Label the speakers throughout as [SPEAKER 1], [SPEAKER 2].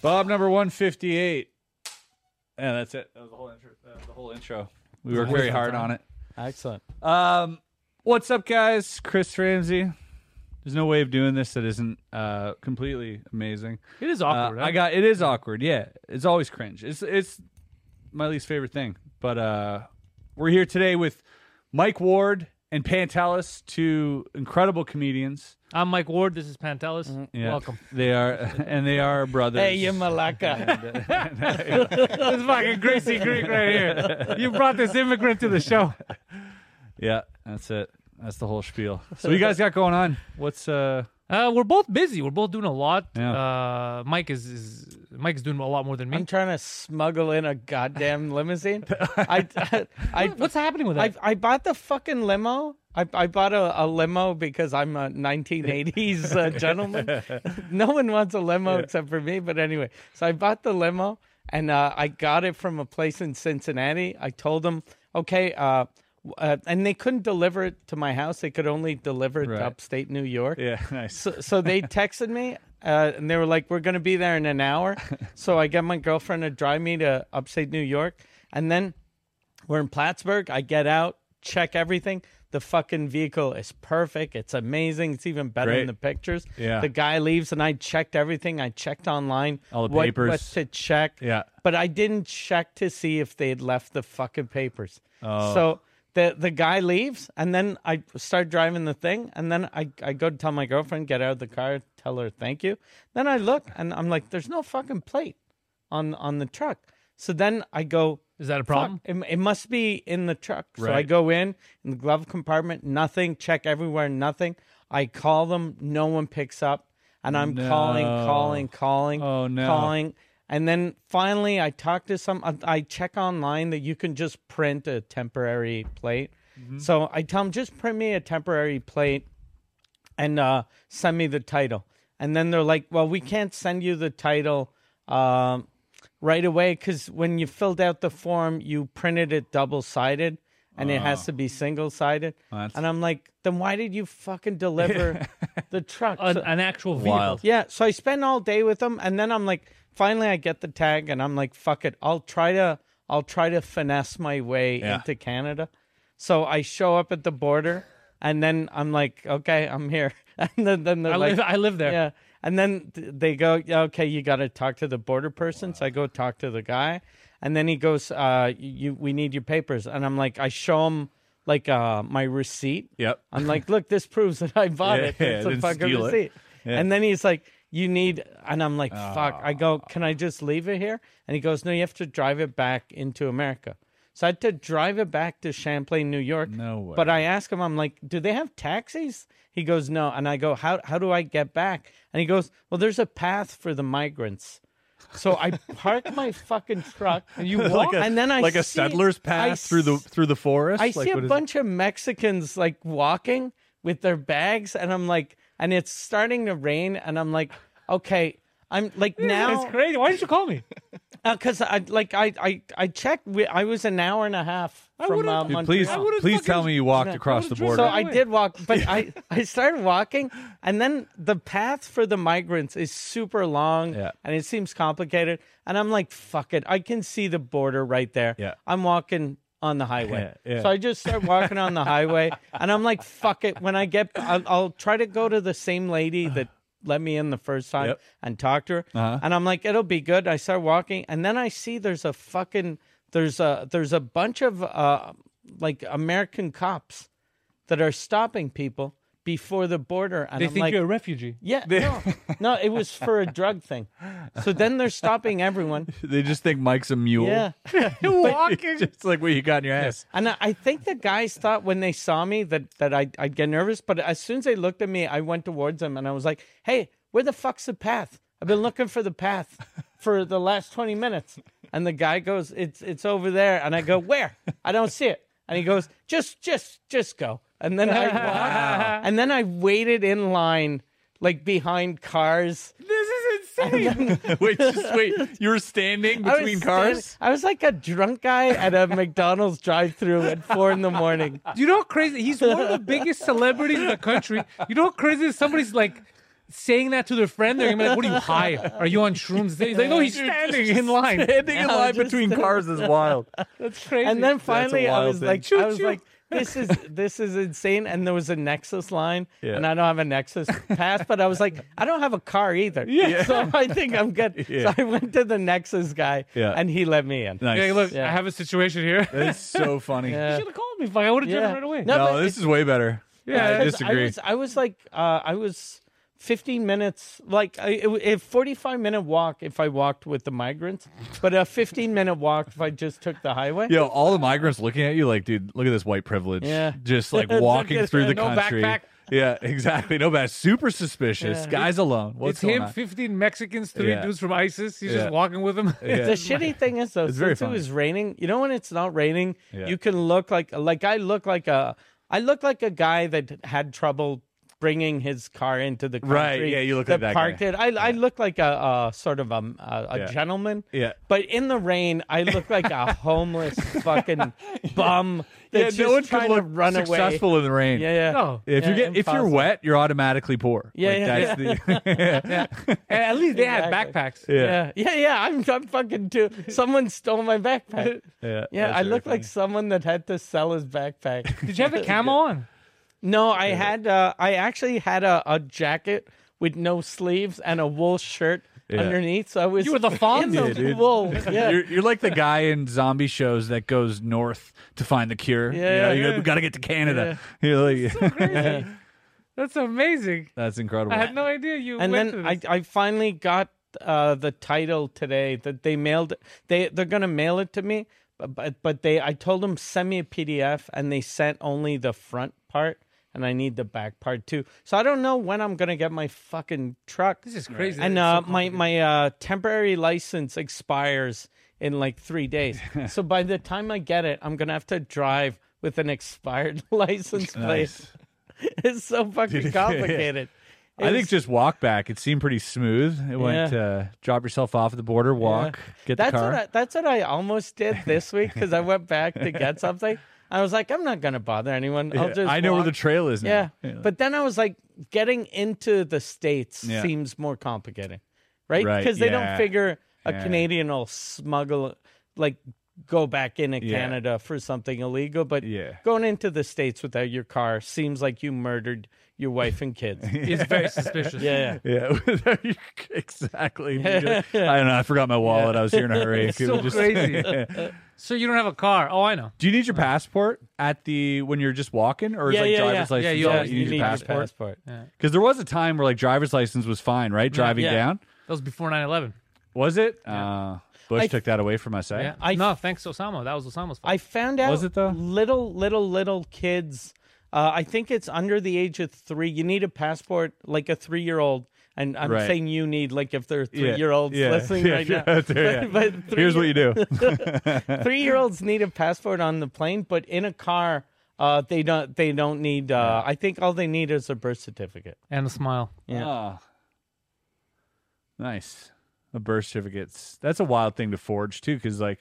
[SPEAKER 1] Bob number 158. And that's it. That was the whole intro. That was the whole intro. We worked very hard on it.
[SPEAKER 2] Excellent.
[SPEAKER 1] Um, what's up, guys? Chris Ramsey. There's no way of doing this that isn't uh, completely amazing.
[SPEAKER 2] It is
[SPEAKER 1] Uh,
[SPEAKER 2] awkward. huh?
[SPEAKER 1] I got it is awkward. Yeah, it's always cringe. It's it's my least favorite thing. But uh, we're here today with Mike Ward and Pantalis, two incredible comedians.
[SPEAKER 2] I'm Mike Ward. This is Pantelis. Welcome.
[SPEAKER 1] They are and they are brothers.
[SPEAKER 3] malaka.
[SPEAKER 2] It's fucking Gracie Greek right here. You brought this immigrant to the show.
[SPEAKER 1] Yeah, that's it. That's the whole spiel. So what you guys got going on? What's uh?
[SPEAKER 2] Uh, we're both busy. We're both doing a lot. Uh, Mike is, is Mike's doing a lot more than me.
[SPEAKER 3] I'm trying to smuggle in a goddamn limousine. I, I, I,
[SPEAKER 2] What's happening with
[SPEAKER 3] I,
[SPEAKER 2] that?
[SPEAKER 3] I bought the fucking limo. I, I bought a, a limo because I'm a 1980s uh, gentleman. no one wants a limo except for me. But anyway, so I bought the limo and uh, I got it from a place in Cincinnati. I told them, okay, uh, w- uh, and they couldn't deliver it to my house. They could only deliver it
[SPEAKER 1] Right.
[SPEAKER 3] to upstate New York.
[SPEAKER 1] Yeah, nice.
[SPEAKER 3] so, so they texted me uh, and they were like, "We're going to be there in an hour." so I got my girlfriend to drive me to upstate New York, and then we're in Plattsburgh. I get out, check everything. The fucking vehicle is perfect. It's amazing. It's even better
[SPEAKER 1] Great.
[SPEAKER 3] in the pictures.
[SPEAKER 1] Yeah.
[SPEAKER 3] The guy leaves, and I checked everything. I checked online.
[SPEAKER 1] All the
[SPEAKER 3] what-
[SPEAKER 1] papers.
[SPEAKER 3] What to check.
[SPEAKER 1] Yeah.
[SPEAKER 3] But I didn't check to see if they'd left the fucking papers. So the the guy leaves, and then I start driving the thing, and then I, I go to tell my girlfriend, get out of the car, tell her thank you. Then I look, and I'm like, there's no fucking plate on on the truck. So then I go,
[SPEAKER 2] Is that a
[SPEAKER 3] fuck,
[SPEAKER 2] problem?
[SPEAKER 3] it, it must be in the truck. So I
[SPEAKER 1] Right.
[SPEAKER 3] go in in the glove compartment, nothing. Check everywhere, nothing. I call them, no one picks up, and I'm calling,
[SPEAKER 1] No.
[SPEAKER 3] calling, calling,
[SPEAKER 1] Oh, no.
[SPEAKER 3] calling. And then finally, I talk to some. uh, I- I check online that you can just print a temporary plate.
[SPEAKER 1] Mm-hmm.
[SPEAKER 3] So I tell them, just print me a temporary plate and uh, send me the title. And then they're like, well, we can't send you the title um, right away because when you filled out the form, you printed it double sided and it has to be single sided.
[SPEAKER 1] that's-
[SPEAKER 3] And I'm like, then why did you fucking deliver the truck?
[SPEAKER 2] An,
[SPEAKER 3] So-
[SPEAKER 2] an actual vehicle.
[SPEAKER 1] Wild.
[SPEAKER 3] yeah, so I spend all day with them, and then I'm like, finally, I get the tag, and I'm like, fuck it, I'll try to, I'll try to finesse my way
[SPEAKER 1] Yeah.
[SPEAKER 3] into Canada. So I show up at the border, and then I'm like, okay, I'm here, and then, then they're
[SPEAKER 2] I
[SPEAKER 3] like,
[SPEAKER 2] live. I live there.
[SPEAKER 3] yeah. And then th- they go, "Yeah, okay, you got to talk to the border person. So I go talk to the guy, and then he goes, uh, you, we need your papers. And I'm like, I show him like uh, my receipt.
[SPEAKER 1] Yep.
[SPEAKER 3] I'm like, look, this proves that I bought
[SPEAKER 1] Yeah,
[SPEAKER 3] it.
[SPEAKER 1] yeah,
[SPEAKER 3] It's a
[SPEAKER 1] didn't
[SPEAKER 3] fucking
[SPEAKER 1] steal it.
[SPEAKER 3] receipt.
[SPEAKER 1] Yeah.
[SPEAKER 3] And then he's like, you need, and I'm like, fuck. I go,
[SPEAKER 4] Ah.
[SPEAKER 3] can I just leave it here? And he goes, no, you have to drive it back into America. So I had to drive it back to Champlain, New York.
[SPEAKER 1] No way.
[SPEAKER 3] But I ask him, I'm like, do they have taxis? He goes, no. And I go, how, how do I get back? And he goes, well, there's a path for the migrants. So I park my fucking truck and you walk,
[SPEAKER 4] like a,
[SPEAKER 3] and then I
[SPEAKER 4] like a
[SPEAKER 3] see-
[SPEAKER 4] settler's
[SPEAKER 3] I
[SPEAKER 4] path through the through the forest.
[SPEAKER 3] I
[SPEAKER 4] Like,
[SPEAKER 3] see a
[SPEAKER 4] what is it?
[SPEAKER 3] bunch of Mexicans like walking with their bags, and I'm like, and it's starting to rain, and I'm like, okay, I'm like
[SPEAKER 2] That's
[SPEAKER 3] now
[SPEAKER 2] crazy. Why didn't you call me?
[SPEAKER 3] because I like I I I checked. We, I was an hour and a half from
[SPEAKER 2] would've-
[SPEAKER 3] uh,
[SPEAKER 2] Dude,
[SPEAKER 3] Montreal.
[SPEAKER 1] Please,
[SPEAKER 2] I would've
[SPEAKER 1] please
[SPEAKER 2] fucking-
[SPEAKER 1] tell me you walked
[SPEAKER 3] No.
[SPEAKER 1] across the
[SPEAKER 2] I would've
[SPEAKER 1] border.
[SPEAKER 3] So
[SPEAKER 2] driven
[SPEAKER 3] I did walk, but I I started walking, and then the path for the migrants is super long,
[SPEAKER 1] Yeah.
[SPEAKER 3] and it seems complicated. And I'm like, fuck it, I can see the border right there.
[SPEAKER 1] Yeah.
[SPEAKER 3] I'm walking on the highway,
[SPEAKER 1] Yeah, yeah.
[SPEAKER 3] so I just start walking on the highway, and I'm like, fuck it. When I get, I'll, I'll try to go to the same lady that let me in the first time
[SPEAKER 1] Uh-huh. Yep. Uh-huh.
[SPEAKER 3] and talk to her, and I'm like, it'll be good. I start walking, and then I see there's a fucking there's a there's a bunch of uh like American cops that are stopping people before the border. And
[SPEAKER 2] They
[SPEAKER 3] I'm
[SPEAKER 2] think
[SPEAKER 3] like,
[SPEAKER 2] you're a refugee.
[SPEAKER 3] yeah, no, no, it was for a drug thing. So then they're stopping everyone.
[SPEAKER 1] They just think Mike's a mule.
[SPEAKER 3] Yeah.
[SPEAKER 2] Walking.
[SPEAKER 1] It's like what you got in your ass.
[SPEAKER 3] And I, I think the guys thought when they saw me that, that I'd, I'd get nervous. But as soon as they looked at me, I went towards them and I was like, hey, where the fuck's the path? I've been looking for the path for the last 20 minutes. And the guy goes, it's, it's over there. And I go, where? I don't see it. And he goes, just, just, just go. And then I walked, and then I waited in line, like behind cars.
[SPEAKER 2] This is insane.
[SPEAKER 1] wait, just wait. You were standing
[SPEAKER 3] I was
[SPEAKER 1] between
[SPEAKER 3] standing-
[SPEAKER 1] cars?
[SPEAKER 3] I was like a drunk guy at a McDonald's drive-through at four in the morning.
[SPEAKER 2] Do you know how crazy? He's one of the biggest celebrities in the country. You know how crazy? Somebody's like saying that to their friend, they're gonna be like, "What are you high? Are you on shrooms?" He's like, "No, he's standing in line."
[SPEAKER 1] Standing in
[SPEAKER 3] Now
[SPEAKER 1] line
[SPEAKER 3] just-
[SPEAKER 1] between cars is wild.
[SPEAKER 2] That's crazy.
[SPEAKER 3] And then finally, I
[SPEAKER 1] wild
[SPEAKER 3] was
[SPEAKER 1] thing.
[SPEAKER 3] like, I was
[SPEAKER 2] Choo-choo.
[SPEAKER 3] like, this is this is insane. And there was a Nexus line,
[SPEAKER 1] Yeah.
[SPEAKER 3] and I don't have a Nexus pass, but I was like, I don't have a car either.
[SPEAKER 1] Yeah.
[SPEAKER 3] So I think I'm good.
[SPEAKER 1] Yeah.
[SPEAKER 3] So I went to the Nexus guy,
[SPEAKER 1] Yeah.
[SPEAKER 3] and he let me in.
[SPEAKER 1] Nice.
[SPEAKER 2] You're like, look,
[SPEAKER 3] Yeah.
[SPEAKER 2] I have a situation here. you
[SPEAKER 1] That's so funny.
[SPEAKER 3] Yeah.
[SPEAKER 2] should have called me. Fuck, I would have driven
[SPEAKER 3] Yeah.
[SPEAKER 2] right away.
[SPEAKER 3] No,
[SPEAKER 1] No,
[SPEAKER 3] but
[SPEAKER 1] this is way better.
[SPEAKER 2] Yeah,
[SPEAKER 1] I
[SPEAKER 3] Because
[SPEAKER 1] disagree.
[SPEAKER 3] was, I was like, uh, I was 15 minutes, like I, it, a 45 minute walk if I walked with the migrants, but a 15 minute walk if I just took the highway.
[SPEAKER 1] Yo, all the migrants looking at you like, dude, look at this white privilege.
[SPEAKER 3] Yeah.
[SPEAKER 1] Just like walking
[SPEAKER 2] Just,
[SPEAKER 1] through
[SPEAKER 2] uh,
[SPEAKER 1] the
[SPEAKER 2] no
[SPEAKER 1] country.
[SPEAKER 2] backpack.
[SPEAKER 1] Yeah, exactly. No bad. Super suspicious.
[SPEAKER 3] Yeah.
[SPEAKER 1] Guys alone. What's
[SPEAKER 2] It's
[SPEAKER 1] going
[SPEAKER 2] him,
[SPEAKER 1] on?
[SPEAKER 2] 15 Mexicans, three
[SPEAKER 1] Yeah.
[SPEAKER 2] dudes from ISIS. He's
[SPEAKER 1] Yeah.
[SPEAKER 2] just walking with them.
[SPEAKER 1] Yeah.
[SPEAKER 3] The shitty thing is though,
[SPEAKER 1] It's
[SPEAKER 3] since
[SPEAKER 1] very
[SPEAKER 3] it
[SPEAKER 1] funny.
[SPEAKER 3] was raining, you know when it's not raining,
[SPEAKER 1] Yeah.
[SPEAKER 3] you can look like like I look like a I look like a guy that had trouble bringing his car into the country.
[SPEAKER 1] Right, yeah, you look like that guy.
[SPEAKER 3] parked it. I I look like a, uh sort of a a, a
[SPEAKER 1] Yeah.
[SPEAKER 3] gentleman.
[SPEAKER 1] Yeah.
[SPEAKER 3] But in the rain, I look like a homeless fucking bum
[SPEAKER 1] yeah,
[SPEAKER 3] that's
[SPEAKER 1] no one
[SPEAKER 3] just
[SPEAKER 1] can
[SPEAKER 3] trying to
[SPEAKER 1] look
[SPEAKER 3] run
[SPEAKER 1] successful in the rain.
[SPEAKER 3] away. Yeah, yeah.
[SPEAKER 2] No.
[SPEAKER 1] If you
[SPEAKER 3] Yeah,
[SPEAKER 1] get if you're
[SPEAKER 3] impossible.
[SPEAKER 1] wet, you're automatically poor.
[SPEAKER 3] Yeah,
[SPEAKER 1] Like,
[SPEAKER 3] yeah,
[SPEAKER 1] that's The,
[SPEAKER 2] And at least they had
[SPEAKER 3] Exactly.
[SPEAKER 2] backpacks.
[SPEAKER 1] yeah. yeah.
[SPEAKER 3] Yeah, yeah, yeah. I'm, I'm fucking too. Someone stole my backpack. Yeah,
[SPEAKER 1] that's
[SPEAKER 3] I
[SPEAKER 1] very
[SPEAKER 3] look like
[SPEAKER 1] funny.
[SPEAKER 3] someone that had to sell his backpack.
[SPEAKER 2] Did you have the camo on?
[SPEAKER 3] No, I had uh, I actually had a, a jacket with no sleeves and a wool shirt
[SPEAKER 1] Yeah.
[SPEAKER 3] underneath. So I was
[SPEAKER 2] You were the
[SPEAKER 3] in
[SPEAKER 2] Fonz.
[SPEAKER 3] the
[SPEAKER 1] Yeah, dude.
[SPEAKER 3] wool. Yeah.
[SPEAKER 1] You're, you're like the guy in zombie shows that goes north to find the cure.
[SPEAKER 3] Yeah,
[SPEAKER 1] you know,
[SPEAKER 3] yeah,
[SPEAKER 1] you
[SPEAKER 3] yeah.
[SPEAKER 1] got to get to Canada. You're like,
[SPEAKER 2] That's amazing.
[SPEAKER 1] that's incredible.
[SPEAKER 2] I had no idea you
[SPEAKER 3] and
[SPEAKER 2] went to
[SPEAKER 3] then I,
[SPEAKER 2] this.
[SPEAKER 3] I finally got uh, the title today that they mailed. They they're gonna mail it to me, but but, but they I told them send me a PDF and they sent only the front part. And I need the back part too. So I don't know when I'm gonna get my fucking truck.
[SPEAKER 2] This is crazy.
[SPEAKER 3] and
[SPEAKER 2] It's so
[SPEAKER 3] uh, my my uh, temporary license expires in like three days. so by the time I get it, I'm gonna have to drive with an expired license plate.
[SPEAKER 1] Nice.
[SPEAKER 3] It's so fucking complicated.
[SPEAKER 1] I think
[SPEAKER 3] It's-
[SPEAKER 1] just walk back. It seemed pretty smooth. It went
[SPEAKER 3] Yeah.
[SPEAKER 1] uh, drop yourself off at the border, walk, get the
[SPEAKER 3] that's
[SPEAKER 1] car.
[SPEAKER 3] what I, that's what I almost did this week because I went back to get something. I was like, I'm not gonna bother anyone. I'll
[SPEAKER 1] Yeah,
[SPEAKER 3] just
[SPEAKER 1] I know where
[SPEAKER 3] walk.
[SPEAKER 1] the trail is now.
[SPEAKER 3] yeah.
[SPEAKER 1] Yeah.
[SPEAKER 3] but then I was like, getting into the states
[SPEAKER 1] Yeah.
[SPEAKER 3] seems more complicated, right?
[SPEAKER 1] Right,
[SPEAKER 3] Because they
[SPEAKER 1] yeah.
[SPEAKER 3] don't figure a
[SPEAKER 1] Yeah.
[SPEAKER 3] Canadian will smuggle, like, go back into
[SPEAKER 1] Yeah.
[SPEAKER 3] Canada for something illegal. But
[SPEAKER 1] Yeah.
[SPEAKER 3] going into the states without your car seems like you murdered your wife and kids. yeah,
[SPEAKER 2] It's very suspicious.
[SPEAKER 3] yeah.
[SPEAKER 1] Yeah, exactly. You just- I don't know. I forgot my wallet. I was here in a hurry.
[SPEAKER 2] It's
[SPEAKER 1] Could we
[SPEAKER 2] so
[SPEAKER 1] just-
[SPEAKER 2] crazy. So you don't have a car? Oh, I know.
[SPEAKER 1] Do you need your passport at the when you're just walking, or is
[SPEAKER 3] Yeah,
[SPEAKER 1] like
[SPEAKER 3] yeah,
[SPEAKER 1] driver's
[SPEAKER 3] yeah.
[SPEAKER 1] license?
[SPEAKER 2] Yeah, you
[SPEAKER 1] you,
[SPEAKER 2] always
[SPEAKER 1] you need, your passport.
[SPEAKER 3] passport.
[SPEAKER 1] Because there was a time where like driver's license was fine, right? Driving
[SPEAKER 3] Mm-hmm. Yeah.
[SPEAKER 1] down
[SPEAKER 2] That was before 9/11.
[SPEAKER 1] was it? Uh, Bush
[SPEAKER 3] I-
[SPEAKER 1] took that away from us. Eh?
[SPEAKER 2] Yeah.
[SPEAKER 3] I-
[SPEAKER 2] no, thanks Osama. That was Osama's fault.
[SPEAKER 3] I found out
[SPEAKER 1] Was it, though?
[SPEAKER 3] little little little kids. Uh, I think it's under the age of three. You need a passport, like a three year old. And I'm
[SPEAKER 1] Right.
[SPEAKER 3] saying you need, like, if there are three year olds
[SPEAKER 1] yeah,
[SPEAKER 3] listening
[SPEAKER 1] yeah,
[SPEAKER 3] right
[SPEAKER 1] yeah,
[SPEAKER 3] now.
[SPEAKER 1] there, yeah.
[SPEAKER 3] But
[SPEAKER 1] Here's what you do.
[SPEAKER 3] three year olds need a passport on the plane, but in a car, uh, they don't. They don't need. Uh, I think all they need is a birth certificate.
[SPEAKER 2] and a smile.
[SPEAKER 3] Yeah.
[SPEAKER 1] Ah. nice. A birth certificates. That's a wild thing to forge too, because like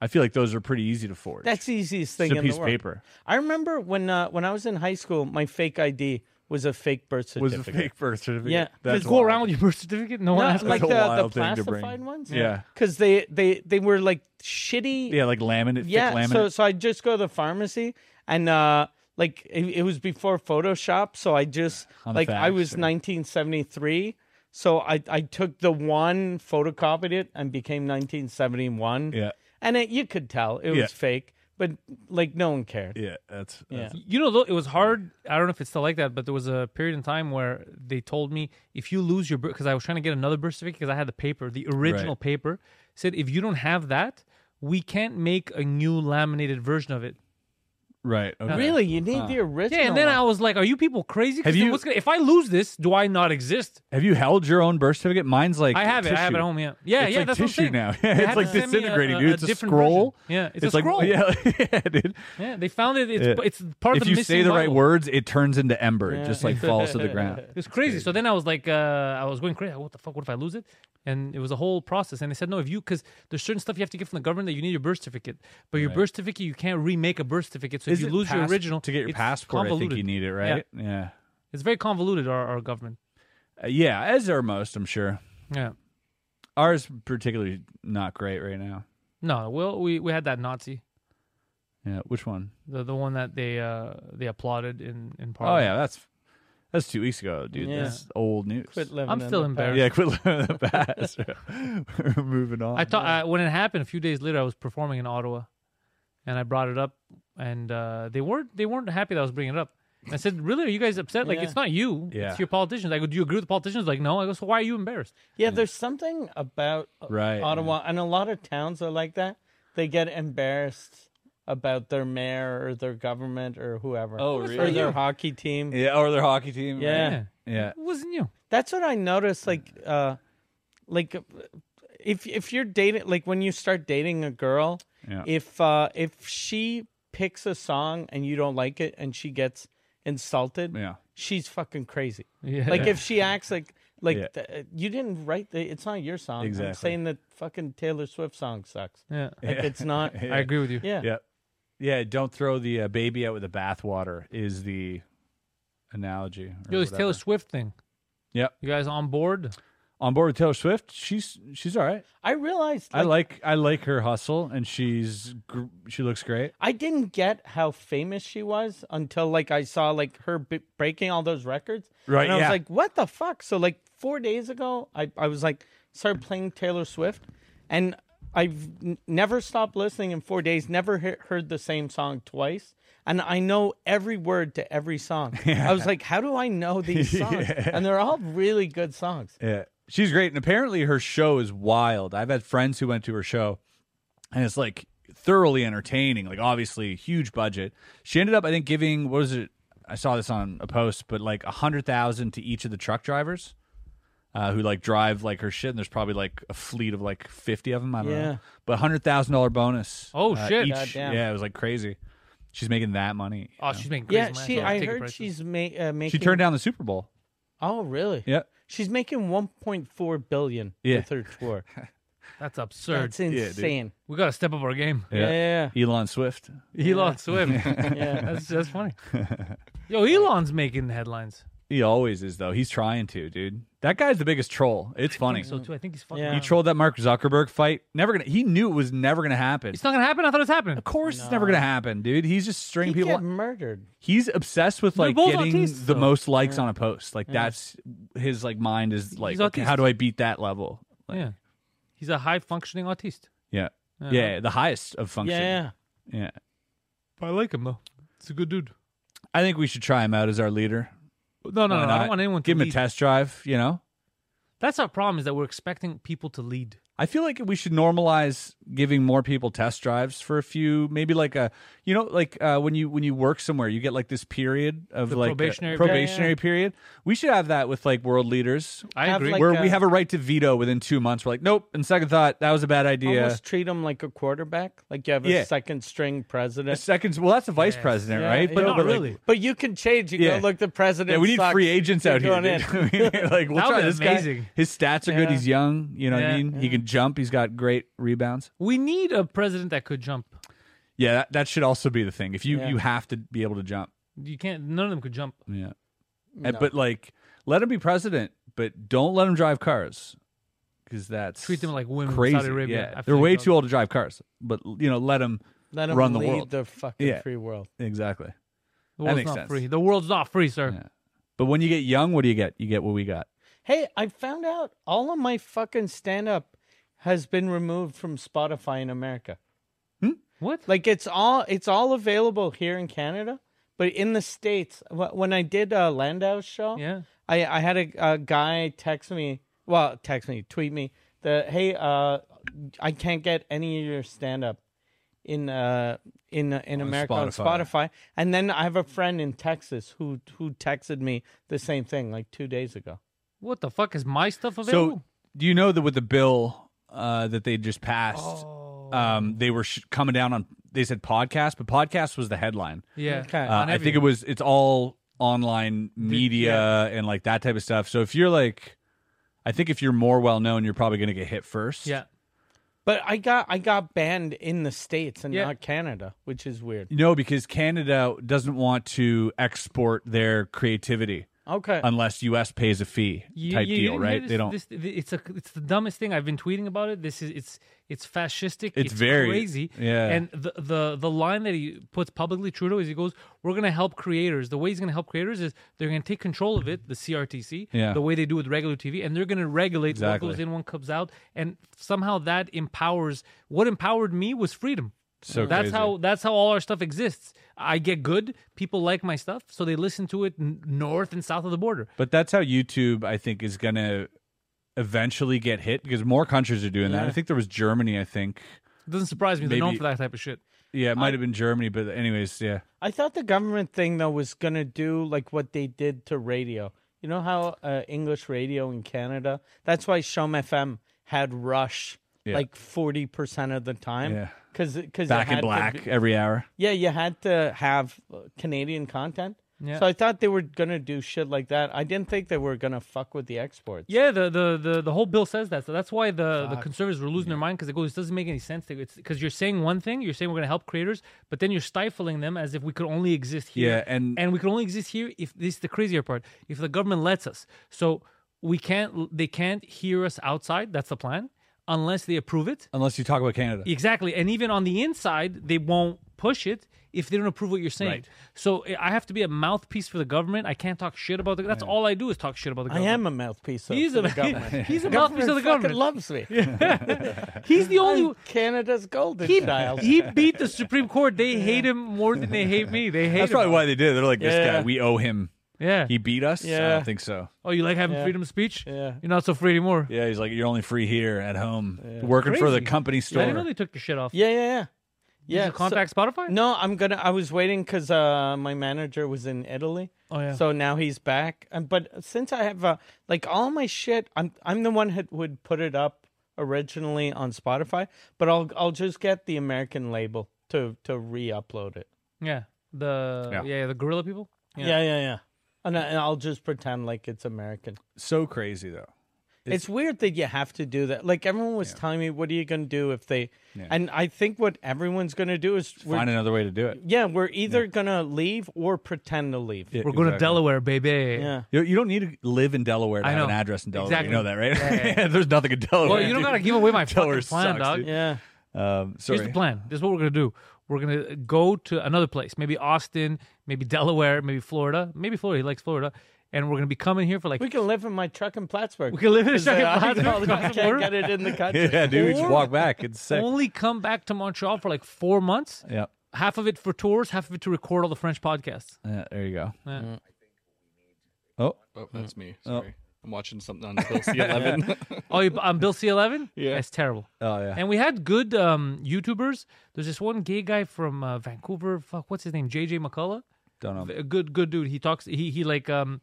[SPEAKER 1] I feel like those are pretty easy to forge.
[SPEAKER 3] That's the easiest
[SPEAKER 1] It's
[SPEAKER 3] thing
[SPEAKER 1] a
[SPEAKER 3] in
[SPEAKER 1] piece
[SPEAKER 3] the
[SPEAKER 1] of
[SPEAKER 3] world.
[SPEAKER 1] paper.
[SPEAKER 3] I remember when uh, when I was in high school, my fake ID was a fake birth
[SPEAKER 1] Was
[SPEAKER 3] certificate.
[SPEAKER 1] a fake birth certificate.
[SPEAKER 3] Yeah.
[SPEAKER 1] that's
[SPEAKER 2] Just go
[SPEAKER 1] wild.
[SPEAKER 2] around with your birth certificate. No one
[SPEAKER 3] Not
[SPEAKER 2] asked.
[SPEAKER 3] like
[SPEAKER 1] a
[SPEAKER 3] the, the
[SPEAKER 1] wild thing to bring.
[SPEAKER 3] plastified ones.
[SPEAKER 1] Yeah.
[SPEAKER 3] because they they they were like shitty.
[SPEAKER 1] Yeah, like laminate.
[SPEAKER 3] Yeah,
[SPEAKER 1] thick laminate.
[SPEAKER 3] so so I just go to the pharmacy and uh like it, it was before Photoshop, so I just
[SPEAKER 1] On the
[SPEAKER 3] like I
[SPEAKER 1] fax
[SPEAKER 3] was
[SPEAKER 1] or-
[SPEAKER 3] 1973, so I I took the one photocopied it and became 1971.
[SPEAKER 1] Yeah.
[SPEAKER 3] and it, you could tell it was
[SPEAKER 1] Yeah.
[SPEAKER 3] fake, but like no one cared.
[SPEAKER 1] yeah, that's, that's
[SPEAKER 2] You know, though, it was hard. I don't know if it's still like that, but there was a period in time where they told me if you lose your because I was trying to get another birth certificate because I had the paper, the original
[SPEAKER 1] Right.
[SPEAKER 2] paper said if you don't have that, we can't make a new laminated version of it.
[SPEAKER 1] right. Okay.
[SPEAKER 3] Really, you need the original.
[SPEAKER 2] Yeah, and then
[SPEAKER 3] one.
[SPEAKER 2] I was like, "Are you people crazy? 'Cause
[SPEAKER 1] Have
[SPEAKER 2] then
[SPEAKER 1] you-
[SPEAKER 2] what's gonna, if I lose this, do I not exist?
[SPEAKER 1] Have you held your own birth certificate? Mine's like
[SPEAKER 2] I have it. I have
[SPEAKER 1] tissue.
[SPEAKER 2] it at home. Yeah, yeah,
[SPEAKER 1] it's
[SPEAKER 2] yeah.
[SPEAKER 1] like
[SPEAKER 2] that's
[SPEAKER 1] tissue
[SPEAKER 2] what I'm
[SPEAKER 1] now.
[SPEAKER 2] saying. They
[SPEAKER 1] it's
[SPEAKER 2] had
[SPEAKER 1] like
[SPEAKER 2] to send me a-
[SPEAKER 1] disintegrating,
[SPEAKER 2] a-
[SPEAKER 1] dude.
[SPEAKER 2] a
[SPEAKER 1] it's a
[SPEAKER 2] different
[SPEAKER 1] scroll.
[SPEAKER 2] version. Yeah, it's,
[SPEAKER 1] It's
[SPEAKER 2] a
[SPEAKER 1] like
[SPEAKER 2] scroll.
[SPEAKER 1] yeah, yeah, dude.
[SPEAKER 2] Yeah, they found it. It's,
[SPEAKER 1] Yeah.
[SPEAKER 2] it's part
[SPEAKER 1] if
[SPEAKER 2] of the
[SPEAKER 1] you
[SPEAKER 2] missing
[SPEAKER 1] say the right
[SPEAKER 2] Bible.
[SPEAKER 1] words, it turns into ember. It just like falls to the ground.
[SPEAKER 2] It was crazy. So then I was like, uh, I was going crazy. What the fuck? What if I lose it? And it was a whole process. And they said, no, if you, because there's certain stuff you have to get from the government that you need your birth certificate. But your birth certificate, you can't remake a birth certificate. So if you
[SPEAKER 1] Isn't
[SPEAKER 2] lose your
[SPEAKER 1] pass-
[SPEAKER 2] original,
[SPEAKER 1] to get your
[SPEAKER 2] it's
[SPEAKER 1] passport? I think
[SPEAKER 2] convoluted.
[SPEAKER 1] you need it, right? Yeah.
[SPEAKER 2] It's very convoluted, our, our government.
[SPEAKER 1] Uh, yeah, as are most, I'm sure.
[SPEAKER 2] Yeah.
[SPEAKER 1] Ours particularly not great right now.
[SPEAKER 2] No, well, we we had that Nazi,
[SPEAKER 1] Yeah, which one?
[SPEAKER 2] the the one that they uh they applauded in in
[SPEAKER 1] Oh
[SPEAKER 2] Parliament.
[SPEAKER 1] yeah, that's that's two weeks ago, dude.
[SPEAKER 3] Yeah.
[SPEAKER 1] That's old news.
[SPEAKER 3] Quit living
[SPEAKER 2] I'm
[SPEAKER 3] in
[SPEAKER 2] still
[SPEAKER 3] the past.
[SPEAKER 2] embarrassed.
[SPEAKER 1] yeah, quit living in the past. We're moving on.
[SPEAKER 2] I thought I, when it happened a few days later, I was performing in Ottawa, and I brought it up, and uh, they weren't they weren't happy that I was bringing it up. And I said, "Really? Are you guys upset? Like
[SPEAKER 3] Yeah.
[SPEAKER 2] it's not you,
[SPEAKER 1] Yeah.
[SPEAKER 2] it's your politicians." I go, "Do you agree with the politicians?" Like, no. I go, "So why are you embarrassed?"
[SPEAKER 3] Yeah, there's something about uh,
[SPEAKER 1] Right,
[SPEAKER 3] Ottawa, and a lot of towns are like that. They get embarrassed about their mayor or their government or whoever.
[SPEAKER 1] Oh,
[SPEAKER 3] Or
[SPEAKER 1] really?
[SPEAKER 3] their hockey team.
[SPEAKER 1] yeah, or their hockey team.
[SPEAKER 3] Yeah.
[SPEAKER 1] right? yeah.
[SPEAKER 2] It wasn't you.
[SPEAKER 3] That's what I noticed. Like, uh, like uh, if if you're dating, like when you start dating a girl,
[SPEAKER 1] Yeah.
[SPEAKER 3] if uh, if she picks a song and you don't like it, and she gets insulted,
[SPEAKER 1] Yeah.
[SPEAKER 3] she's fucking crazy.
[SPEAKER 2] Yeah.
[SPEAKER 3] Like if she acts like like
[SPEAKER 1] Yeah.
[SPEAKER 3] th- uh, you didn't write the, it's not your song. I'm
[SPEAKER 1] Exactly.
[SPEAKER 3] saying that fucking Taylor Swift song sucks.
[SPEAKER 2] yeah.
[SPEAKER 3] Like it's not.
[SPEAKER 2] I agree with you.
[SPEAKER 3] Yeah.
[SPEAKER 1] Yep. Yeah, don't throw the uh, baby out with the bathwater is the analogy. or
[SPEAKER 2] Yo, this
[SPEAKER 1] whatever.
[SPEAKER 2] Taylor Swift thing.
[SPEAKER 1] Yep.
[SPEAKER 2] You guys on board?
[SPEAKER 1] On board with Taylor Swift, she's she's all right.
[SPEAKER 3] I realized
[SPEAKER 1] I like I like her hustle, and she's gr- she looks great.
[SPEAKER 3] I didn't get how famous she was until like I saw like her b- breaking all those records.
[SPEAKER 1] Right,
[SPEAKER 3] And I was
[SPEAKER 1] yeah.
[SPEAKER 3] like, what the fuck? So like four days ago, I I was like started playing Taylor Swift, and I've n- never stopped listening in four days. Never he- heard the same song twice, and I know every word to every song. I was like, how do I know these songs? And they're all really good songs.
[SPEAKER 1] Yeah, she's great, and apparently her show is wild. I've had friends who went to her show, and it's like thoroughly entertaining. Like obviously huge budget. She ended up, I think, giving what was it? I saw this on a post, but like a hundred thousand to each of the truck drivers. Uh, who like drive like her shit and there's probably like a fleet of like 50 of them i don't
[SPEAKER 3] Yeah.
[SPEAKER 1] know but $100000 bonus
[SPEAKER 2] Oh,
[SPEAKER 1] uh,
[SPEAKER 2] shit.
[SPEAKER 1] each.
[SPEAKER 3] Goddamn.
[SPEAKER 1] yeah it was like crazy she's making that money
[SPEAKER 2] Oh, she's making crazy
[SPEAKER 3] Yeah,
[SPEAKER 2] money.
[SPEAKER 3] she.
[SPEAKER 2] I'll
[SPEAKER 3] I
[SPEAKER 2] take it
[SPEAKER 3] heard
[SPEAKER 2] prices.
[SPEAKER 3] she's ma- uh, making.
[SPEAKER 1] she turned down the super bowl
[SPEAKER 3] Oh, really?
[SPEAKER 1] yeah
[SPEAKER 3] She's making 1.4 billion
[SPEAKER 1] Yeah.
[SPEAKER 3] with her tour.
[SPEAKER 2] That's absurd.
[SPEAKER 3] That's insane.
[SPEAKER 2] we gotta step up our game.
[SPEAKER 3] Yeah.
[SPEAKER 1] Elon Swift.
[SPEAKER 2] Elon Swift.
[SPEAKER 3] Yeah.
[SPEAKER 2] that's that's funny. Yo, Elon's making headlines.
[SPEAKER 1] He always is though. He's trying to, dude. That guy's the biggest troll. It's funny.
[SPEAKER 2] So too, I think he's fucking.
[SPEAKER 3] Yeah.
[SPEAKER 1] He trolled that Mark Zuckerberg fight. Never gonna. He knew it was never gonna happen.
[SPEAKER 2] It's not gonna happen. I thought it was happening.
[SPEAKER 1] Of course, it's never gonna happen, dude. He's just stringing
[SPEAKER 3] He
[SPEAKER 1] people.
[SPEAKER 3] get
[SPEAKER 1] on.
[SPEAKER 3] murdered.
[SPEAKER 1] He's obsessed with
[SPEAKER 2] They're
[SPEAKER 1] like
[SPEAKER 2] both
[SPEAKER 1] getting
[SPEAKER 2] autists,
[SPEAKER 1] the
[SPEAKER 2] though.
[SPEAKER 1] most likes on a post. Like that's his like mind is like,
[SPEAKER 2] He's
[SPEAKER 1] okay,
[SPEAKER 2] autist.
[SPEAKER 1] how do I beat that level? Like,
[SPEAKER 2] Yeah, he's a high functioning autiste.
[SPEAKER 1] yeah, yeah, The highest of function.
[SPEAKER 3] Yeah.
[SPEAKER 1] yeah.
[SPEAKER 2] I like him though. He's a good dude.
[SPEAKER 1] I think we should try him out as our leader.
[SPEAKER 2] No, no,
[SPEAKER 1] Why
[SPEAKER 2] no. I
[SPEAKER 1] not?
[SPEAKER 2] don't want anyone to
[SPEAKER 1] give him
[SPEAKER 2] lead.
[SPEAKER 1] a test drive. You know,
[SPEAKER 2] That's our problem is that we're expecting people to lead.
[SPEAKER 1] I feel like we should normalize giving more people test drives for a few, maybe like a, you know, like uh, when you when you work somewhere, you get like this period of
[SPEAKER 2] The
[SPEAKER 1] like a
[SPEAKER 2] probationary period.
[SPEAKER 1] probationary period. We should have that with like world leaders,
[SPEAKER 2] I
[SPEAKER 3] Have,
[SPEAKER 2] agree.
[SPEAKER 3] like,
[SPEAKER 1] where
[SPEAKER 3] uh,
[SPEAKER 1] we have a right to veto within two months. We're like, nope. And second thought, that was a bad idea.
[SPEAKER 3] Almost treat him like a quarterback. Like you have a
[SPEAKER 1] Yeah.
[SPEAKER 3] second string
[SPEAKER 1] A
[SPEAKER 3] president.
[SPEAKER 1] second, well, that's the vice president,
[SPEAKER 3] Yeah,
[SPEAKER 1] right?
[SPEAKER 3] yeah.
[SPEAKER 2] but
[SPEAKER 3] no,
[SPEAKER 2] not
[SPEAKER 1] but like-
[SPEAKER 2] really.
[SPEAKER 3] But you can change. You
[SPEAKER 1] Yeah.
[SPEAKER 3] go, look, the president.
[SPEAKER 1] yeah, we need
[SPEAKER 3] sucks.
[SPEAKER 1] free agents
[SPEAKER 3] You're
[SPEAKER 1] out here.
[SPEAKER 3] going in."
[SPEAKER 1] dude. We need- like, we'll
[SPEAKER 2] That
[SPEAKER 1] try
[SPEAKER 2] would've
[SPEAKER 1] this
[SPEAKER 2] been amazing.
[SPEAKER 1] guy. His stats are good.
[SPEAKER 3] Yeah.
[SPEAKER 1] He's young. You know what
[SPEAKER 2] Yeah.
[SPEAKER 1] I mean? He can jump. He's got great rebounds.
[SPEAKER 2] we need a president that could jump.
[SPEAKER 1] Yeah, that, that should also be the thing. If you
[SPEAKER 3] Yeah.
[SPEAKER 1] you have to be able to jump.
[SPEAKER 2] You can't. None of them could jump.
[SPEAKER 1] Yeah. And- But like, let him be president, but don't let him drive cars, because that's
[SPEAKER 2] Treat them like women. in
[SPEAKER 1] crazy.
[SPEAKER 2] Saudi Arabia.
[SPEAKER 1] Yeah,
[SPEAKER 2] I
[SPEAKER 1] they're
[SPEAKER 2] feel
[SPEAKER 1] way
[SPEAKER 2] like
[SPEAKER 1] too old to drive cars, but you know, let him
[SPEAKER 3] Let him
[SPEAKER 1] run the
[SPEAKER 3] lead
[SPEAKER 1] world.
[SPEAKER 3] the fucking
[SPEAKER 1] Yeah.
[SPEAKER 3] free world.
[SPEAKER 1] exactly.
[SPEAKER 2] The world's
[SPEAKER 1] makes
[SPEAKER 2] not
[SPEAKER 1] sense.
[SPEAKER 2] free. The world's not free, sir.
[SPEAKER 1] Yeah. But when you get young, what do you get? You get what we got.
[SPEAKER 3] Hey, I found out all of my fucking stand up has been removed from Spotify in America.
[SPEAKER 2] What?
[SPEAKER 3] Like it's all it's all available here in Canada, but in the states, wh- when I did a Landau show,
[SPEAKER 2] Yeah.
[SPEAKER 3] I, I had a, a guy text me, well, text me, tweet me the hey, uh, I can't get any of your stand up in uh in in America on
[SPEAKER 1] Spotify.
[SPEAKER 3] Spotify. And then I have a friend in Texas who who texted me the same thing like two days ago.
[SPEAKER 2] What the fuck is my stuff available?
[SPEAKER 1] So, do you know that with the bill uh, that they just passed,
[SPEAKER 2] Oh.
[SPEAKER 1] um, they were sh- coming down on. They said podcast, but podcast was the headline.
[SPEAKER 2] yeah.
[SPEAKER 3] Okay.
[SPEAKER 1] Uh,
[SPEAKER 2] On
[SPEAKER 1] I think it
[SPEAKER 2] everything.
[SPEAKER 1] was it's all online media and like that type of stuff. So if you're like, I think if you're more well known, you're probably going to get hit first.
[SPEAKER 2] Yeah.
[SPEAKER 3] But I got I got banned in the states and
[SPEAKER 2] Yeah.
[SPEAKER 3] not Canada, which is weird.
[SPEAKER 1] No, because Canada doesn't want to export their creativity.
[SPEAKER 3] Okay.
[SPEAKER 1] unless U.S. pays a fee
[SPEAKER 2] Uh, You-
[SPEAKER 1] type
[SPEAKER 2] you- you
[SPEAKER 1] deal,
[SPEAKER 2] didn't hear
[SPEAKER 1] right?
[SPEAKER 2] this-
[SPEAKER 1] they don't.
[SPEAKER 2] this- th- it's a. It's the dumbest thing. I've been tweeting about it. This is. It's. It's fascistic.
[SPEAKER 1] It's very-
[SPEAKER 2] crazy.
[SPEAKER 1] yeah.
[SPEAKER 2] And the the the line that he puts publicly, Trudeau, is he goes, "We're going to help creators. The way he's going to help creators is they're going to take control of it, the CRTC,
[SPEAKER 1] Yeah.
[SPEAKER 2] the way they do with regular TV, and they're going to regulate
[SPEAKER 1] Exactly.
[SPEAKER 2] what goes in, what comes out, and somehow that empowers. What empowered me was freedom.
[SPEAKER 1] So
[SPEAKER 2] that's
[SPEAKER 1] crazy.
[SPEAKER 2] how that's how all our stuff exists. I get good. People like my stuff, so they listen to it n- north and south of the border.
[SPEAKER 1] But that's how YouTube, I think, is going to eventually get hit because more countries are doing that. I think there was Germany. I think.
[SPEAKER 2] Doesn't surprise me. They're known
[SPEAKER 1] Maybe-
[SPEAKER 2] for that type of shit.
[SPEAKER 1] Yeah, it might have been Germany, but anyways, yeah.
[SPEAKER 3] I thought the government thing though was gonna do like what they did to radio. You know how uh, English radio in Canada? That's why Shom FM had Rush
[SPEAKER 1] Yeah.
[SPEAKER 3] like forty percent of the time.
[SPEAKER 1] Yeah.
[SPEAKER 3] Because because
[SPEAKER 1] Back in black every hour.
[SPEAKER 3] yeah, you had to have uh, Canadian content.
[SPEAKER 2] Yeah.
[SPEAKER 3] So I thought they were gonna do shit like that. I didn't think they were gonna fuck with the exports.
[SPEAKER 2] Yeah, the, the, the, the whole bill says that. So that's why the, the conservatives were losing their mind because it goes, this doesn't make any sense. Because you're saying one thing, you're saying we're going to help creators, but then you're stifling them as if we could only exist here.
[SPEAKER 1] Yeah, and-
[SPEAKER 2] and we can only exist here if this is the crazier part if the government lets us. So we can't, they can't hear us outside. That's the plan, unless they approve it.
[SPEAKER 1] Unless you talk about Canada.
[SPEAKER 2] Exactly. And even on the inside, they won't push it if they don't approve what you're saying.
[SPEAKER 1] Right.
[SPEAKER 2] So eh, I- I have to be a mouthpiece for the government. I can't talk shit about the That's all I do is talk shit about the
[SPEAKER 3] I
[SPEAKER 2] government.
[SPEAKER 3] am a mouthpiece of
[SPEAKER 2] He's
[SPEAKER 3] for
[SPEAKER 2] a
[SPEAKER 3] the government.
[SPEAKER 2] he's a mouthpiece of the
[SPEAKER 3] fucking
[SPEAKER 2] government.
[SPEAKER 3] loves me.
[SPEAKER 2] He's the only
[SPEAKER 3] Canada's golden
[SPEAKER 2] he,
[SPEAKER 3] child.
[SPEAKER 2] he beat the Supreme Court. They hate him more than they hate me. They hate
[SPEAKER 1] That's
[SPEAKER 2] him.
[SPEAKER 1] probably why they did. They're like, this
[SPEAKER 3] Yeah.
[SPEAKER 1] guy, we owe him.
[SPEAKER 2] Yeah.
[SPEAKER 1] He beat us. I
[SPEAKER 3] Yeah.
[SPEAKER 1] don't think so.
[SPEAKER 2] oh, you like having
[SPEAKER 3] Yeah.
[SPEAKER 2] freedom of speech?
[SPEAKER 3] Yeah.
[SPEAKER 2] You're not so free anymore.
[SPEAKER 1] Yeah, he's like, you're only free here at home, working for the
[SPEAKER 2] Crazy.
[SPEAKER 1] company
[SPEAKER 2] Yeah, I didn't know
[SPEAKER 1] store.
[SPEAKER 2] they took your shit off.
[SPEAKER 3] yeah, yeah, yeah.
[SPEAKER 2] Did
[SPEAKER 3] Yeah.
[SPEAKER 2] you
[SPEAKER 3] so-
[SPEAKER 2] contact Spotify?
[SPEAKER 3] No, I'm gonna. I was waiting because uh, my manager was in Italy.
[SPEAKER 2] Oh, yeah.
[SPEAKER 3] So now he's back. Um, but since I have uh, like all my shit, I'm I'm the one who would put it up originally on Spotify. But I'll I'll just get the American label to to re-upload it.
[SPEAKER 2] Yeah. The yeah,
[SPEAKER 1] Yeah.
[SPEAKER 2] the gorilla people.
[SPEAKER 3] Yeah, yeah, yeah. And, I, and I'll just pretend like it's American.
[SPEAKER 1] So crazy though.
[SPEAKER 3] It's, weird that you have to do that. Like everyone was telling me, what are you gonna do if they? And I think what everyone's gonna do is we're,
[SPEAKER 1] Find another way to do it.
[SPEAKER 3] yeah, we're either gonna leave or pretend to leave.
[SPEAKER 1] Yeah,
[SPEAKER 2] We're going to
[SPEAKER 1] exactly.
[SPEAKER 2] Delaware, baby.
[SPEAKER 3] yeah.
[SPEAKER 1] You, you don't need to live in Delaware to
[SPEAKER 2] I
[SPEAKER 1] have an
[SPEAKER 2] know.
[SPEAKER 1] address in Delaware.
[SPEAKER 2] Exactly.
[SPEAKER 1] You know that, right?
[SPEAKER 2] Yeah, yeah, yeah.
[SPEAKER 1] There's nothing in Delaware.
[SPEAKER 2] Well, you don't
[SPEAKER 1] dude.
[SPEAKER 2] got to give away my fucking
[SPEAKER 1] Delaware
[SPEAKER 2] plan,
[SPEAKER 1] sucks,
[SPEAKER 2] dog.
[SPEAKER 1] dude.
[SPEAKER 3] Yeah.
[SPEAKER 1] Um, sorry.
[SPEAKER 2] Here's the plan. This is what we're gonna do. We're gonna go to another place, maybe Austin, maybe Delaware, maybe Florida, maybe Florida. He likes Florida, and we're gonna be coming here for like.
[SPEAKER 3] We can live in my truck in Plattsburgh.
[SPEAKER 2] We can live in a
[SPEAKER 3] Is
[SPEAKER 2] truck in
[SPEAKER 3] that- I
[SPEAKER 2] Plattsburgh
[SPEAKER 3] don't-
[SPEAKER 2] across
[SPEAKER 3] I
[SPEAKER 2] the border?
[SPEAKER 3] can't get it in the country.
[SPEAKER 1] Yeah, dude, we just
[SPEAKER 2] Or-
[SPEAKER 1] walk back. It's sick.
[SPEAKER 2] only come back to Montreal for like four months.
[SPEAKER 1] yeah.
[SPEAKER 2] Half of it for tours, half of it to record all the French podcasts.
[SPEAKER 1] Yeah, there you go.
[SPEAKER 2] Yeah.
[SPEAKER 1] Oh,
[SPEAKER 5] Oh, that's me. Sorry. I'm watching something on Bill C11.
[SPEAKER 2] Oh, you, on Bill C11?
[SPEAKER 5] Yeah.
[SPEAKER 2] That's terrible.
[SPEAKER 3] Uh.
[SPEAKER 1] oh yeah.
[SPEAKER 2] And we had good um, YouTubers. There's this one gay guy from uh, Vancouver. Fuck, what's his name? JJ McCullough.
[SPEAKER 1] Don't know.
[SPEAKER 2] a good good dude. He talks. He he like um,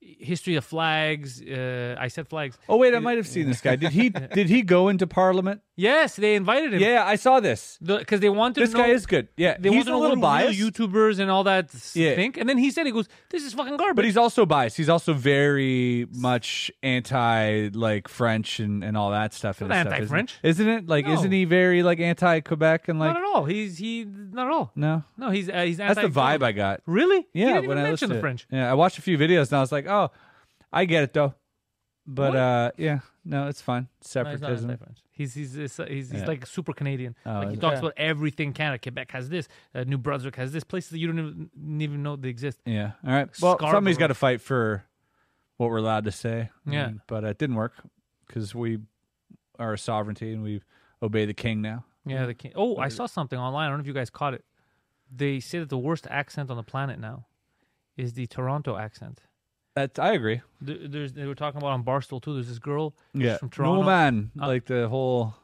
[SPEAKER 2] history of flags. Uh, I said flags.
[SPEAKER 1] Oh wait, I might have seen this guy. Did he did he go into Parliament?
[SPEAKER 2] Yes, they invited him.
[SPEAKER 1] Yeah, I saw this.
[SPEAKER 2] because they wanted
[SPEAKER 1] This
[SPEAKER 2] to know,
[SPEAKER 1] guy is good. Yeah,
[SPEAKER 2] They
[SPEAKER 1] he's
[SPEAKER 2] wanted
[SPEAKER 1] a
[SPEAKER 2] to know
[SPEAKER 1] little
[SPEAKER 2] what
[SPEAKER 1] biased,
[SPEAKER 2] real YouTubers and all that
[SPEAKER 1] Yeah.
[SPEAKER 2] think. And then he said, he goes, "This is fucking garbage."
[SPEAKER 1] but he's also biased. He's also very much anti like French and, and all that stuff. and
[SPEAKER 2] Not
[SPEAKER 1] his stuff,
[SPEAKER 2] anti-French.
[SPEAKER 1] isn't, it? Isn't it? Like,
[SPEAKER 2] No.
[SPEAKER 1] isn't he very like anti Quebec and like
[SPEAKER 2] not at all. He's he not at all.
[SPEAKER 1] no?
[SPEAKER 2] no, he's uh, he's
[SPEAKER 1] That's the vibe
[SPEAKER 2] anti-French.
[SPEAKER 1] I got.
[SPEAKER 2] Really?
[SPEAKER 1] Yeah,
[SPEAKER 2] he didn't
[SPEAKER 1] when
[SPEAKER 2] even
[SPEAKER 1] I
[SPEAKER 2] mention
[SPEAKER 1] listened
[SPEAKER 2] the
[SPEAKER 1] to it.
[SPEAKER 2] French.
[SPEAKER 1] Yeah, I watched a few videos and I was like, oh, I get it though. But
[SPEAKER 2] What?
[SPEAKER 1] uh, yeah, no, it's fine.
[SPEAKER 2] No, he's not
[SPEAKER 1] Separatism.
[SPEAKER 2] anti-French. He's he's he's, he's, he's
[SPEAKER 1] Yeah.
[SPEAKER 2] like super Canadian.
[SPEAKER 1] Oh,
[SPEAKER 2] like he
[SPEAKER 1] is it?
[SPEAKER 2] talks
[SPEAKER 3] Yeah.
[SPEAKER 2] about everything Canada. Quebec has this. Uh, New Brunswick has this. Places that you don't even, even know they exist.
[SPEAKER 1] yeah. All right. Well,
[SPEAKER 2] Scarborough.
[SPEAKER 1] somebody's got to fight for what we're allowed to say.
[SPEAKER 2] Yeah.
[SPEAKER 1] And- but it didn't work because we are a sovereignty and we obey the king now.
[SPEAKER 2] Yeah, the king. Oh, I saw something online. I don't know if you guys caught it. They say that the worst accent on the planet now is the Toronto accent.
[SPEAKER 1] That's I agree.
[SPEAKER 2] There- There's, they were talking about on Barstool too. There's this girl she's
[SPEAKER 1] Yeah.
[SPEAKER 2] from Toronto. Uh,
[SPEAKER 1] No man, like the whole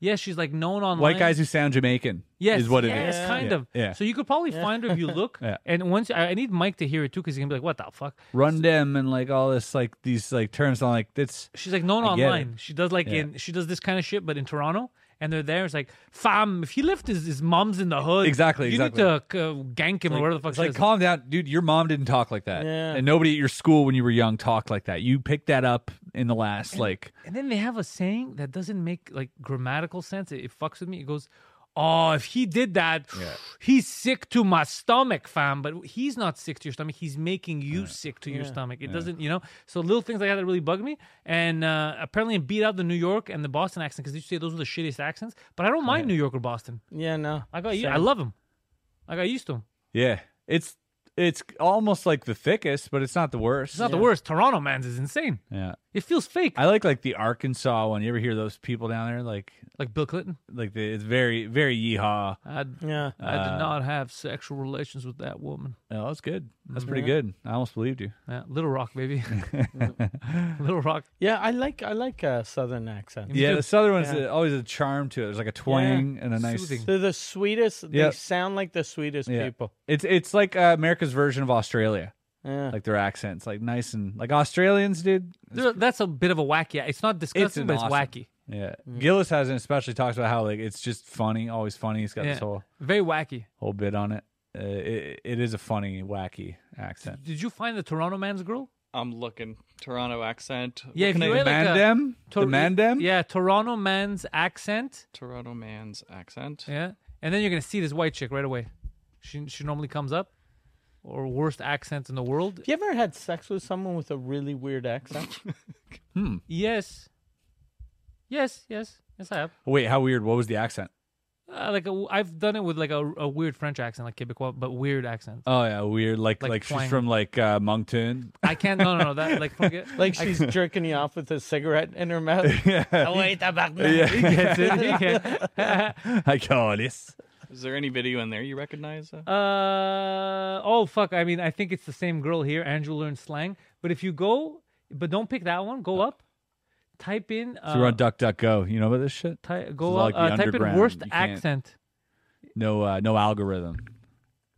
[SPEAKER 2] Yeah, she's like known online.
[SPEAKER 1] white guys who sound Jamaican.
[SPEAKER 2] Yes,
[SPEAKER 1] is what it is.
[SPEAKER 2] yes, kind
[SPEAKER 1] Yeah,
[SPEAKER 2] of.
[SPEAKER 1] yeah.
[SPEAKER 2] So you could probably find her if you look.
[SPEAKER 1] Yeah.
[SPEAKER 2] And once I, I need Mike to hear it too, because he's gonna be like, "What the fuck?"
[SPEAKER 1] Run them and like all this like these like terms. I'm like that's
[SPEAKER 2] She's like known
[SPEAKER 1] I get it.
[SPEAKER 2] online. She does like in she does this kind of shit, but in Toronto. And they're there. It's like, fam, if he left his, his mom's in the hood,
[SPEAKER 1] Exactly,
[SPEAKER 2] You
[SPEAKER 1] exactly.
[SPEAKER 2] need to uh, gank him or whatever the fuck.
[SPEAKER 1] It's
[SPEAKER 2] she
[SPEAKER 1] like,
[SPEAKER 2] says.
[SPEAKER 1] calm down, dude. Your mom didn't talk like that,
[SPEAKER 3] Yeah.
[SPEAKER 1] and nobody at your school when you were young talked like that. You picked that up in the last like
[SPEAKER 2] And then they have a saying that doesn't make like grammatical sense. It, it fucks with me. It goes, Oh, if he did that, he's sick to my stomach, fam. But he's not sick to your stomach. He's making you sick to your stomach. It doesn't, you know. So little things like that that really bug me. And uh, apparently, it beat out the New York and the Boston accent because you say those were the shittiest accents. But I don't mind New York or Boston.
[SPEAKER 3] Yeah, no.
[SPEAKER 2] I got, u-
[SPEAKER 3] Same.
[SPEAKER 2] I love them. I got used to them.
[SPEAKER 1] Yeah, it's it's almost like the thickest, but it's not the worst.
[SPEAKER 2] It's not the worst. Toronto man's is insane.
[SPEAKER 1] yeah,
[SPEAKER 2] It feels fake.
[SPEAKER 1] I like like the Arkansas one. You ever hear those people down there? Like
[SPEAKER 2] like Bill Clinton.
[SPEAKER 1] like the, it's very very yeehaw.
[SPEAKER 2] I,
[SPEAKER 3] Yeah.
[SPEAKER 2] I did not have sexual relations with that woman.
[SPEAKER 1] Oh, that's good.
[SPEAKER 2] Mm-hmm.
[SPEAKER 1] That's pretty good. I almost believed you.
[SPEAKER 2] Yeah, Little Rock, baby. Little Rock.
[SPEAKER 3] Yeah, I like I like a southern accent.
[SPEAKER 2] Me
[SPEAKER 1] yeah,
[SPEAKER 2] too.
[SPEAKER 1] the southern one's
[SPEAKER 3] Yeah.
[SPEAKER 1] uh always a charm to it. There's like a twang and a nice.
[SPEAKER 2] Soothing.
[SPEAKER 3] They're the sweetest.
[SPEAKER 1] Yeah.
[SPEAKER 3] They sound like the sweetest
[SPEAKER 1] Yeah.
[SPEAKER 3] people.
[SPEAKER 1] It's it's like uh, America's version of Australia.
[SPEAKER 3] Yeah.
[SPEAKER 1] Like their accents, like nice and like Australians, dude.
[SPEAKER 2] There- that's a bit of a wacky. It's not disgusting,
[SPEAKER 1] an
[SPEAKER 2] but it's
[SPEAKER 1] awesome-
[SPEAKER 2] wacky.
[SPEAKER 1] Yeah,
[SPEAKER 2] Mm-hmm.
[SPEAKER 1] Gillis has not especially talks about how like it's just funny, always funny. He's got
[SPEAKER 2] Yeah.
[SPEAKER 1] this whole
[SPEAKER 2] Very wacky.
[SPEAKER 1] whole bit on it. Uh, it. It is a funny, wacky accent.
[SPEAKER 2] Did you find the Toronto man's girl?
[SPEAKER 5] I'm looking Toronto accent. What
[SPEAKER 2] Yeah, if
[SPEAKER 5] can
[SPEAKER 2] you
[SPEAKER 5] I-
[SPEAKER 2] really- like a-
[SPEAKER 1] Mandem, the
[SPEAKER 2] Tor-
[SPEAKER 1] Mandem.
[SPEAKER 2] Yeah, Toronto man's accent.
[SPEAKER 5] Toronto man's accent.
[SPEAKER 2] Yeah, and then you're gonna see this white chick right away. She she normally comes up, or worst accent in the world.
[SPEAKER 3] Have you ever had sex with someone with a really weird accent?
[SPEAKER 2] Yes, yes, yes, yes. I have.
[SPEAKER 1] Wait, how weird? What was the accent?
[SPEAKER 2] Uh, like a, I've done it with like a, a weird French accent, like Quebecois, but weird accent.
[SPEAKER 1] Oh yeah, weird. Like
[SPEAKER 2] Like
[SPEAKER 1] like, she's
[SPEAKER 2] twang.
[SPEAKER 1] from like uh, Moncton.
[SPEAKER 2] I can't. No, no, no. That like forget.
[SPEAKER 3] like she's jerking you off with a cigarette in her mouth.
[SPEAKER 1] yeah,
[SPEAKER 3] Wait,
[SPEAKER 2] he gets it. He gets.
[SPEAKER 1] I call oh, this.
[SPEAKER 5] Is there any video in there you recognize? Uh,
[SPEAKER 2] Uh oh fuck! I mean, I think it's the same girl here. Andrew learned slang, but if you go, but don't pick that one.
[SPEAKER 1] Uh,
[SPEAKER 2] Go up, type in. Uh,
[SPEAKER 1] So we're on Duck Duck Go. You know about this shit?
[SPEAKER 2] ty- go
[SPEAKER 1] This is
[SPEAKER 2] up.
[SPEAKER 1] like the
[SPEAKER 2] uh, type in
[SPEAKER 1] underground.
[SPEAKER 2] worst
[SPEAKER 1] You can't-
[SPEAKER 2] accent.
[SPEAKER 1] No, uh, no algorithm.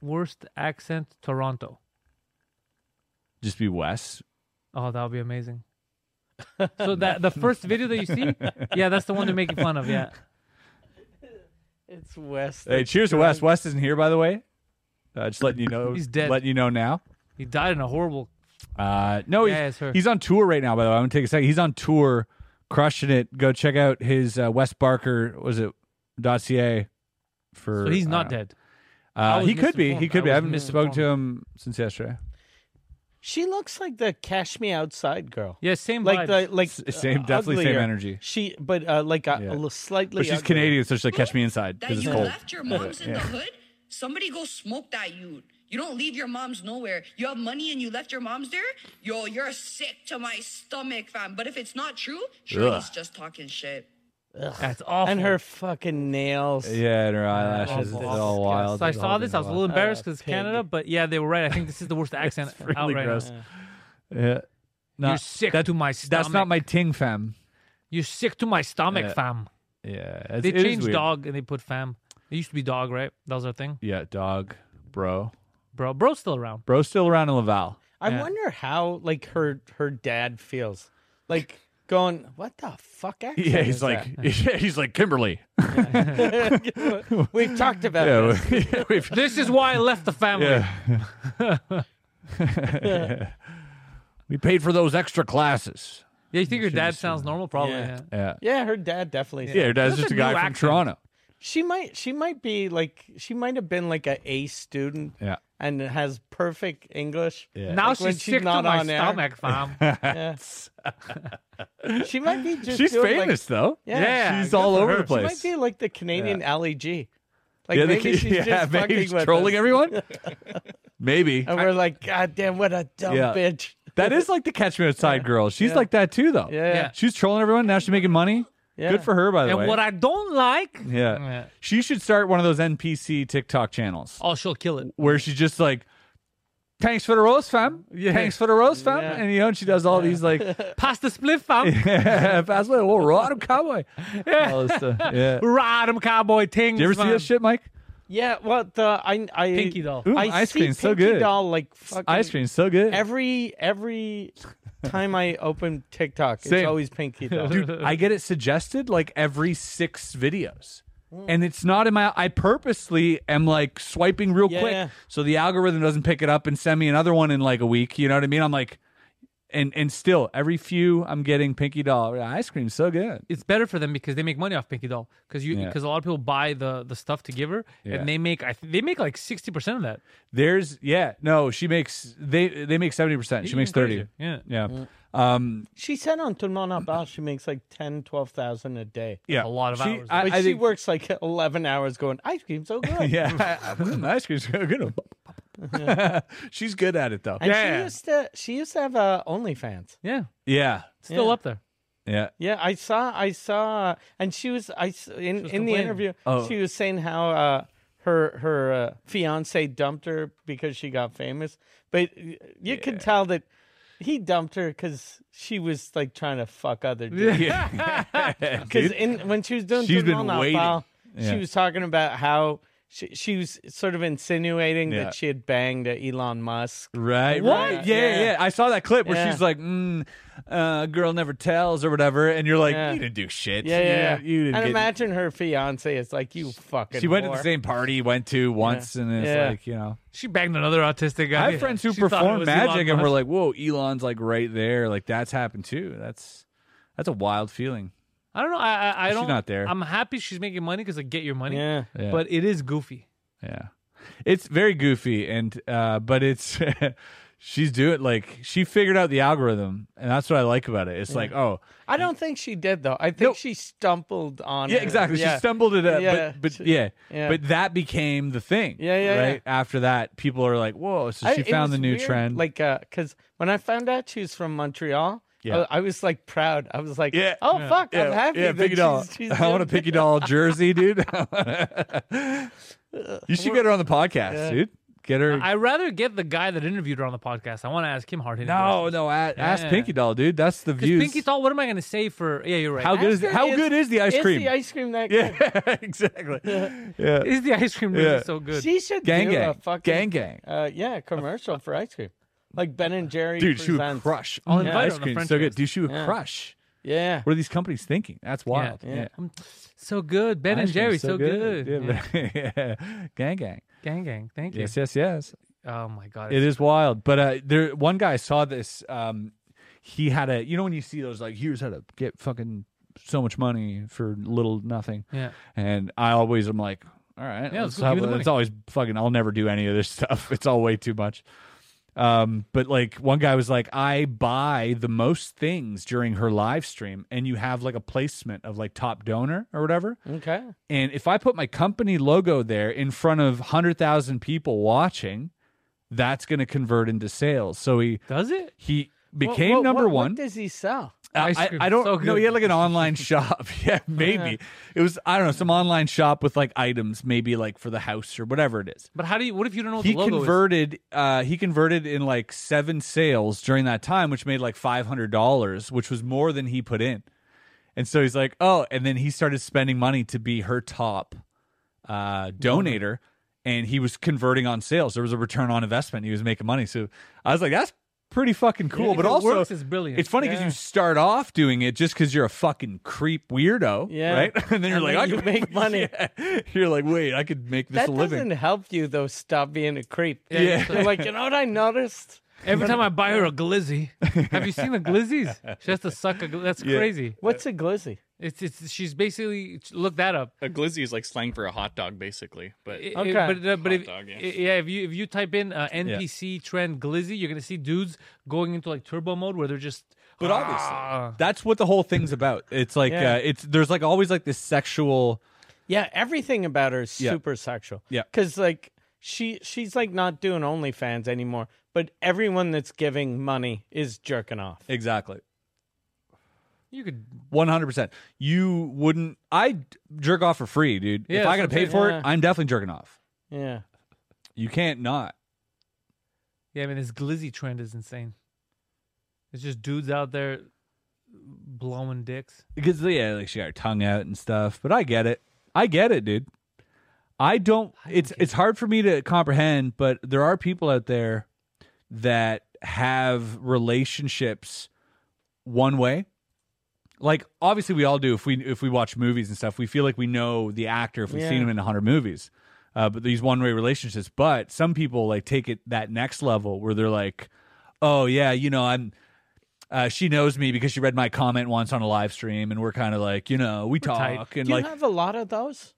[SPEAKER 2] Worst accent Toronto.
[SPEAKER 1] Just be Wes.
[SPEAKER 2] Oh, that would be amazing. so that the first video that you see, yeah, that's the one they're making fun of. Yeah,
[SPEAKER 3] It's West.
[SPEAKER 1] Hey, cheers to Wes. Wes isn't here, by the way. Uh, just letting you know.
[SPEAKER 2] He's dead.
[SPEAKER 1] Letting you know now.
[SPEAKER 2] he died in a horrible.
[SPEAKER 1] Uh, no,
[SPEAKER 2] Yeah,
[SPEAKER 1] he's,
[SPEAKER 2] it's her.
[SPEAKER 1] he's on tour right now. By the way, I'm gonna take a second. He's on tour, crushing it. Go check out his uh, Wes Barker. Was it .ca for?
[SPEAKER 2] So he's not
[SPEAKER 1] uh,
[SPEAKER 2] dead. I
[SPEAKER 1] Uh,
[SPEAKER 2] was
[SPEAKER 1] he could be.
[SPEAKER 2] misinformed.
[SPEAKER 1] He could
[SPEAKER 2] I
[SPEAKER 1] be. I
[SPEAKER 2] was
[SPEAKER 1] haven't spoken to him since yesterday.
[SPEAKER 3] She looks like the Cash Me Outside girl.
[SPEAKER 2] Yeah, same
[SPEAKER 3] Like
[SPEAKER 2] vibes.
[SPEAKER 3] the like
[SPEAKER 1] S- same- definitely same
[SPEAKER 3] uglier.
[SPEAKER 1] energy.
[SPEAKER 3] She, but uh, like a,
[SPEAKER 1] Yeah.
[SPEAKER 3] a little slightly.
[SPEAKER 1] But she's
[SPEAKER 3] uglier.
[SPEAKER 1] Canadian, so she's like, "Catch me inside"
[SPEAKER 6] that
[SPEAKER 1] because it's
[SPEAKER 6] you
[SPEAKER 1] cold.
[SPEAKER 6] left your mom's in the hood, somebody go smoke that you. You don't leave your mom's nowhere. You have money and you left your mom's there. Yo, you're sick to my stomach, fam. But if it's not true, sure, he's just talking shit.
[SPEAKER 2] that's awful.
[SPEAKER 3] And her fucking nails.
[SPEAKER 1] Yeah, and her eyelashes.
[SPEAKER 2] Awful,
[SPEAKER 1] it's
[SPEAKER 2] awful.
[SPEAKER 1] all wild.
[SPEAKER 2] So I
[SPEAKER 1] It's
[SPEAKER 2] saw
[SPEAKER 1] all
[SPEAKER 2] this.
[SPEAKER 1] been
[SPEAKER 2] I was a
[SPEAKER 1] wild.
[SPEAKER 2] little embarrassed because it's
[SPEAKER 3] Uh, pig.
[SPEAKER 2] Canada, but yeah, they were right. I think this is the worst accent out
[SPEAKER 1] really
[SPEAKER 2] right
[SPEAKER 1] gross.
[SPEAKER 2] now.
[SPEAKER 1] Yeah. Nah,
[SPEAKER 2] You're sick to my stomach.
[SPEAKER 1] That's not my ting, fam.
[SPEAKER 2] You're sick to my stomach,
[SPEAKER 1] Yeah.
[SPEAKER 2] fam.
[SPEAKER 1] Yeah, it's,
[SPEAKER 2] They
[SPEAKER 1] it is
[SPEAKER 2] changed
[SPEAKER 1] weird.
[SPEAKER 2] dog and they put fam. It used to be dog, right? That was our thing.
[SPEAKER 1] Yeah, dog, bro,
[SPEAKER 2] Bro, bro's still around.
[SPEAKER 1] bro's still around in Laval.
[SPEAKER 3] I
[SPEAKER 2] Yeah.
[SPEAKER 3] wonder how like her her dad feels. Like going, what the fuck? Accent
[SPEAKER 1] Yeah, he's
[SPEAKER 3] is
[SPEAKER 1] like, yeah, he's like Kimberly.
[SPEAKER 3] that? we've talked about
[SPEAKER 1] Yeah,
[SPEAKER 3] this.
[SPEAKER 1] we've-
[SPEAKER 2] This is why I left the family.
[SPEAKER 1] yeah. we paid for those extra classes.
[SPEAKER 2] Yeah, you think your dad sounds normal? Probably. Yeah.
[SPEAKER 3] Yeah.
[SPEAKER 1] Yeah,
[SPEAKER 3] Yeah, her dad definitely.
[SPEAKER 1] yeah, your dad's
[SPEAKER 2] That's
[SPEAKER 1] just
[SPEAKER 2] a
[SPEAKER 1] a guy
[SPEAKER 2] new
[SPEAKER 1] from
[SPEAKER 2] accent.
[SPEAKER 1] Toronto.
[SPEAKER 3] She might she might be like she might have been like a A student
[SPEAKER 1] Yeah.
[SPEAKER 3] and has perfect English.
[SPEAKER 1] Yeah.
[SPEAKER 2] Now
[SPEAKER 3] Like when
[SPEAKER 2] she's
[SPEAKER 3] she's
[SPEAKER 2] sick to
[SPEAKER 3] not
[SPEAKER 2] my
[SPEAKER 3] on air.
[SPEAKER 2] stomach, fam.
[SPEAKER 3] Yeah. she might be just
[SPEAKER 1] She's
[SPEAKER 3] doing, like-
[SPEAKER 1] famous though.
[SPEAKER 3] Yeah.
[SPEAKER 2] Yeah,
[SPEAKER 1] she's
[SPEAKER 2] good
[SPEAKER 1] all
[SPEAKER 2] for
[SPEAKER 1] over
[SPEAKER 2] her.
[SPEAKER 1] the
[SPEAKER 2] She
[SPEAKER 3] she might
[SPEAKER 1] place.
[SPEAKER 3] be like the Canadian Ali G. Like
[SPEAKER 1] yeah, they
[SPEAKER 3] maybe
[SPEAKER 1] keep-
[SPEAKER 3] she's
[SPEAKER 1] yeah,
[SPEAKER 3] just
[SPEAKER 1] maybe
[SPEAKER 3] fucking
[SPEAKER 1] she's
[SPEAKER 3] with
[SPEAKER 1] trolling
[SPEAKER 3] us.
[SPEAKER 1] everyone. maybe
[SPEAKER 3] And we're like, God damn, what a dumb
[SPEAKER 1] Yeah.
[SPEAKER 3] bitch.
[SPEAKER 1] that is like the Catch Me Outside girl. She's like that too, though.
[SPEAKER 3] Yeah.
[SPEAKER 2] Yeah.
[SPEAKER 1] she's trolling everyone. Now she's making money.
[SPEAKER 3] Yeah.
[SPEAKER 1] Good for her, by the
[SPEAKER 2] and
[SPEAKER 1] way.
[SPEAKER 2] what I don't like,
[SPEAKER 1] yeah.
[SPEAKER 2] Yeah.
[SPEAKER 1] she should start one of those NPC TikTok channels
[SPEAKER 2] oh, she'll kill it.
[SPEAKER 1] where she's just like, "Thanks for the roast, fam. Thanks for the roast, fam."
[SPEAKER 3] Yeah.
[SPEAKER 1] And you know, and she does all these like,
[SPEAKER 2] Pass the split, fam.
[SPEAKER 1] "Fast way, oh, right, I'm cowboy." Yeah. All this stuff. Yeah. Do
[SPEAKER 2] Ride 'em, cowboy things.
[SPEAKER 1] you ever see
[SPEAKER 2] fam.
[SPEAKER 1] that shit, Mike?
[SPEAKER 3] Yeah, well, the I I
[SPEAKER 2] Pinky doll.
[SPEAKER 1] Ooh,
[SPEAKER 3] I
[SPEAKER 1] ice
[SPEAKER 3] see
[SPEAKER 1] cream's so
[SPEAKER 3] Pinky
[SPEAKER 1] good.
[SPEAKER 3] Doll like fucking
[SPEAKER 1] Ice cream's so good.
[SPEAKER 3] Every every time I open TikTok,
[SPEAKER 1] Same.
[SPEAKER 3] it's always Pinky Doll.
[SPEAKER 1] Dude, I get it suggested like every six videos. And it's not in my. I purposely am like swiping real
[SPEAKER 3] Yeah,
[SPEAKER 1] quick
[SPEAKER 3] yeah.
[SPEAKER 1] so the algorithm doesn't pick it up and send me another one in like a week. You know what I mean? I'm like, and and still every few I'm getting Pinky Doll ice cream so good.
[SPEAKER 2] it's better for them because they make money off Pinky Doll because you
[SPEAKER 1] Yeah.
[SPEAKER 2] because a lot of people buy the the stuff to give her
[SPEAKER 1] Yeah.
[SPEAKER 2] and they make I th- they make like sixty percent of that.
[SPEAKER 1] There's yeah no she makes they they make seventy percent she
[SPEAKER 2] Even
[SPEAKER 1] makes thirty
[SPEAKER 2] crazier. Yeah.
[SPEAKER 1] yeah um
[SPEAKER 3] She said on Tournon Abbas she makes like 10, 12,000 a day.
[SPEAKER 1] yeah
[SPEAKER 2] a lot of
[SPEAKER 1] She-
[SPEAKER 2] hours.
[SPEAKER 1] I,
[SPEAKER 3] But
[SPEAKER 1] I
[SPEAKER 3] she
[SPEAKER 1] think,
[SPEAKER 3] works like 11 hours going, ice cream's so good.
[SPEAKER 1] yeah Mm, ice cream's so good she's good at it though
[SPEAKER 3] And
[SPEAKER 2] Yeah.
[SPEAKER 3] she used to she used to have uh, OnlyFans.
[SPEAKER 2] Yeah,
[SPEAKER 1] yeah
[SPEAKER 2] still
[SPEAKER 3] Yeah.
[SPEAKER 2] up there.
[SPEAKER 1] yeah
[SPEAKER 3] Yeah, I saw I saw and she was I s- in in the
[SPEAKER 2] complaining.
[SPEAKER 3] interview
[SPEAKER 1] Oh.
[SPEAKER 3] she was saying how uh her her uh, fiance dumped her because she got famous, but y- you could tell that he dumped her cuz she was like trying to fuck other dudes. Because in when she was doing
[SPEAKER 1] She's
[SPEAKER 3] she's
[SPEAKER 1] been waiting. Yeah.
[SPEAKER 3] she was talking about how she, she was sort of insinuating
[SPEAKER 1] Yeah.
[SPEAKER 3] that she had banged uh, Elon Musk.
[SPEAKER 1] Right.
[SPEAKER 3] What?
[SPEAKER 1] Right. Yeah, yeah.
[SPEAKER 3] Yeah.
[SPEAKER 1] I saw that clip where
[SPEAKER 3] Yeah.
[SPEAKER 1] she's like, mm, uh, "Girl never tells" or whatever, and you're like,
[SPEAKER 3] Yeah.
[SPEAKER 1] "You didn't do shit."
[SPEAKER 3] Yeah, yeah. yeah.
[SPEAKER 1] You didn't.
[SPEAKER 3] and
[SPEAKER 1] get-
[SPEAKER 3] imagine her fiance is like, "You fucking."
[SPEAKER 1] she went to the
[SPEAKER 3] whore."
[SPEAKER 1] same party you went to once, and it's
[SPEAKER 3] Yeah.
[SPEAKER 1] like, you know,
[SPEAKER 2] She banged another autistic guy.
[SPEAKER 1] I have friends who
[SPEAKER 2] She thought it
[SPEAKER 1] perform
[SPEAKER 2] was
[SPEAKER 1] magic
[SPEAKER 2] Elon
[SPEAKER 1] and we're
[SPEAKER 2] Musk.
[SPEAKER 1] like, "Whoa, Elon's like right there." Like that's happened too. That's that's a wild feeling.
[SPEAKER 2] I don't know. I I, I
[SPEAKER 1] She's
[SPEAKER 2] don't.
[SPEAKER 1] not there.
[SPEAKER 2] I'm happy she's making money because I get your money.
[SPEAKER 3] Yeah.
[SPEAKER 1] Yeah.
[SPEAKER 2] But it is goofy.
[SPEAKER 1] Yeah. It's very goofy and uh but it's she's doing like she figured out the algorithm and that's what I like about it. It's like, oh,
[SPEAKER 3] I don't think she did though. I think she stumbled on.
[SPEAKER 1] Yeah,
[SPEAKER 3] it.
[SPEAKER 1] exactly.
[SPEAKER 3] Yeah.
[SPEAKER 1] She stumbled it up,
[SPEAKER 3] Yeah,
[SPEAKER 1] but, but
[SPEAKER 3] she-
[SPEAKER 1] yeah.
[SPEAKER 3] yeah.
[SPEAKER 1] but that became the thing.
[SPEAKER 3] Yeah, yeah,
[SPEAKER 1] Right after that, people are like, "Whoa!" So
[SPEAKER 3] I-
[SPEAKER 1] she
[SPEAKER 3] it
[SPEAKER 1] found
[SPEAKER 3] was
[SPEAKER 1] the new
[SPEAKER 3] weird,
[SPEAKER 1] trend.
[SPEAKER 3] Like, because when I found out she was from Montreal,
[SPEAKER 1] Yeah.
[SPEAKER 3] I, I was like proud. I was like,
[SPEAKER 1] Yeah.
[SPEAKER 3] oh fuck,
[SPEAKER 1] yeah,
[SPEAKER 3] I'm happy.
[SPEAKER 1] yeah,
[SPEAKER 3] that
[SPEAKER 1] Piggy doll.
[SPEAKER 3] she's- she's
[SPEAKER 1] I want a
[SPEAKER 3] doing
[SPEAKER 1] Piggy doll jersey, dude. you should get her on the podcast, dude. Get her.
[SPEAKER 2] I'd rather get the guy that interviewed her on the podcast. I want to ask him hard hitting.
[SPEAKER 1] no, no. a- Ask
[SPEAKER 2] Yeah.
[SPEAKER 1] Pinky Doll, dude. That's the
[SPEAKER 2] Because
[SPEAKER 1] views.
[SPEAKER 2] Pinky thought, what am I going to say for? Yeah, you're right.
[SPEAKER 1] how good is
[SPEAKER 3] Ask her
[SPEAKER 1] how good is the ice
[SPEAKER 3] is
[SPEAKER 1] cream?
[SPEAKER 3] the ice cream that good?
[SPEAKER 1] yeah, exactly. Yeah.
[SPEAKER 2] is the ice cream really
[SPEAKER 1] Yeah.
[SPEAKER 2] so good?
[SPEAKER 3] She should
[SPEAKER 1] Gang
[SPEAKER 3] do a
[SPEAKER 1] gang.
[SPEAKER 3] fucking
[SPEAKER 1] Gang gang.
[SPEAKER 3] Uh, yeah, commercial for ice cream, like Ben and Jerry.
[SPEAKER 1] Dude, she would
[SPEAKER 3] presents.
[SPEAKER 1] crush.
[SPEAKER 2] I'll
[SPEAKER 1] on
[SPEAKER 2] invite her
[SPEAKER 1] ice
[SPEAKER 2] on the
[SPEAKER 1] cream.
[SPEAKER 2] French
[SPEAKER 1] So good.
[SPEAKER 2] roast.
[SPEAKER 1] Dude, she would
[SPEAKER 3] Yeah.
[SPEAKER 1] crush.
[SPEAKER 3] Yeah,
[SPEAKER 1] What are these companies thinking? That's wild.
[SPEAKER 2] Yeah.
[SPEAKER 1] yeah.
[SPEAKER 2] Mm, So good. Ben and
[SPEAKER 1] Ice cream's
[SPEAKER 2] Jerry, so, good. Yeah.
[SPEAKER 1] Yeah. gang gang.
[SPEAKER 2] Gang, gang. Thank you.
[SPEAKER 1] Yes, yes, yes.
[SPEAKER 2] Oh my god.
[SPEAKER 1] It is wild. But uh, there, one guy saw this. Um, he had a, you know, when you see those, like, here's how to get fucking so much money for little nothing.
[SPEAKER 2] Yeah.
[SPEAKER 1] And I always am like, all right,
[SPEAKER 2] Yeah,
[SPEAKER 1] let's
[SPEAKER 2] let's go, give
[SPEAKER 1] have-
[SPEAKER 2] me the
[SPEAKER 1] it's
[SPEAKER 2] money.
[SPEAKER 1] always fucking. I'll never do any of this stuff. It's all way too much. Um, but like one guy was like, I buy the most things during her live stream, and you have like a placement of like top donor or whatever.
[SPEAKER 3] okay.
[SPEAKER 1] And if I put my company logo there in front of 100,000 people watching, that's going to convert into sales. So he
[SPEAKER 2] Does it?
[SPEAKER 1] he
[SPEAKER 3] Wha-
[SPEAKER 1] became
[SPEAKER 3] wha-
[SPEAKER 1] number
[SPEAKER 3] what-
[SPEAKER 1] one.
[SPEAKER 3] What does he sell?
[SPEAKER 1] Uh,
[SPEAKER 2] Ice
[SPEAKER 1] I,
[SPEAKER 2] cream,
[SPEAKER 1] I don't
[SPEAKER 2] so
[SPEAKER 1] know. He had
[SPEAKER 2] good.
[SPEAKER 1] like an online shop. Yeah, maybe. It was, I don't know, some online shop with like items, maybe like for the house or whatever it is.
[SPEAKER 2] But how do you? What if you don't know what
[SPEAKER 1] He
[SPEAKER 2] the logo
[SPEAKER 1] converted uh he converted in like 7 sales during that time which made like $500, which was more than he put in. And so he's like, "Oh," and then he started spending money to be her top uh donator and he was converting on sales. There was a return on investment. He was making money. So I was like, that's pretty fucking cool,
[SPEAKER 2] if
[SPEAKER 1] but
[SPEAKER 2] it
[SPEAKER 1] also
[SPEAKER 2] works, it's brilliant.
[SPEAKER 1] It's funny because you start off doing it just because you're a fucking creep weirdo,
[SPEAKER 3] Yeah.
[SPEAKER 1] right? And then you're
[SPEAKER 3] And then
[SPEAKER 1] like, I
[SPEAKER 3] you
[SPEAKER 1] could
[SPEAKER 3] make money.
[SPEAKER 1] Yeah. You're like, wait, I could make this
[SPEAKER 3] That
[SPEAKER 1] a living.
[SPEAKER 3] doesn't help you though. Stop being a creep.
[SPEAKER 1] Yeah.
[SPEAKER 3] You're like you know what I noticed.
[SPEAKER 2] is? Every time I buy her a glizzy, have you seen the glizzies? She has to suck a. gl- That's crazy.
[SPEAKER 3] What's a glizzy?
[SPEAKER 2] It's it's. She's basically look that up.
[SPEAKER 5] A glizzy is like slang for a hot dog, basically. But
[SPEAKER 2] It- it-
[SPEAKER 3] Okay.
[SPEAKER 2] but uh, but if,
[SPEAKER 5] dog, yeah.
[SPEAKER 2] i- yeah, if you if you type in uh, NPC trend glizzy, you're gonna see dudes going into like turbo mode where they're just.
[SPEAKER 1] But
[SPEAKER 2] Ah.
[SPEAKER 1] obviously, that's what the whole thing's about. It's like
[SPEAKER 3] Yeah.
[SPEAKER 1] uh, it's there's like always like this sexual.
[SPEAKER 3] Yeah, everything about her is
[SPEAKER 1] Yeah.
[SPEAKER 3] super sexual.
[SPEAKER 1] Yeah.
[SPEAKER 3] because like she she's like not doing OnlyFans anymore, but everyone that's giving money is jerking off.
[SPEAKER 1] Exactly.
[SPEAKER 2] You could.
[SPEAKER 1] One hundred percent. You wouldn't. I jerk off for free, dude.
[SPEAKER 2] Yeah,
[SPEAKER 1] if I
[SPEAKER 2] that's
[SPEAKER 1] gotta
[SPEAKER 2] what
[SPEAKER 1] pay
[SPEAKER 2] I'm
[SPEAKER 1] for
[SPEAKER 3] saying.
[SPEAKER 1] it, I'm definitely jerking off.
[SPEAKER 3] Yeah,
[SPEAKER 1] You can't not.
[SPEAKER 2] Yeah, I mean this glizzy trend is insane. It's just dudes out there blowing dicks.
[SPEAKER 1] Because yeah, like she got her tongue out and stuff. But I get it. I get it, dude. I don't. It's it's hard for me to comprehend, but there are people out there that have relationships one way. Like obviously we all do if we if we watch movies and stuff, we feel like we know the actor if we've
[SPEAKER 3] Yeah.
[SPEAKER 1] seen him in a hundred movies. Uh, but these one way relationships. But some people like take it that next level where they're like, oh yeah, you know I'm uh, she knows me because she read my comment once on a live stream, and we're kind of like, you know, we talk
[SPEAKER 2] tight.
[SPEAKER 1] and
[SPEAKER 3] Do you
[SPEAKER 1] like,
[SPEAKER 3] have a lot of those?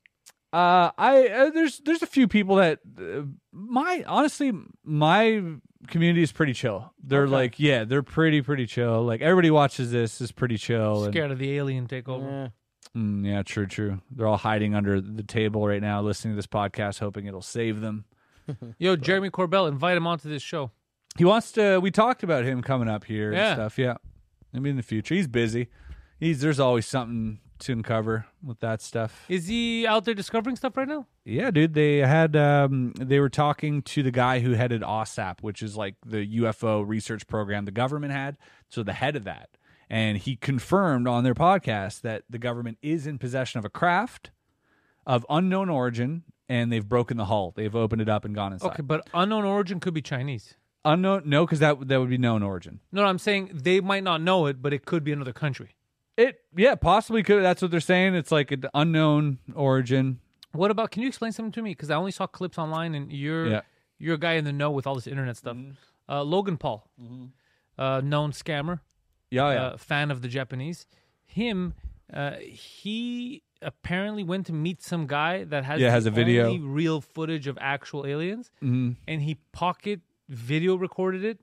[SPEAKER 1] uh, I uh, there's there's a few people that uh, my honestly my community is pretty chill. They're like, yeah, they're pretty pretty chill. Like everybody watches this is pretty chill. and-
[SPEAKER 2] Scared of the alien takeover.
[SPEAKER 1] Mm, yeah, true, true. They're all hiding under the table right now, listening to this podcast, hoping it'll save them.
[SPEAKER 2] Yo, Jeremy Corbell, invite him onto this show.
[SPEAKER 1] He wants to. We talked about him coming up here
[SPEAKER 2] Yeah.
[SPEAKER 1] and stuff. Yeah, maybe in the future. He's busy. He's there's always something to uncover with that stuff.
[SPEAKER 2] Is he out there discovering stuff right now?
[SPEAKER 1] Yeah, dude. They had um, they were talking to the guy who headed OSAP, which is like the UFO research program the government had. So the head of that, and he confirmed on their podcast that the government is in possession of a craft of unknown origin, and they've broken the hull. They've opened it up and gone inside.
[SPEAKER 2] Okay, but unknown origin could be Chinese.
[SPEAKER 1] Unknown? No, because that that would be known origin.
[SPEAKER 2] No, no, I'm saying they might not know it, but it could be another country.
[SPEAKER 1] It yeah, possibly could. That's what they're saying. It's like an unknown origin.
[SPEAKER 2] What about? Can you explain something to me? Because I only saw clips online, and you're
[SPEAKER 1] Yeah. Mm-hmm.
[SPEAKER 2] you're a guy in the know with all this internet stuff. Uh, Logan Paul, uh, known scammer,
[SPEAKER 1] Oh, Yeah, yeah.
[SPEAKER 2] uh, fan of the Japanese. Him, uh, he apparently went to meet some guy that has
[SPEAKER 1] Yeah,
[SPEAKER 2] the
[SPEAKER 1] has a video. Mm-hmm.
[SPEAKER 2] only real footage of actual aliens, and he pocket video recorded it,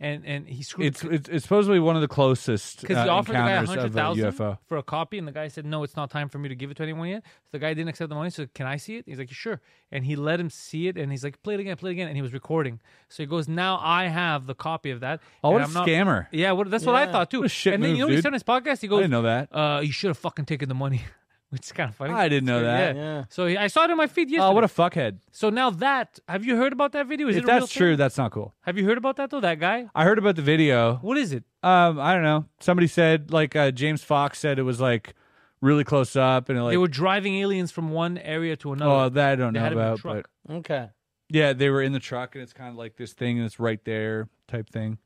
[SPEAKER 2] and and he screwed.
[SPEAKER 1] it's, it's it's supposedly one of the closest
[SPEAKER 2] because he
[SPEAKER 1] uh,
[SPEAKER 2] offered the guy a
[SPEAKER 1] encounters
[SPEAKER 2] hundred
[SPEAKER 1] of a
[SPEAKER 2] thousand
[SPEAKER 1] UFO.
[SPEAKER 2] for a copy, and the guy said, "No, it's not time for me to give it to anyone yet." So the guy didn't accept the money. So can I see it? He's like, "Sure," and he let him see it, and he's like, "Play it again, play it again," and he was recording. So he goes, "Now I have the copy of that."
[SPEAKER 1] Oh, what
[SPEAKER 2] and
[SPEAKER 1] a
[SPEAKER 2] I'm not-
[SPEAKER 1] scammer.
[SPEAKER 2] Yeah, what, that's what I thought too.
[SPEAKER 1] What a shit
[SPEAKER 2] and then
[SPEAKER 1] move,
[SPEAKER 2] you know what he
[SPEAKER 1] dude.
[SPEAKER 2] said on his podcast? He goes,
[SPEAKER 1] I didn't know that.
[SPEAKER 2] Uh, you should have fucking taken the money," which is kind of funny.
[SPEAKER 1] I didn't know that.
[SPEAKER 2] Yeah. So he, I saw it on my feed yesterday.
[SPEAKER 1] Oh, what a fuckhead!
[SPEAKER 2] so now that have you heard about that video? Is
[SPEAKER 1] If
[SPEAKER 2] it a real
[SPEAKER 1] that's
[SPEAKER 2] thing?
[SPEAKER 1] true, that's not cool.
[SPEAKER 2] Have you heard about that though? That guy?
[SPEAKER 1] I heard about the video.
[SPEAKER 2] What is it?
[SPEAKER 1] Um, I don't know. Somebody said like uh, James Fox said it was like really close up and it, like
[SPEAKER 2] they were driving aliens from one area to another.
[SPEAKER 1] oh that I don't
[SPEAKER 2] They
[SPEAKER 1] know
[SPEAKER 2] had him in a
[SPEAKER 1] about,
[SPEAKER 2] truck.
[SPEAKER 1] but
[SPEAKER 3] Okay.
[SPEAKER 1] yeah, they were in the truck and it's kind of like this thing and it's right there type thing.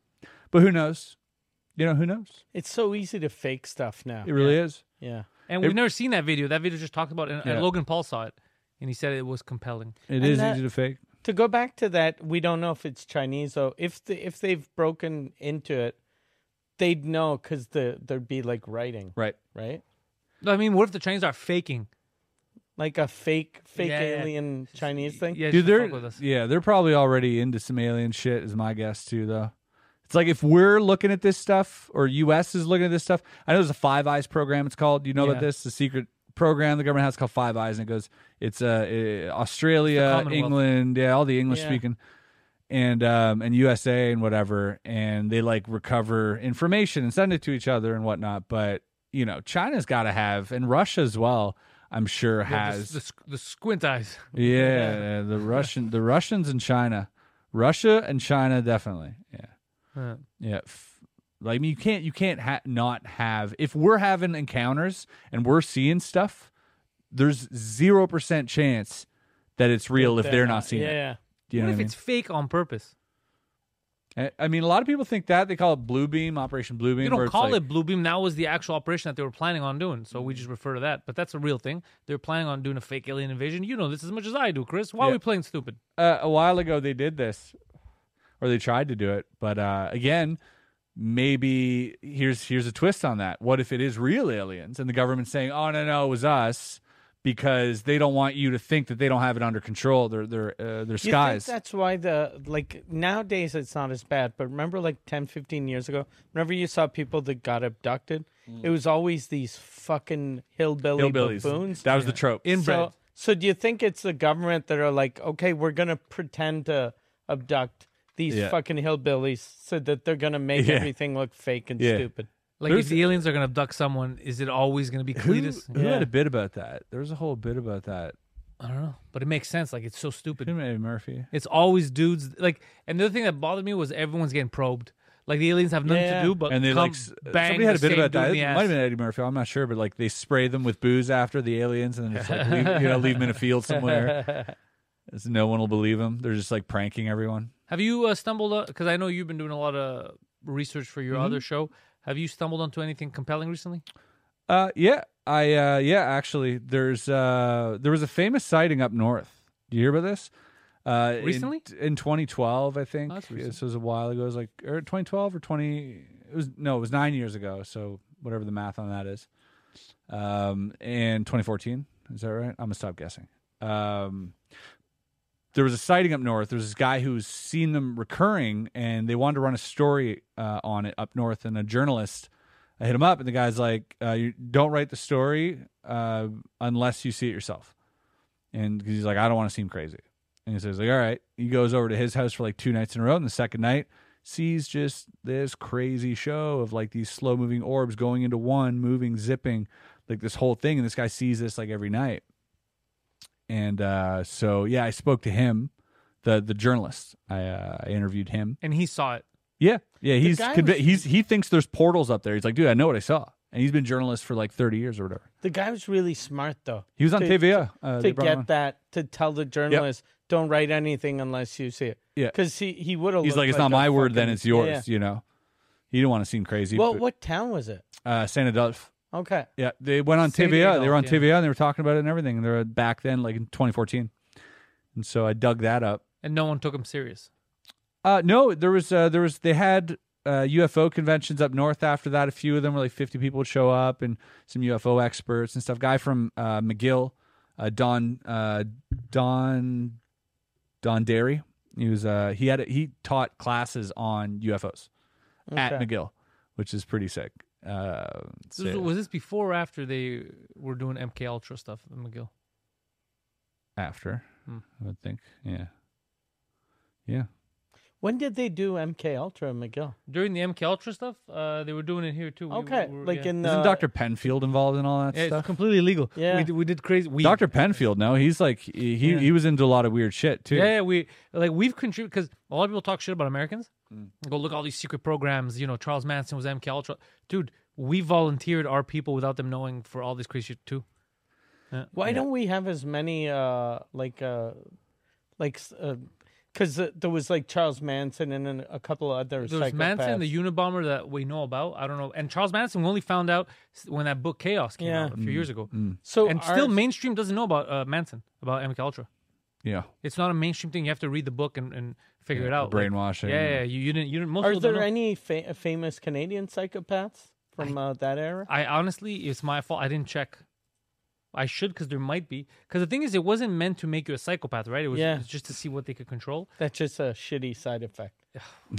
[SPEAKER 1] But who knows? You know who knows?
[SPEAKER 3] It's so easy to fake stuff now.
[SPEAKER 1] It really is.
[SPEAKER 3] Yeah.
[SPEAKER 2] And we've never seen that video. That video just talked about, it, and, and
[SPEAKER 1] Yeah.
[SPEAKER 2] Logan Paul saw it, and he said it was compelling.
[SPEAKER 1] It is
[SPEAKER 3] And that-
[SPEAKER 1] easy to fake.
[SPEAKER 3] To go back to that, we don't know if it's Chinese though. If the, if they've broken into it, they'd know because the there'd be like writing,
[SPEAKER 1] Right.
[SPEAKER 3] right?
[SPEAKER 2] No, I mean, what if the Chinese are faking?
[SPEAKER 3] Like a fake fake
[SPEAKER 2] Yeah, yeah.
[SPEAKER 3] alien Chinese thing.
[SPEAKER 2] Yeah,
[SPEAKER 1] Dude,
[SPEAKER 2] just
[SPEAKER 1] they're
[SPEAKER 2] fuck with us.
[SPEAKER 1] yeah, they're probably already into some alien shit. Is my guess too, though. It's like if we're looking at this stuff, or U.S. is looking at this stuff. I know there's a Five Eyes program. It's called. You know
[SPEAKER 2] Yeah.
[SPEAKER 1] about this? The secret program the government has called Five Eyes, and it goes. It's uh, uh, Australia,
[SPEAKER 2] Commonwealth.
[SPEAKER 1] England, yeah, all the English speaking, and um, and USA and whatever, and they like recover information and send it to each other and whatnot. But you know, China's got to have, and Russia as well. I'm sure
[SPEAKER 2] Yeah, the-
[SPEAKER 1] has
[SPEAKER 2] the, squ- the squint eyes.
[SPEAKER 1] yeah, the Russian, the Russians and China, Russia and China definitely. Yeah,
[SPEAKER 2] Huh.
[SPEAKER 1] yeah. F- like I mean, you can't, you can't ha- not have. If we're having encounters and we're seeing stuff, there's zero percent chance that it's real if they're, not, seeing
[SPEAKER 3] yeah,
[SPEAKER 1] it.
[SPEAKER 3] Yeah.
[SPEAKER 1] Do you
[SPEAKER 2] what
[SPEAKER 1] know
[SPEAKER 2] if
[SPEAKER 1] what
[SPEAKER 2] it's fake on purpose?
[SPEAKER 1] I mean? I I mean, a lot of people think that they call it Blue Beam, Operation Blue Beam.
[SPEAKER 2] They
[SPEAKER 1] where
[SPEAKER 2] don't
[SPEAKER 1] it's
[SPEAKER 2] call
[SPEAKER 1] like- Mm.
[SPEAKER 2] it Blue Beam. That was the actual operation that they were planning on doing. So we just refer to that. But that's a real thing. They're planning on doing a fake alien invasion. You know this as much as I do, Chris. Why are
[SPEAKER 1] Yeah.
[SPEAKER 2] we playing stupid?
[SPEAKER 1] uh, a while ago they did this or they tried to do it but uh, again maybe here's here's a twist on that what if it is real aliens and the government's saying oh no no it was us because they don't want you to think that they don't have it under control their their uh, their
[SPEAKER 3] You think
[SPEAKER 1] skies
[SPEAKER 3] that's why the like nowadays it's not as bad, but remember like 10, 15 years ago, whenever you saw people that got abducted, it was always these fucking hillbilly
[SPEAKER 1] Mm. hillbillies
[SPEAKER 3] buffoons.
[SPEAKER 1] that was the trope
[SPEAKER 3] So, so do you think it's the government that are like, okay, we're gonna pretend to abduct these
[SPEAKER 1] Yeah.
[SPEAKER 3] fucking hillbillies so that they're gonna make
[SPEAKER 1] Yeah.
[SPEAKER 3] everything look fake and
[SPEAKER 1] Yeah.
[SPEAKER 3] stupid?
[SPEAKER 2] Like if the aliens are going to abduct someone, is it always going to be
[SPEAKER 1] who,
[SPEAKER 2] Cletus?
[SPEAKER 1] who had a bit about that there was a whole bit about that
[SPEAKER 2] I don't know, but it makes sense. Like it's so stupid.
[SPEAKER 1] Who made it? murphy
[SPEAKER 2] It's always dudes. Like, and the other thing that bothered me was everyone's getting probed. Like the aliens have nothing
[SPEAKER 3] Yeah.
[SPEAKER 2] to do but
[SPEAKER 1] and they
[SPEAKER 2] come
[SPEAKER 1] like s- uh,
[SPEAKER 2] bang
[SPEAKER 1] somebody had a
[SPEAKER 2] the
[SPEAKER 1] bit
[SPEAKER 2] same
[SPEAKER 1] about that.
[SPEAKER 2] dude in
[SPEAKER 1] It might
[SPEAKER 2] the ass.
[SPEAKER 1] have been Eddie Murphy. I'm not sure, but like they spray them with booze after the aliens, and then just like leave, you know leave them in a field somewhere. As no one will believe them. They're just like pranking everyone.
[SPEAKER 2] Have you uh, stumbled? Because I know you've been doing a lot of research for
[SPEAKER 1] Mm-hmm.
[SPEAKER 2] your other show. Have you stumbled onto anything compelling recently?
[SPEAKER 1] Uh, yeah, I uh, yeah actually there's uh there was a famous sighting up north. Do you hear about this? Uh, in-
[SPEAKER 2] Recently?
[SPEAKER 1] in, 2012, I think.
[SPEAKER 2] Oh, that's
[SPEAKER 1] Yeah,
[SPEAKER 2] recent.
[SPEAKER 1] this was a while ago. It was like er, or 2012 or 20. It was no, it was nine years ago. So whatever the math on that is, um, in 2014, is that right? I'm gonna stop guessing. Um, there was a sighting up north. There was this guy who's seen them recurring, and they wanted to run a story uh, on it up north. And a journalist, I hit him up, and the guy's like, uh, you "Don't write the story uh, unless you see it yourself." And 'cause he's like, "I don't want to seem crazy." And he says, "Like, all right." He goes over to his house for like two nights in a row, and the second night sees just this crazy show of like these slow moving orbs going into one, moving, zipping, like this whole thing. And this guy sees this like every night and uh, so yeah, I spoke to him, the the journalist. I, uh, I interviewed him.
[SPEAKER 2] and he saw it.
[SPEAKER 1] Yeah, yeah, he's
[SPEAKER 3] guy
[SPEAKER 1] convi-
[SPEAKER 3] was-
[SPEAKER 1] he's he thinks there's portals up there. He's like, dude, I know what I saw, and he's been journalist for like 30 years or whatever.
[SPEAKER 3] The guy was really smart though.
[SPEAKER 1] He was on
[SPEAKER 3] To-
[SPEAKER 1] TVA. Uh, they
[SPEAKER 3] to
[SPEAKER 1] brought him on.
[SPEAKER 3] get that to tell the journalist don't write anything unless you see it.
[SPEAKER 1] Yeah.
[SPEAKER 3] because he he would have.
[SPEAKER 1] He's like, it's not my word, then it's yours. You know, he didn't want to seem crazy.
[SPEAKER 3] Well,
[SPEAKER 1] but,
[SPEAKER 3] what town was it?
[SPEAKER 1] Uh, Saint Adolphe.
[SPEAKER 3] Okay,
[SPEAKER 1] Yeah, they went on
[SPEAKER 2] Saint
[SPEAKER 1] TVA. they were on
[SPEAKER 2] Adolphe, yeah.
[SPEAKER 1] TVA and they were talking about it and everything. And they were back then, like in 2014, and so I dug that up.
[SPEAKER 2] And no one took him serious.
[SPEAKER 1] Uh, no, there was uh, there was they had uh, UFO conventions up north. After that, a few of them were like fifty people would show up, and some UFO experts and stuff. Guy from uh, McGill, uh, Don uh, Don Don Derry. He was uh, he had a, he taught classes on UFOs at
[SPEAKER 3] Okay.
[SPEAKER 1] McGill, which is pretty sick. Uh,
[SPEAKER 2] This was,
[SPEAKER 1] so-
[SPEAKER 2] was this before or after they were doing MK Ultra stuff at McGill?
[SPEAKER 1] after,
[SPEAKER 2] Hmm.
[SPEAKER 1] I would think, yeah, yeah.
[SPEAKER 3] when did they do MK Ultra, McGill?
[SPEAKER 2] During the MK Ultra stuff, uh, they were doing it here too. We-
[SPEAKER 3] Okay,
[SPEAKER 2] we were-
[SPEAKER 3] like
[SPEAKER 2] yeah.
[SPEAKER 3] in
[SPEAKER 1] Isn't
[SPEAKER 3] uh,
[SPEAKER 1] Doctor Penfield involved in all that
[SPEAKER 2] yeah,
[SPEAKER 1] stuff?
[SPEAKER 2] it's completely legal.
[SPEAKER 3] Yeah.
[SPEAKER 2] we, did- we did crazy. We,
[SPEAKER 1] Dr. Penfield, no, he's like he he, he was into a lot of weird shit too.
[SPEAKER 2] Yeah, yeah, we like we've contributed because a lot of people talk shit about Americans. Go look at all these secret programs. You know, Charles Manson was MK Ultra. Dude, we volunteered our people without them knowing for all this crazy shit too.
[SPEAKER 3] Why don't we have as many uh like uh like because uh, there was like Charles Manson and then a couple of other
[SPEAKER 2] There's Manson,
[SPEAKER 3] psychopaths.
[SPEAKER 2] the Unabomber that we know about. I don't know. And Charles Manson, we only found out s- when that book Chaos came
[SPEAKER 3] Yeah.
[SPEAKER 2] out a few years ago.
[SPEAKER 3] so
[SPEAKER 2] And still,
[SPEAKER 3] ours-
[SPEAKER 2] mainstream doesn't know about uh, Manson, about MK Ultra.
[SPEAKER 1] Yeah.
[SPEAKER 2] It's not a mainstream thing. You have to read the book and, and figure it out. Like,
[SPEAKER 1] brainwashing.
[SPEAKER 2] yeah, yeah, you, you didn't. You didn't. Most
[SPEAKER 3] Are
[SPEAKER 2] people don't
[SPEAKER 3] there
[SPEAKER 2] know.
[SPEAKER 3] any fa- uh, famous Canadian psychopaths from uh, that era?
[SPEAKER 2] I honestly, it's my fault. I didn't check. I should because there might be. Because the thing is, it wasn't meant to make you a psychopath, right? It was
[SPEAKER 3] Yeah.
[SPEAKER 2] it's just to see what they could control.
[SPEAKER 3] That's just a shitty side effect.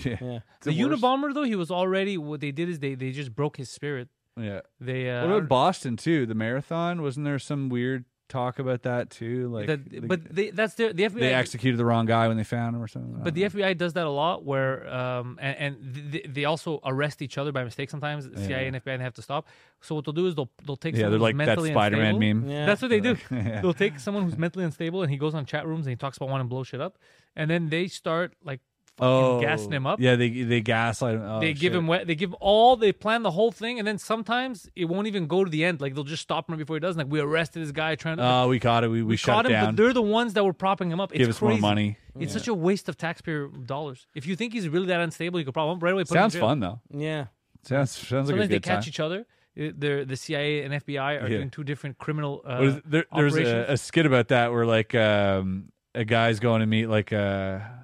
[SPEAKER 1] yeah,
[SPEAKER 3] Yeah.
[SPEAKER 2] The, Unabomber, though, he was already. What they did is they they just broke his spirit.
[SPEAKER 1] yeah.
[SPEAKER 2] They uh,
[SPEAKER 1] What about Boston too? The marathon wasn't there some weird talk about that too? Like,
[SPEAKER 2] that-
[SPEAKER 1] the-
[SPEAKER 2] but they, that's their the FBI.
[SPEAKER 1] they executed the wrong guy when they found him or something. I don't
[SPEAKER 2] but the
[SPEAKER 1] know.
[SPEAKER 2] FBI does that a lot, where um and, and th- th- they also arrest each other by mistake sometimes. The CIA and FBI they have to stop. So what they'll do is they'll they'll take
[SPEAKER 1] yeah,
[SPEAKER 2] someone
[SPEAKER 1] they're
[SPEAKER 2] who's
[SPEAKER 1] like that
[SPEAKER 2] mentally
[SPEAKER 1] Spider-Man
[SPEAKER 2] unstable.
[SPEAKER 1] meme.
[SPEAKER 3] Yeah.
[SPEAKER 2] That's what they do. They'll take someone who's mentally unstable and he goes on chat rooms and he talks about wanting to blow shit up, and then they start like fucking
[SPEAKER 1] Oh,
[SPEAKER 2] gassing him up.
[SPEAKER 1] Yeah, they they gaslight him. Oh,
[SPEAKER 2] they give
[SPEAKER 1] shit.
[SPEAKER 2] him wet. They give all. They plan the whole thing, and then sometimes it won't even go to the end. Like they'll just stop him before he does. Like we arrested this guy trying to.
[SPEAKER 1] Oh, we caught it. We we,
[SPEAKER 2] we
[SPEAKER 1] shut
[SPEAKER 2] caught
[SPEAKER 1] it
[SPEAKER 2] him,
[SPEAKER 1] down.
[SPEAKER 2] but they're the ones that were propping him up. It's
[SPEAKER 1] give us more
[SPEAKER 2] crazy.
[SPEAKER 1] money.
[SPEAKER 2] It's such a waste of taxpayer dollars. If you think he's really that unstable, you could probably right away. Put
[SPEAKER 1] Sounds
[SPEAKER 2] him in jail.
[SPEAKER 1] fun though.
[SPEAKER 3] Yeah.
[SPEAKER 1] Sounds sounds like a
[SPEAKER 2] Sometimes
[SPEAKER 1] good
[SPEAKER 2] they catch
[SPEAKER 1] time.
[SPEAKER 2] each other. they the CIA and FBI are
[SPEAKER 1] Yeah.
[SPEAKER 2] doing two different criminal. Uh,
[SPEAKER 1] What is- there, there's a,
[SPEAKER 2] operations.
[SPEAKER 1] a skit about that where like um, a guy's going to meet like a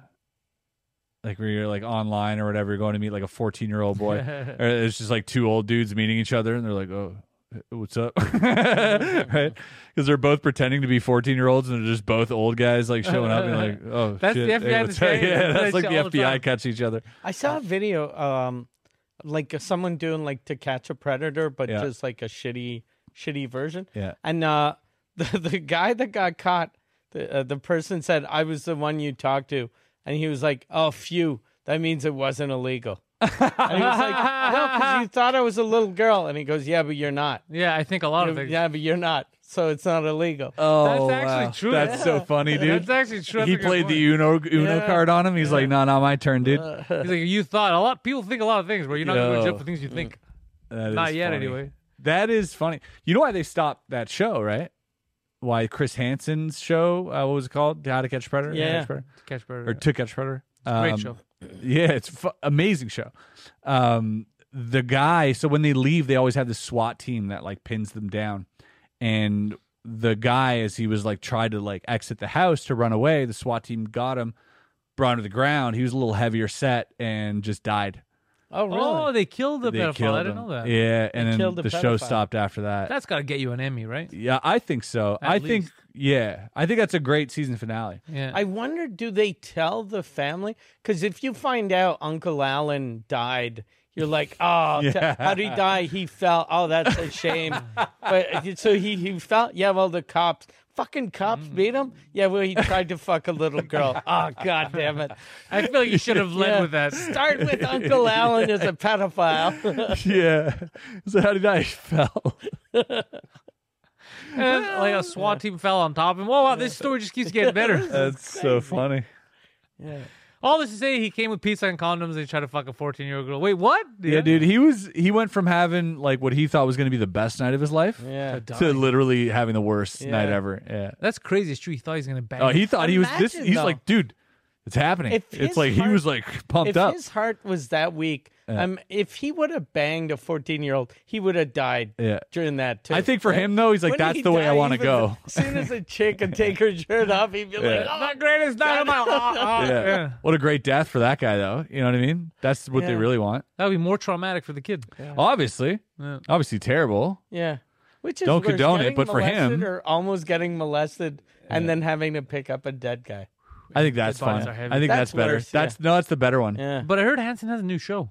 [SPEAKER 1] like where you're like online or whatever, you're going to meet like a 14 year old boy. or it's just like two old dudes meeting each other, and they're like, "Oh, what's up?" right? Because they're both pretending to be 14 year olds, and they're just both old guys like showing up and like, "Oh,
[SPEAKER 2] That's
[SPEAKER 1] shit,
[SPEAKER 2] the FBI
[SPEAKER 1] what's
[SPEAKER 2] that's
[SPEAKER 1] up?"
[SPEAKER 2] saying-
[SPEAKER 1] yeah, that's
[SPEAKER 2] that
[SPEAKER 1] like
[SPEAKER 2] shit
[SPEAKER 1] the
[SPEAKER 2] all the
[SPEAKER 1] FBI
[SPEAKER 2] time.
[SPEAKER 1] catch each other."
[SPEAKER 3] I saw a video, um, like uh, someone doing like to catch a predator, but
[SPEAKER 1] Yeah.
[SPEAKER 3] just like a shitty, shitty version.
[SPEAKER 1] Yeah.
[SPEAKER 3] And uh, the the guy that got caught, the uh, the person said, "I was the one you talked to," and he was like, "Oh, phew, that means it wasn't illegal." and he was like, "No, because you thought I was a little girl," and he goes, "Yeah, but you're not.
[SPEAKER 2] yeah, I think a lot of things.
[SPEAKER 3] Yeah, but you're not. So it's not illegal."
[SPEAKER 1] Oh,
[SPEAKER 2] actually true.
[SPEAKER 1] That's so
[SPEAKER 2] Yeah.
[SPEAKER 1] funny, dude.
[SPEAKER 2] That's actually true. That's
[SPEAKER 1] he
[SPEAKER 2] a good
[SPEAKER 1] played
[SPEAKER 2] point. Uh,
[SPEAKER 1] the Uno Uno
[SPEAKER 3] Yeah.
[SPEAKER 1] card on him. He's like, "No, not my turn, dude."
[SPEAKER 2] He's like, you thought a lot. People think a lot of things, bro. You're not gonna go to jail
[SPEAKER 1] Yo.
[SPEAKER 2] for things you think.
[SPEAKER 1] Mm. That is
[SPEAKER 2] Not yet,
[SPEAKER 1] funny.
[SPEAKER 2] anyway.
[SPEAKER 1] That is funny. You know why they stopped that show, right? Why Chris Hansen's show? Uh, what was it called? How to Catch a Predator?
[SPEAKER 3] Yeah.
[SPEAKER 1] Catch a Predator?
[SPEAKER 2] Catch
[SPEAKER 1] or
[SPEAKER 2] predator.
[SPEAKER 1] To Catch a Predator.
[SPEAKER 2] Great
[SPEAKER 1] Um,
[SPEAKER 2] show.
[SPEAKER 1] Yeah, it's fu- amazing show. Um, the guy. So when they leave, they always have this SWAT team that like pins them down, and the guy, as he was like tried to like exit the house to run away, the SWAT team got him, brought him to the ground. He was a little heavier set and just died.
[SPEAKER 3] Oh, really?
[SPEAKER 2] Oh, they killed the
[SPEAKER 1] They
[SPEAKER 2] pedophile.
[SPEAKER 1] killed
[SPEAKER 2] I didn't
[SPEAKER 1] him.
[SPEAKER 2] know that.
[SPEAKER 1] Yeah, and then
[SPEAKER 3] killed
[SPEAKER 1] the,
[SPEAKER 3] the
[SPEAKER 1] show
[SPEAKER 3] pedophile.
[SPEAKER 1] stopped after that.
[SPEAKER 2] That's got to get you an Emmy, right?
[SPEAKER 1] yeah, I think so.
[SPEAKER 2] At
[SPEAKER 1] I think
[SPEAKER 2] least.
[SPEAKER 1] yeah, I think that's a great season finale.
[SPEAKER 2] Yeah.
[SPEAKER 3] I wonder, do they tell the family? Because if you find out Uncle Alan died, you're like, oh, t- how did he die? He fell. Oh, that's a shame. but uh, so he he fell. Yeah, well, the cops, fucking cops,
[SPEAKER 1] Mm.
[SPEAKER 3] beat him. Yeah, well, he tried to fuck a little girl. Oh, god damn it!
[SPEAKER 2] I feel like you should have led
[SPEAKER 3] Yeah.
[SPEAKER 2] with that.
[SPEAKER 3] Start with Uncle Alan as a pedophile.
[SPEAKER 1] yeah. So how did I fell?
[SPEAKER 2] And like a SWAT team fell on top of him. Whoa, wow, this story just keeps getting better.
[SPEAKER 1] That's so funny.
[SPEAKER 2] All this to say, he came with pizza and condoms and he tried to fuck a 14 year old girl. Wait, what?
[SPEAKER 1] Yeah, dude, he was he went from having like what he thought was going to be the best night of his life
[SPEAKER 3] yeah.
[SPEAKER 1] to literally having the worst night
[SPEAKER 3] Yeah.
[SPEAKER 1] ever. Yeah.
[SPEAKER 2] That's crazy. It's true. He thought he was going to bang.
[SPEAKER 1] Oh, he thought he was this
[SPEAKER 3] Imagine,
[SPEAKER 1] he's
[SPEAKER 3] though.
[SPEAKER 1] like, dude, it's happening.
[SPEAKER 3] If
[SPEAKER 1] it's
[SPEAKER 3] his
[SPEAKER 1] like he
[SPEAKER 3] heart-
[SPEAKER 1] was like pumped
[SPEAKER 3] If
[SPEAKER 1] up.
[SPEAKER 3] his heart was that weak, um, if he would have banged a 14 year old, he would have died
[SPEAKER 1] Yeah.
[SPEAKER 3] during that. Too,
[SPEAKER 1] I think for
[SPEAKER 3] right?
[SPEAKER 1] him though, he's like,
[SPEAKER 3] When
[SPEAKER 1] that's
[SPEAKER 3] he
[SPEAKER 1] the way I
[SPEAKER 3] died,
[SPEAKER 1] want to
[SPEAKER 3] even
[SPEAKER 1] go.
[SPEAKER 3] As soon as a chick could take her shirt off, he'd be like, "Oh,
[SPEAKER 2] the Oh, greatest night of my
[SPEAKER 1] Yeah.
[SPEAKER 2] life. Yeah.
[SPEAKER 1] What a great death for that guy though. You know what I mean? That's what they
[SPEAKER 3] Yeah.
[SPEAKER 1] really want.
[SPEAKER 2] That would be more traumatic for the kid.
[SPEAKER 1] Obviously. Obviously terrible.
[SPEAKER 3] yeah. Which is
[SPEAKER 1] Don't
[SPEAKER 3] worse,
[SPEAKER 1] condone it,
[SPEAKER 3] getting
[SPEAKER 1] but for
[SPEAKER 3] molested
[SPEAKER 1] him-
[SPEAKER 3] or almost getting molested and then having to pick up a dead guy.
[SPEAKER 1] I think that's
[SPEAKER 2] bodies
[SPEAKER 1] fun.
[SPEAKER 2] are heavy.
[SPEAKER 1] I think that's,
[SPEAKER 3] That's
[SPEAKER 1] better.
[SPEAKER 3] worse, yeah.
[SPEAKER 1] That's no, that's the better one.
[SPEAKER 3] Yeah,
[SPEAKER 2] But I heard Hanson has a new show.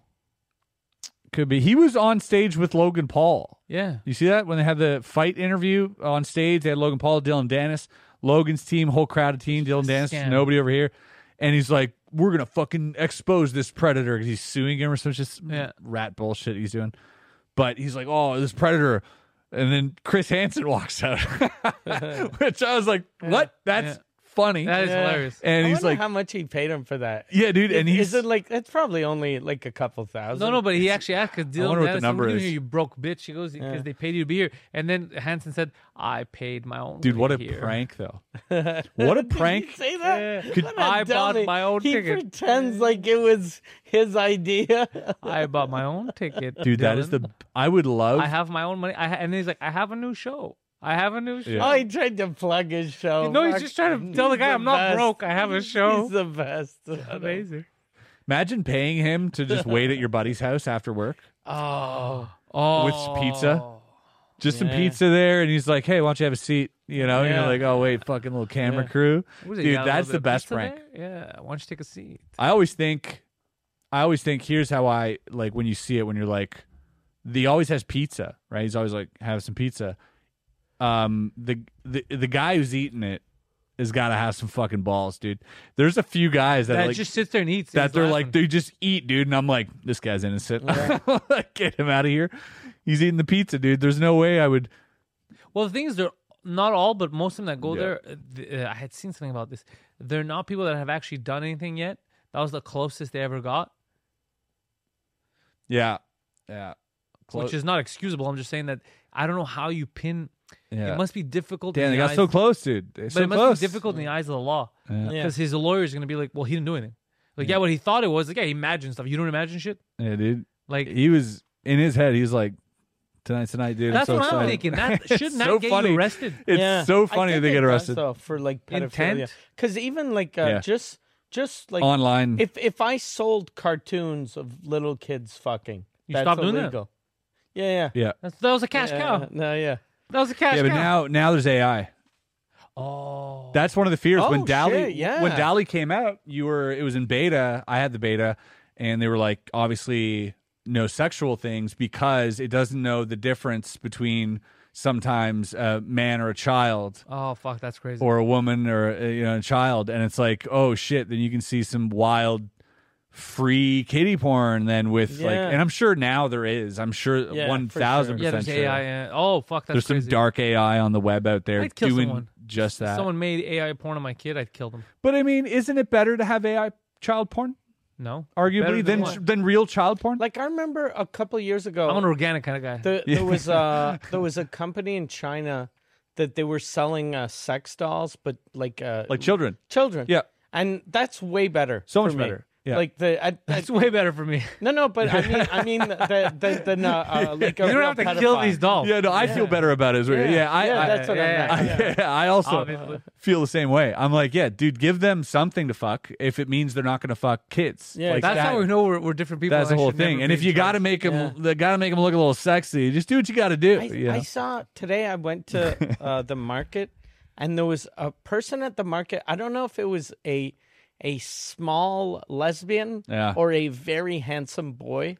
[SPEAKER 1] Could be. He was on stage with Logan Paul.
[SPEAKER 2] Yeah.
[SPEAKER 1] You see that when they had the fight interview on stage, they had Logan Paul, Dylan Dennis, Logan's team, whole crowded team, Dylan Dennis,
[SPEAKER 2] scam.
[SPEAKER 1] nobody over here, and he's like, "We're gonna fucking expose this predator." 'cause he's suing him or some just
[SPEAKER 2] Yeah.
[SPEAKER 1] rat bullshit he's doing, but he's like, "Oh, this predator." And then Chris Hansen walks out, which I was like, "What? That's
[SPEAKER 2] Yeah.
[SPEAKER 1] funny."
[SPEAKER 2] That is
[SPEAKER 3] Yeah.
[SPEAKER 2] hilarious.
[SPEAKER 1] and
[SPEAKER 3] I
[SPEAKER 1] he's
[SPEAKER 3] wonder
[SPEAKER 1] like,
[SPEAKER 3] how much he paid him for that.
[SPEAKER 1] "Yeah, dude." And
[SPEAKER 3] Is-
[SPEAKER 1] he's
[SPEAKER 3] is it like it's probably only like a couple thousand?
[SPEAKER 2] No, no, but he actually asked because Dylan
[SPEAKER 1] wonder what the
[SPEAKER 2] Dennis,
[SPEAKER 1] number
[SPEAKER 2] what are you,
[SPEAKER 1] is."
[SPEAKER 2] doing here, you broke bitch. He goes because they paid you to be here, and then Hanson said, "I paid my own."
[SPEAKER 1] dude,
[SPEAKER 2] way
[SPEAKER 1] what a
[SPEAKER 2] here."
[SPEAKER 1] prank, though. What a
[SPEAKER 3] Did he
[SPEAKER 1] prank!
[SPEAKER 3] say that?
[SPEAKER 2] Could-
[SPEAKER 3] What a
[SPEAKER 2] I bought
[SPEAKER 3] dummy.
[SPEAKER 2] my own
[SPEAKER 3] he
[SPEAKER 2] ticket.
[SPEAKER 3] pretends like it was his idea.
[SPEAKER 2] I bought my own ticket,
[SPEAKER 1] Dude, that is
[SPEAKER 2] Dylan.
[SPEAKER 1] the. I would love.
[SPEAKER 2] I have my own money. I ha- and he's like, I have a new show. I have a new show.
[SPEAKER 3] Oh, he tried to plug his show.
[SPEAKER 2] no, he's
[SPEAKER 3] Fuck.
[SPEAKER 2] just trying to tell the
[SPEAKER 3] He's
[SPEAKER 2] guy I'm not
[SPEAKER 3] best.
[SPEAKER 2] broke. I have a show.
[SPEAKER 3] He's the best.
[SPEAKER 2] Amazing.
[SPEAKER 1] Imagine paying him to just wait at your buddy's house after work
[SPEAKER 2] Oh, oh,
[SPEAKER 1] with pizza. Just some
[SPEAKER 3] Yeah.
[SPEAKER 1] pizza there, and he's like, "Hey, why don't you have a seat?" You know, and
[SPEAKER 3] Yeah.
[SPEAKER 1] you're like, "Oh wait, fucking little camera crew,
[SPEAKER 2] What is it, you
[SPEAKER 1] dude."
[SPEAKER 2] got a
[SPEAKER 1] That's the
[SPEAKER 2] little bit of
[SPEAKER 1] best
[SPEAKER 2] pizza
[SPEAKER 1] prank.
[SPEAKER 2] there? Yeah, why don't you take a seat?
[SPEAKER 1] I always think, I always think. Here's how I like when you see it. When you're like, he always has pizza, right? He's always like, "Have some pizza." Um, the the the guy who's eating it has got to have some fucking balls, dude. There's a few guys that,
[SPEAKER 2] That
[SPEAKER 1] like
[SPEAKER 2] just sits there and eats.
[SPEAKER 1] that they're like, they just eat, dude. And I'm like, this guy's innocent. Get him out of here. He's eating the pizza, dude. There's no way I would.
[SPEAKER 2] Well, the thing is, they're not all, but most of them that go
[SPEAKER 1] Yeah.
[SPEAKER 2] there. uh, th- Uh, I had seen something about this. They're not people that have actually done anything yet. That was the closest they ever got,
[SPEAKER 1] Yeah. Yeah.
[SPEAKER 2] which is not excusable. I'm just saying that I don't know how you pin.
[SPEAKER 1] Yeah.
[SPEAKER 2] It must be difficult.
[SPEAKER 1] Damn,
[SPEAKER 2] in
[SPEAKER 1] they
[SPEAKER 2] the
[SPEAKER 1] got
[SPEAKER 2] eyes,
[SPEAKER 1] so close, dude. They're
[SPEAKER 2] But
[SPEAKER 1] so
[SPEAKER 2] it must
[SPEAKER 1] close.
[SPEAKER 2] be difficult in the eyes of the law
[SPEAKER 1] Yeah.
[SPEAKER 2] because his lawyer is going to be like, "Well, he didn't do anything." Like, yeah, what he thought it was. Like, yeah, he imagined stuff. You don't imagine shit.
[SPEAKER 1] Yeah, dude.
[SPEAKER 2] Like,
[SPEAKER 1] He was in his head. He's like, tonight's the night, dude.
[SPEAKER 2] that's
[SPEAKER 1] I'm so
[SPEAKER 2] what
[SPEAKER 1] excited.
[SPEAKER 2] I'm thinking. That shouldn't
[SPEAKER 1] It's
[SPEAKER 2] that
[SPEAKER 1] so
[SPEAKER 2] get
[SPEAKER 1] funny.
[SPEAKER 2] you arrested?
[SPEAKER 1] It's
[SPEAKER 3] Yeah.
[SPEAKER 1] so
[SPEAKER 3] I
[SPEAKER 1] funny
[SPEAKER 3] think
[SPEAKER 1] they
[SPEAKER 3] it
[SPEAKER 1] get
[SPEAKER 3] does,
[SPEAKER 1] arrested
[SPEAKER 3] though, for like pedophilia.
[SPEAKER 2] Intent?
[SPEAKER 3] Because even like uh,
[SPEAKER 1] Yeah.
[SPEAKER 3] just just like
[SPEAKER 1] online.
[SPEAKER 3] if if I sold cartoons of little kids fucking,
[SPEAKER 2] You
[SPEAKER 3] that's
[SPEAKER 2] stop doing that?
[SPEAKER 3] illegal. Yeah, yeah,
[SPEAKER 1] yeah.
[SPEAKER 2] That's, that was a cash
[SPEAKER 3] yeah.
[SPEAKER 2] cow.
[SPEAKER 3] No, yeah.
[SPEAKER 2] That was a cash
[SPEAKER 1] Yeah, but
[SPEAKER 2] cow.
[SPEAKER 1] now now there's AI.
[SPEAKER 2] oh,
[SPEAKER 1] That's one of the fears when
[SPEAKER 3] Oh,
[SPEAKER 1] Dali
[SPEAKER 3] shit, yeah.
[SPEAKER 1] when Dali came out, you were it was in beta. I had the beta, and they were like, obviously, no sexual things because it doesn't know the difference between sometimes a man or a child
[SPEAKER 2] oh fuck, that's crazy.
[SPEAKER 1] or a woman or uh, you know a child, and it's like, oh shit, then you can see some wild. Free kitty porn, then with like,
[SPEAKER 3] Yeah.
[SPEAKER 1] and I'm sure now there is. I'm sure
[SPEAKER 3] Yeah,
[SPEAKER 1] one
[SPEAKER 3] for
[SPEAKER 1] thousand
[SPEAKER 2] yeah,
[SPEAKER 1] percent
[SPEAKER 2] there's
[SPEAKER 1] sure.
[SPEAKER 2] AI. Uh, oh fuck, that's
[SPEAKER 1] There's some
[SPEAKER 2] crazy.
[SPEAKER 1] dark AI on the web out there
[SPEAKER 2] I'd kill
[SPEAKER 1] doing
[SPEAKER 2] someone.
[SPEAKER 1] just that.
[SPEAKER 2] Someone made AI porn on my kid, I'd kill them.
[SPEAKER 1] But I mean, isn't it better to have AI child porn,
[SPEAKER 2] No, Better
[SPEAKER 1] arguably, than
[SPEAKER 2] what?
[SPEAKER 1] than, real child porn?
[SPEAKER 3] Like I remember a couple years ago,
[SPEAKER 2] I'm an organic kind of guy.
[SPEAKER 3] the, there was a there was a company in China that they were selling uh, sex dolls, but like uh,
[SPEAKER 1] like children?
[SPEAKER 3] children.
[SPEAKER 1] Yeah.
[SPEAKER 3] and that's way better.
[SPEAKER 1] So
[SPEAKER 3] for
[SPEAKER 1] much
[SPEAKER 3] me.
[SPEAKER 1] better. Yeah.
[SPEAKER 3] Like the I, I,
[SPEAKER 2] It's way better for me.
[SPEAKER 3] no no, but I mean I mean the the, the, the uh, uh, like a
[SPEAKER 2] You don't
[SPEAKER 3] real
[SPEAKER 2] have to kill
[SPEAKER 3] pedophile.
[SPEAKER 2] these dolls.
[SPEAKER 1] Yeah, no, I feel better about it. is what- Yeah, I,
[SPEAKER 3] yeah,
[SPEAKER 1] I-
[SPEAKER 3] that's what
[SPEAKER 2] Oh. yeah,
[SPEAKER 3] I
[SPEAKER 1] I,
[SPEAKER 3] meant. Yeah.
[SPEAKER 1] yeah, I also
[SPEAKER 2] Obviously.
[SPEAKER 1] feel the same way. I'm like, yeah, dude, give them something to fuck if it means they're not going to fuck kids.
[SPEAKER 3] Yeah,
[SPEAKER 1] like,
[SPEAKER 2] That's
[SPEAKER 1] that-
[SPEAKER 2] how we know we're, we're different people.
[SPEAKER 1] That's
[SPEAKER 2] I
[SPEAKER 1] the whole
[SPEAKER 2] should never
[SPEAKER 1] thing. And
[SPEAKER 2] be
[SPEAKER 1] if
[SPEAKER 2] in
[SPEAKER 1] you got to
[SPEAKER 2] charge.
[SPEAKER 1] make them, got to make them look a little sexy. Just do what you got to do.
[SPEAKER 3] I,
[SPEAKER 1] yeah.
[SPEAKER 3] I saw today. I went to uh, the market, and there was a person at the market. I don't know if it was a a small lesbian
[SPEAKER 1] Yeah.
[SPEAKER 3] or a very handsome boy,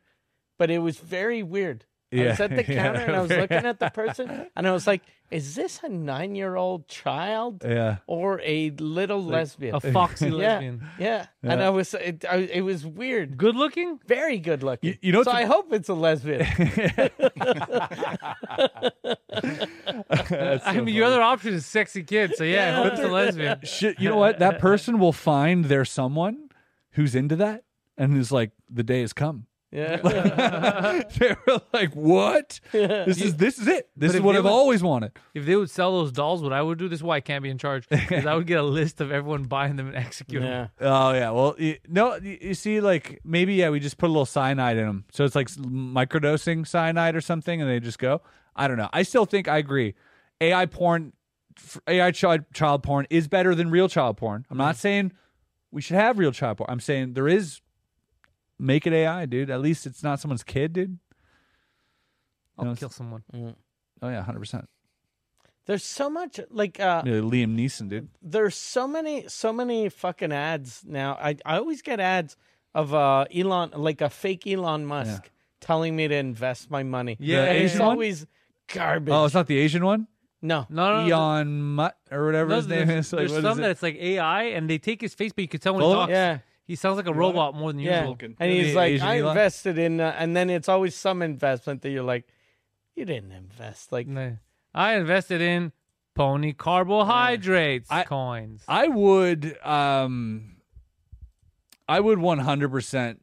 [SPEAKER 3] but it was very weird. I was
[SPEAKER 1] Yeah.
[SPEAKER 3] at the
[SPEAKER 1] Yeah.
[SPEAKER 3] counter and I was looking at the person, and I was like, "Is this a nine year old child
[SPEAKER 1] yeah.
[SPEAKER 3] or a little lesbian?"
[SPEAKER 2] a foxy
[SPEAKER 3] yeah,
[SPEAKER 2] lesbian,
[SPEAKER 3] yeah, And I was it, I, it was weird.
[SPEAKER 2] good looking.
[SPEAKER 3] Very good looking.
[SPEAKER 1] You- you know
[SPEAKER 3] so
[SPEAKER 1] what's-
[SPEAKER 3] I hope it's a lesbian.
[SPEAKER 2] I mean, your other option is sexy kid. So yeah, I hope it's a lesbian.
[SPEAKER 1] Shit, you know what? That person will find their someone who's into that and is like, the day has come.
[SPEAKER 3] yeah.
[SPEAKER 1] They're like, what? This is this is it. This is
[SPEAKER 2] But if
[SPEAKER 1] what
[SPEAKER 2] they
[SPEAKER 1] I've
[SPEAKER 2] would-
[SPEAKER 1] always wanted.
[SPEAKER 2] If they would sell those dolls, what I would do, this is why I can't be in charge, because I would get a list of everyone buying them and executing
[SPEAKER 3] yeah.
[SPEAKER 2] them.
[SPEAKER 1] Oh yeah, well y no, y- you see, like maybe yeah, we just put a little cyanide in them, so it's like s- microdosing cyanide or something, and they just go. I don't know. I still think I agree. AI porn, f- AI child child porn is better than real child porn. I'm not saying we should have real child porn. I'm saying there is make it AI, dude. At least it's not someone's kid, dude.
[SPEAKER 2] I'll
[SPEAKER 1] No, it's-
[SPEAKER 2] kill someone.
[SPEAKER 1] Oh yeah, hundred percent.
[SPEAKER 3] There's so much like uh
[SPEAKER 1] Liam Neeson, dude.
[SPEAKER 3] there's so many so many fucking ads now. I I always get ads of uh Elon like a fake Elon Musk telling me to invest my money.
[SPEAKER 2] Yeah,
[SPEAKER 3] and it's
[SPEAKER 1] Asian one?
[SPEAKER 3] always garbage.
[SPEAKER 1] Oh, it's not the Asian one,
[SPEAKER 3] no.
[SPEAKER 2] No, no, no,
[SPEAKER 1] Elon Mutt or whatever
[SPEAKER 2] Uh, no,
[SPEAKER 1] his name
[SPEAKER 2] there's,
[SPEAKER 1] is. Like,
[SPEAKER 2] there's
[SPEAKER 1] what is
[SPEAKER 2] some
[SPEAKER 1] it?
[SPEAKER 2] that it's like AI, and they take his face, but you could tell when he
[SPEAKER 1] Full-
[SPEAKER 2] talks.
[SPEAKER 3] Yeah.
[SPEAKER 2] He sounds like a robot more than
[SPEAKER 3] Yeah.
[SPEAKER 2] usual.
[SPEAKER 3] And
[SPEAKER 1] Yeah,
[SPEAKER 3] he's
[SPEAKER 1] the
[SPEAKER 3] like
[SPEAKER 1] Asian
[SPEAKER 3] I
[SPEAKER 1] Elon.
[SPEAKER 3] invested in uh, and then it's always some investment that you're like you didn't invest like
[SPEAKER 2] Nah. I invested in pony carbohydrates
[SPEAKER 1] I-
[SPEAKER 2] coins.
[SPEAKER 1] I would um I would 100%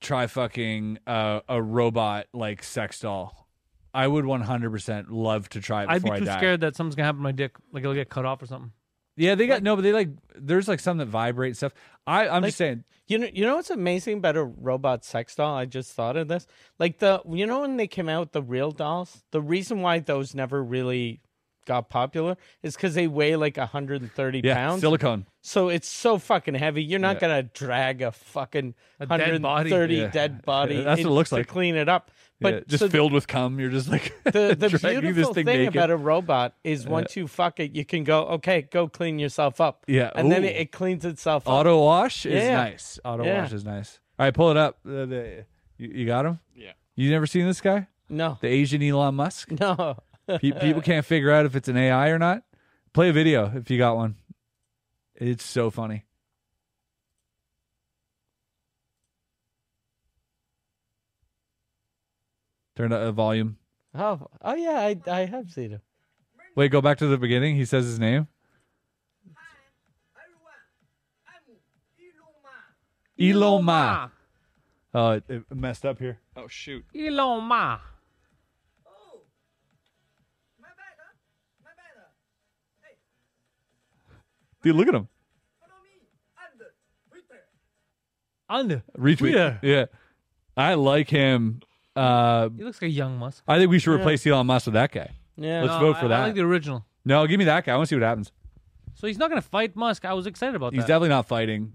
[SPEAKER 1] try fucking uh, a robot like sex doll. I would 100% love to try it
[SPEAKER 2] I'd be
[SPEAKER 1] before
[SPEAKER 2] too
[SPEAKER 1] I die.
[SPEAKER 2] scared that something's gonna happen to my dick, like it'll get cut off or something.
[SPEAKER 1] Yeah, they got no, but they like there's like some that vibrate and stuff. I I'm just saying
[SPEAKER 3] You know, you know what's amazing about a robot sex doll? I just thought of this. Like the, you know, when they came out with the real dolls, the reason why those never really got popular is because they weigh like 130
[SPEAKER 1] yeah,
[SPEAKER 3] pounds.
[SPEAKER 1] silicone.
[SPEAKER 3] so it's so fucking heavy. You're not gonna drag a fucking
[SPEAKER 2] A dead
[SPEAKER 3] 130
[SPEAKER 2] body.
[SPEAKER 1] Yeah.
[SPEAKER 3] dead body.
[SPEAKER 1] That's what it
[SPEAKER 3] in
[SPEAKER 1] looks
[SPEAKER 3] to
[SPEAKER 1] like.
[SPEAKER 3] clean it up. But
[SPEAKER 1] yeah, just
[SPEAKER 3] so
[SPEAKER 1] filled with cum. You're just like
[SPEAKER 3] the, the
[SPEAKER 1] dragging
[SPEAKER 3] beautiful
[SPEAKER 1] this
[SPEAKER 3] thing,
[SPEAKER 1] thing, naked.
[SPEAKER 3] about a robot is once you fuck it, you can go, okay, go clean yourself up.
[SPEAKER 1] Yeah,
[SPEAKER 3] and then
[SPEAKER 1] ooh.
[SPEAKER 3] it, it cleans itself up.
[SPEAKER 1] Auto wash is
[SPEAKER 3] Yeah.
[SPEAKER 1] nice. Auto
[SPEAKER 3] Yeah.
[SPEAKER 1] wash is nice. All right, pull it up. Uh, the, you, you got him?
[SPEAKER 5] Yeah.
[SPEAKER 1] You never seen this guy?
[SPEAKER 3] No,
[SPEAKER 1] The Asian Elon Musk?
[SPEAKER 3] no.
[SPEAKER 1] Pe- people can't figure out if it's an AI or not. Play a video if you got one. It's so funny. Turn up the uh, volume.
[SPEAKER 3] Oh, oh yeah, I I have seen him.
[SPEAKER 1] Wait, go back to the beginning. He says his name. Elon Ma. Oh, it, it messed up here.
[SPEAKER 5] Oh shoot!
[SPEAKER 2] Elon Ma.
[SPEAKER 1] Dude, look at him.
[SPEAKER 2] Under.
[SPEAKER 1] Retweet. Yeah. I like him. Uh,
[SPEAKER 2] He looks like a young Musk.
[SPEAKER 1] I think we should replace Elon Musk with that guy.
[SPEAKER 3] Yeah.
[SPEAKER 1] Let's
[SPEAKER 2] No,
[SPEAKER 1] vote
[SPEAKER 2] I-
[SPEAKER 1] for
[SPEAKER 2] I
[SPEAKER 1] that.
[SPEAKER 2] like the original.
[SPEAKER 1] no, give me that guy. I want to see what happens.
[SPEAKER 2] So he's not gonna fight Musk. I was excited about
[SPEAKER 1] He's
[SPEAKER 2] that.
[SPEAKER 1] definitely not fighting.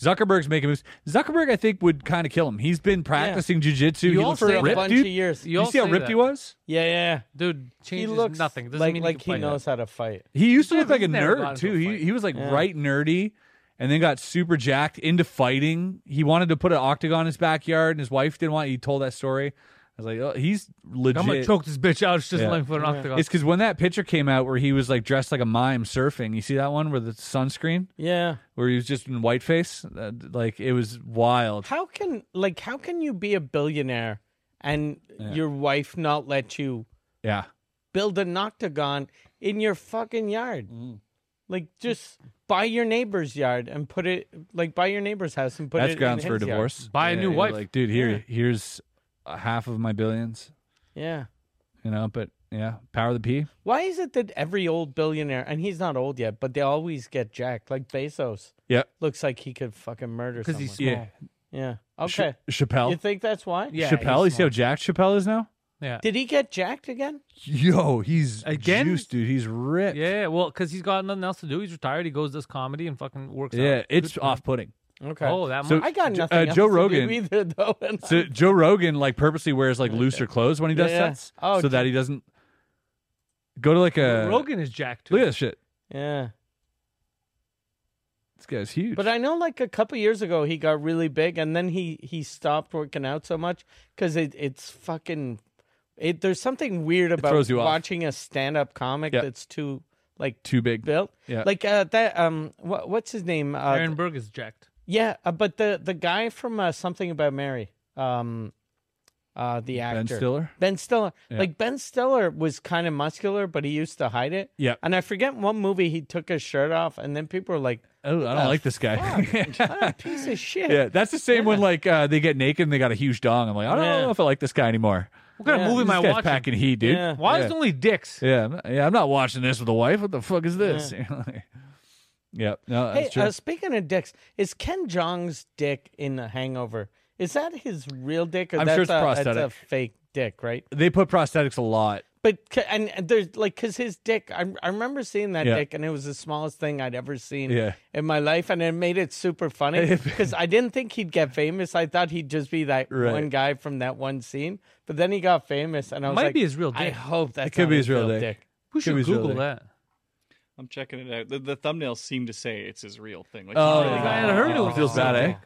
[SPEAKER 1] Zuckerberg's making moves. Zuckerberg, I think, would kind of kill him. He's been practicing jujitsu.
[SPEAKER 2] You
[SPEAKER 1] He
[SPEAKER 2] all
[SPEAKER 1] looks
[SPEAKER 2] say that.
[SPEAKER 1] ripped,
[SPEAKER 3] a bunch
[SPEAKER 1] dude.
[SPEAKER 3] of years.
[SPEAKER 1] you
[SPEAKER 2] all
[SPEAKER 1] see how
[SPEAKER 2] say
[SPEAKER 1] ripped
[SPEAKER 2] that.
[SPEAKER 1] he was?
[SPEAKER 3] Yeah, yeah.
[SPEAKER 2] Dude,
[SPEAKER 3] He
[SPEAKER 2] changes
[SPEAKER 3] looks
[SPEAKER 2] nothing. Doesn't
[SPEAKER 3] like
[SPEAKER 2] mean
[SPEAKER 3] like
[SPEAKER 2] he,
[SPEAKER 3] he
[SPEAKER 2] can fight.
[SPEAKER 3] knows how to fight.
[SPEAKER 1] He used to
[SPEAKER 2] Yeah,
[SPEAKER 1] look like a
[SPEAKER 2] he's never gotten
[SPEAKER 1] nerd
[SPEAKER 2] into a
[SPEAKER 1] too. He
[SPEAKER 2] fight.
[SPEAKER 1] he was like right nerdy, and then got super jacked into fighting. He wanted to put an octagon in his backyard, and his wife didn't want. He told that story. I was like, oh, he's legit.
[SPEAKER 2] I'm gonna choke this bitch out. She doesn't
[SPEAKER 1] Yeah.
[SPEAKER 2] let me put an octagon.
[SPEAKER 1] It's because when that picture came out where he was like dressed like a mime surfing. You see that one with the sunscreen
[SPEAKER 3] Yeah.
[SPEAKER 1] where he was just in whiteface. Uh, like it was wild.
[SPEAKER 3] How can like how can you be a billionaire and your wife not let you
[SPEAKER 1] Yeah.
[SPEAKER 3] build an octagon in your fucking yard?
[SPEAKER 1] Mm-hmm.
[SPEAKER 3] Like just buy your neighbor's yard and put it like buy your neighbor's house and put
[SPEAKER 1] That's
[SPEAKER 3] it
[SPEAKER 1] grounds
[SPEAKER 3] in
[SPEAKER 1] for a
[SPEAKER 3] his yard.
[SPEAKER 1] divorce.
[SPEAKER 2] Buy a new
[SPEAKER 1] you're
[SPEAKER 2] wife.
[SPEAKER 1] Like, dude, here, here's here's a half of my billions,
[SPEAKER 3] Yeah.
[SPEAKER 1] you know. But Yeah, power of the P.
[SPEAKER 3] Why is it that every old billionaire, and he's not old yet, but they always get jacked? Like Bezos
[SPEAKER 1] Yeah,
[SPEAKER 3] looks like he could fucking murder
[SPEAKER 2] because
[SPEAKER 3] someone.
[SPEAKER 2] he's small.
[SPEAKER 1] Yeah.
[SPEAKER 2] Yeah,
[SPEAKER 3] yeah.
[SPEAKER 1] Ch-
[SPEAKER 3] Okay.
[SPEAKER 1] Chappelle.
[SPEAKER 3] you think that's why?
[SPEAKER 2] yeah he's
[SPEAKER 1] Chappelle. You see how
[SPEAKER 2] small.
[SPEAKER 1] Jack Chappelle is now?
[SPEAKER 2] yeah.
[SPEAKER 3] Did he get jacked again?
[SPEAKER 1] Yo, he's
[SPEAKER 2] Again?
[SPEAKER 1] juiced, dude. He's ripped.
[SPEAKER 2] Yeah, well, because he's got nothing else to do. He's retired. He goes does comedy and fucking works.
[SPEAKER 1] Yeah,
[SPEAKER 2] out.
[SPEAKER 1] it's off-putting.
[SPEAKER 3] Okay.
[SPEAKER 2] oh that
[SPEAKER 1] So-
[SPEAKER 2] much.
[SPEAKER 3] I got
[SPEAKER 1] J-
[SPEAKER 3] nothing.
[SPEAKER 1] uh,
[SPEAKER 3] else
[SPEAKER 1] Joe
[SPEAKER 3] to do
[SPEAKER 1] Rogan-
[SPEAKER 3] either though. and
[SPEAKER 1] So Joe Rogan like purposely wears like looser clothes when he does
[SPEAKER 3] Yeah.
[SPEAKER 1] sets,
[SPEAKER 3] Oh,
[SPEAKER 1] so that he doesn't go to like a
[SPEAKER 2] Rogan is jacked too.
[SPEAKER 1] Look at this shit.
[SPEAKER 3] yeah.
[SPEAKER 1] This guy's huge.
[SPEAKER 3] But I know, like a couple years ago, he got really big, and then he he stopped working out so much because it it's fucking. It, there's something weird about
[SPEAKER 1] throws you off.
[SPEAKER 3] watching a stand-up comic
[SPEAKER 1] Yeah.
[SPEAKER 3] that's too like
[SPEAKER 1] Too big.
[SPEAKER 3] built.
[SPEAKER 1] Yeah.
[SPEAKER 3] Like uh, that. Um. What, what's his name? Uh,
[SPEAKER 2] Aaron Berg is jacked.
[SPEAKER 3] Yeah, uh, but the the guy from uh, Something About Mary, um, uh, the actor
[SPEAKER 1] Ben Stiller.
[SPEAKER 3] Ben Stiller. Like Ben Stiller was kind of muscular, but he used to hide it.
[SPEAKER 1] Yeah.
[SPEAKER 3] And I forget in one movie he took his shirt off, and then people were like,
[SPEAKER 1] Oh, I don't like this guy.
[SPEAKER 3] "Ah, piece of shit."
[SPEAKER 1] yeah, that's the same when like uh, they get naked and they got a huge dong. I'm like, I don't
[SPEAKER 3] Yeah.
[SPEAKER 1] know if I like this guy anymore.
[SPEAKER 2] What kind
[SPEAKER 3] Yeah.
[SPEAKER 2] of movie
[SPEAKER 1] This
[SPEAKER 2] am I
[SPEAKER 1] guy's
[SPEAKER 2] watching?
[SPEAKER 1] packing heat, dude.
[SPEAKER 3] Yeah.
[SPEAKER 2] Why
[SPEAKER 1] Yeah.
[SPEAKER 2] is it only dicks?
[SPEAKER 1] Yeah, I'm not- yeah, I'm not watching this with a wife. What the fuck is this? yep. No, that's
[SPEAKER 3] Hey,
[SPEAKER 1] true.
[SPEAKER 3] uh, speaking of dicks, is Ken Jong's dick in The Hangover? Is that his real dick, or
[SPEAKER 1] I'm
[SPEAKER 3] that's
[SPEAKER 1] sure it's
[SPEAKER 3] a, That's
[SPEAKER 1] prosthetic.
[SPEAKER 3] a fake dick, right?
[SPEAKER 1] they put prosthetics a lot.
[SPEAKER 3] But c- and and there's like because his dick, I I remember seeing that
[SPEAKER 1] Yeah.
[SPEAKER 3] dick, and it was the smallest thing I'd ever seen
[SPEAKER 1] Yeah.
[SPEAKER 3] in my life, and it made it super funny because I didn't think he'd get famous. I thought he'd just be that
[SPEAKER 1] Right.
[SPEAKER 3] one guy from that one scene, but then he got famous, and I was
[SPEAKER 2] Might
[SPEAKER 3] like,
[SPEAKER 2] be his real
[SPEAKER 3] I
[SPEAKER 2] dick."
[SPEAKER 3] hope that
[SPEAKER 1] could be his real dick.
[SPEAKER 2] We
[SPEAKER 1] Could be
[SPEAKER 2] should
[SPEAKER 1] his real
[SPEAKER 2] Google
[SPEAKER 1] dick.
[SPEAKER 2] that.
[SPEAKER 5] I'm checking it out. The, the thumbnails seem to say it's his real thing. Like,
[SPEAKER 1] Oh,
[SPEAKER 5] he really
[SPEAKER 1] yeah.
[SPEAKER 5] got-
[SPEAKER 2] I had heard it was
[SPEAKER 1] feels
[SPEAKER 2] his
[SPEAKER 1] bad,
[SPEAKER 2] real
[SPEAKER 1] eh?
[SPEAKER 2] dick.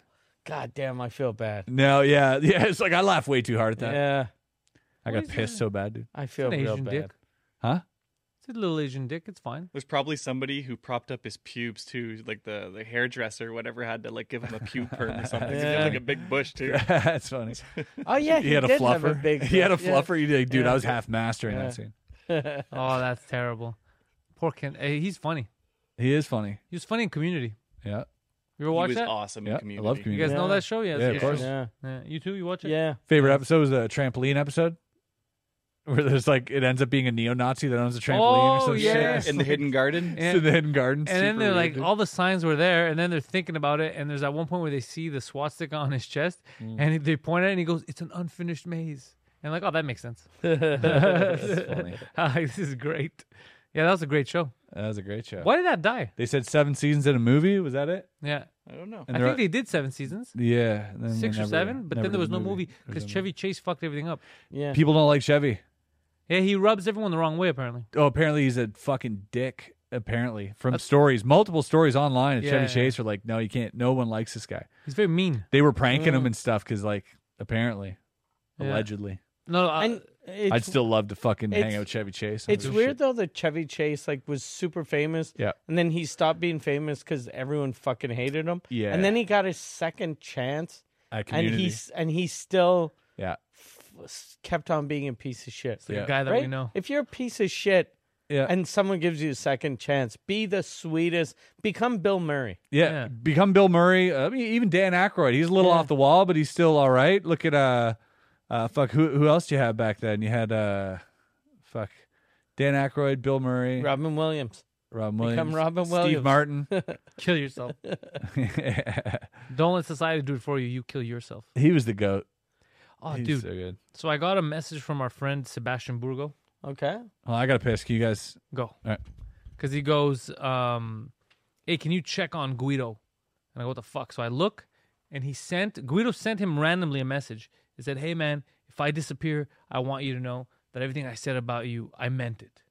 [SPEAKER 3] God damn, I feel bad.
[SPEAKER 1] No, yeah, yeah. It's like I laugh way too hard at that.
[SPEAKER 3] Yeah,
[SPEAKER 1] I got pissed so bad, dude.
[SPEAKER 3] I
[SPEAKER 2] It's
[SPEAKER 3] feel
[SPEAKER 2] an
[SPEAKER 3] real
[SPEAKER 2] Asian
[SPEAKER 3] bad.
[SPEAKER 2] dick.
[SPEAKER 1] Huh?
[SPEAKER 2] It's a little Asian dick. It's fine.
[SPEAKER 5] There's probably somebody who propped up his pubes too, like the, the hairdresser, whatever, had to like give him a pube perm or something. 'cause He
[SPEAKER 3] Yeah.
[SPEAKER 5] had like a big bush too.
[SPEAKER 1] That's funny.
[SPEAKER 3] Oh yeah, he,
[SPEAKER 1] He had a
[SPEAKER 3] did have
[SPEAKER 1] fluffer.
[SPEAKER 3] big
[SPEAKER 1] he had a
[SPEAKER 3] dick, yeah.
[SPEAKER 1] fluffer. You're like, dude, I was half master in that scene.
[SPEAKER 2] Oh, that's terrible. Poor Ken. Hey, he's funny.
[SPEAKER 1] He is funny.
[SPEAKER 2] He was funny in Community.
[SPEAKER 1] Yeah,
[SPEAKER 2] You ever
[SPEAKER 5] He
[SPEAKER 2] watch
[SPEAKER 5] was
[SPEAKER 2] that?
[SPEAKER 5] awesome
[SPEAKER 1] yeah.
[SPEAKER 5] in community.
[SPEAKER 1] I love
[SPEAKER 2] You
[SPEAKER 1] community.
[SPEAKER 2] guys know
[SPEAKER 3] Yeah.
[SPEAKER 2] that show? Yeah, it's
[SPEAKER 1] Yeah,
[SPEAKER 2] a
[SPEAKER 1] of
[SPEAKER 2] good
[SPEAKER 1] course.
[SPEAKER 2] show.
[SPEAKER 3] Yeah,
[SPEAKER 2] Yeah. You too? You watch it?
[SPEAKER 3] yeah.
[SPEAKER 1] Favorite episode was the trampoline episode, where there's like it ends up being a neo-Nazi that owns a trampoline or
[SPEAKER 2] Oh,
[SPEAKER 1] some
[SPEAKER 2] yeah.
[SPEAKER 1] shit.
[SPEAKER 5] In the hidden garden.
[SPEAKER 1] It's in the hidden garden.
[SPEAKER 2] And then
[SPEAKER 1] Super
[SPEAKER 2] they're
[SPEAKER 1] weird,
[SPEAKER 2] like,
[SPEAKER 1] dude.
[SPEAKER 2] all the signs were there, and then they're thinking about it, and there's at one point where they see the swastika on his chest,
[SPEAKER 1] Mm.
[SPEAKER 2] and they point at it, and he goes, "It's an unfinished maze." And like, oh, that makes sense. this is great. Yeah, that was a great show.
[SPEAKER 1] that was a great show.
[SPEAKER 2] Why did that die?
[SPEAKER 1] They said seven seasons in a movie. Was that it?
[SPEAKER 2] Yeah,
[SPEAKER 5] I don't know.
[SPEAKER 1] And
[SPEAKER 2] I
[SPEAKER 1] they're-
[SPEAKER 2] think they did seven seasons,
[SPEAKER 1] yeah, and then they
[SPEAKER 2] six or
[SPEAKER 1] never-
[SPEAKER 2] seven, but
[SPEAKER 1] never
[SPEAKER 2] then there
[SPEAKER 1] did
[SPEAKER 2] was
[SPEAKER 1] the
[SPEAKER 2] no movie because Chevy Chase fucked everything up.
[SPEAKER 3] Yeah.
[SPEAKER 1] People don't like Chevy.
[SPEAKER 2] Yeah, he rubs everyone the wrong way apparently.
[SPEAKER 1] Oh, apparently he's a fucking dick. Apparently, from stories, multiple stories online at
[SPEAKER 2] Yeah.
[SPEAKER 1] Chevy Chase are like, no, you can't. No one likes this guy.
[SPEAKER 2] He's very mean.
[SPEAKER 1] They were pranking
[SPEAKER 3] Mm.
[SPEAKER 1] him and stuff because, like, apparently, allegedly,
[SPEAKER 2] No, uh, no, I-
[SPEAKER 3] And it's
[SPEAKER 1] I'd still love to fucking hang
[SPEAKER 3] it's-
[SPEAKER 1] out with Chevy Chase.
[SPEAKER 3] It's weird though that Chevy Chase like was super famous.
[SPEAKER 1] Yeah.
[SPEAKER 3] And then he stopped being famous because everyone fucking hated him.
[SPEAKER 1] Yeah.
[SPEAKER 3] And then he got his second chance,
[SPEAKER 1] At
[SPEAKER 3] and
[SPEAKER 1] community.
[SPEAKER 3] he's and he still
[SPEAKER 1] yeah,
[SPEAKER 3] f- kept on being a piece of shit.
[SPEAKER 2] it's like
[SPEAKER 1] yeah.
[SPEAKER 2] a guy that
[SPEAKER 3] right?
[SPEAKER 2] we know.
[SPEAKER 3] If you're a piece of shit
[SPEAKER 1] yeah,
[SPEAKER 3] and someone gives you a second chance, be the sweetest. Become Bill Murray.
[SPEAKER 1] yeah,
[SPEAKER 2] yeah.
[SPEAKER 1] Become Bill Murray. Uh, I mean, even Dan Aykroyd. He's a little off the wall, but he's still all right. Look at uh, uh, fuck. Who who else do you have back then? You had uh, fuck, Dan Aykroyd, Bill Murray, Rob,
[SPEAKER 3] Robin Williams.
[SPEAKER 1] Williams,
[SPEAKER 3] become Robin
[SPEAKER 1] Steve
[SPEAKER 3] Williams.
[SPEAKER 1] Martin.
[SPEAKER 2] Kill yourself. Don't let society do it for you. You kill yourself.
[SPEAKER 1] he was the goat.
[SPEAKER 2] Oh,
[SPEAKER 1] He's
[SPEAKER 2] dude.
[SPEAKER 1] so good.
[SPEAKER 2] So I got a message from our friend Sebastian Burgo.
[SPEAKER 3] Okay.
[SPEAKER 1] Well, I gotta piss. Can you guys?
[SPEAKER 2] Go.
[SPEAKER 1] All right.
[SPEAKER 2] Because he goes, um, hey, can you check on Guido? And I go, what the fuck? So I look and he sent, Guido sent him randomly a message. He said, hey, man, if I disappear, I want you to know that everything I said about you, I meant it.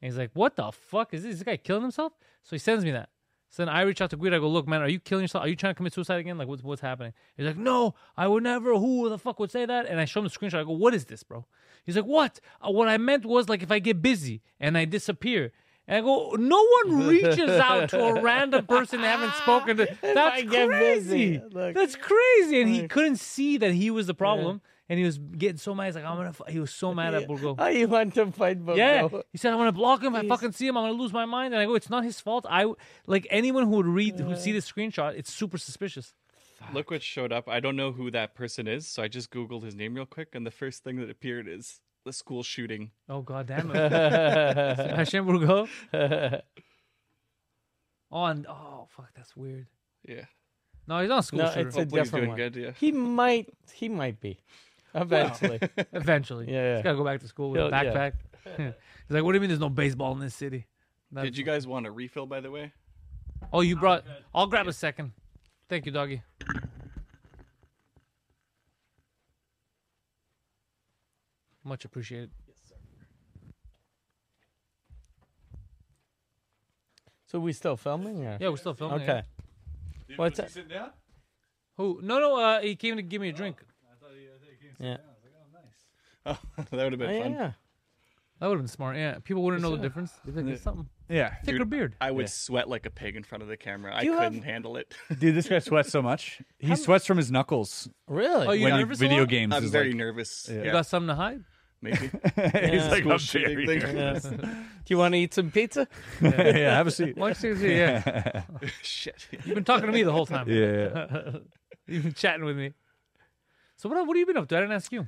[SPEAKER 2] And he's like, what the fuck? Is this, is this guy killing himself? So he sends me that. So then I reach out to Guido. I go, look, man, are you killing yourself? Are you trying to commit suicide again? Like, what's, what's happening? He's like, no, I would never. Who the fuck would say that? And I show him the screenshot. I go, what is this, bro? He's like, what? Uh, What I meant was, like, if I get busy and I disappear. And I go, no one reaches out to a random person they haven't spoken to. That's
[SPEAKER 3] get busy,
[SPEAKER 2] crazy.
[SPEAKER 3] look.
[SPEAKER 2] That's crazy. And he couldn't see that he was the problem. And he was getting so mad. He's like, I'm going to, he was so mad at Burgo.
[SPEAKER 3] Oh, you want to fight Bobo?
[SPEAKER 2] Yeah, he said I'm gonna block him. If I fucking see him, I'm gonna lose my mind. And I go, it's not his fault. I like anyone who would read, who see the screenshot, it's super suspicious.
[SPEAKER 5] Look what showed up. I don't know who that person is, so I just Googled his name real quick, and the first thing that appeared is the school shooting.
[SPEAKER 2] Oh god damn it. Sebastian Bourgo. Oh, and, oh fuck, that's weird.
[SPEAKER 5] Yeah.
[SPEAKER 2] No, he's not a school
[SPEAKER 3] No,
[SPEAKER 2] shooter.
[SPEAKER 3] it's a
[SPEAKER 5] Hopefully he's
[SPEAKER 3] different
[SPEAKER 5] doing
[SPEAKER 3] one.
[SPEAKER 5] good, yeah.
[SPEAKER 3] He might. He might be. Eventually. Yeah,
[SPEAKER 2] Eventually.
[SPEAKER 3] yeah.
[SPEAKER 2] He's gotta go back to school with a
[SPEAKER 3] Yeah, yeah.
[SPEAKER 2] backpack. he's like, What do you mean there's no baseball in this city? That's-
[SPEAKER 5] Did you guys want a refill, by the way?
[SPEAKER 2] Oh you brought I'll grab a second. Thank you, doggy. Much appreciated.
[SPEAKER 3] so we still filming? Or?
[SPEAKER 2] Yeah, we're still filming. yeah.
[SPEAKER 3] Okay. What's that?
[SPEAKER 1] Sit down.
[SPEAKER 2] Who? No, no. Uh, he came to give me a drink.
[SPEAKER 3] Yeah.
[SPEAKER 5] Oh, that would have been fun.
[SPEAKER 3] Yeah.
[SPEAKER 2] That would have been smart. Yeah, people wouldn't know the difference. They'd be like, "There's something
[SPEAKER 1] Yeah,
[SPEAKER 2] thicker
[SPEAKER 5] Dude,
[SPEAKER 2] beard.
[SPEAKER 5] I would sweat like a pig in front of the camera. I
[SPEAKER 3] you have-
[SPEAKER 5] couldn't handle it.
[SPEAKER 1] dude, this guy sweats so much. He sweats from his knuckles
[SPEAKER 3] Really?
[SPEAKER 2] Oh, you
[SPEAKER 1] when he
[SPEAKER 2] nervous a
[SPEAKER 1] video
[SPEAKER 2] lot?
[SPEAKER 1] games.
[SPEAKER 5] I'm
[SPEAKER 1] is
[SPEAKER 5] very
[SPEAKER 1] like,
[SPEAKER 5] nervous.
[SPEAKER 1] You
[SPEAKER 5] Yeah.
[SPEAKER 2] You got something to hide?
[SPEAKER 5] maybe.
[SPEAKER 1] he's like,
[SPEAKER 5] School
[SPEAKER 1] I'm
[SPEAKER 5] shooting
[SPEAKER 1] very
[SPEAKER 5] thing.
[SPEAKER 3] Yeah. Do you want to eat some pizza?
[SPEAKER 1] nervous. yeah, have a seat.
[SPEAKER 2] Why don't you see? Yeah,
[SPEAKER 5] Shit.
[SPEAKER 2] you've been talking to me the whole time.
[SPEAKER 1] Yeah.
[SPEAKER 2] You've been chatting with me. So what? What have you been up to? I didn't ask you.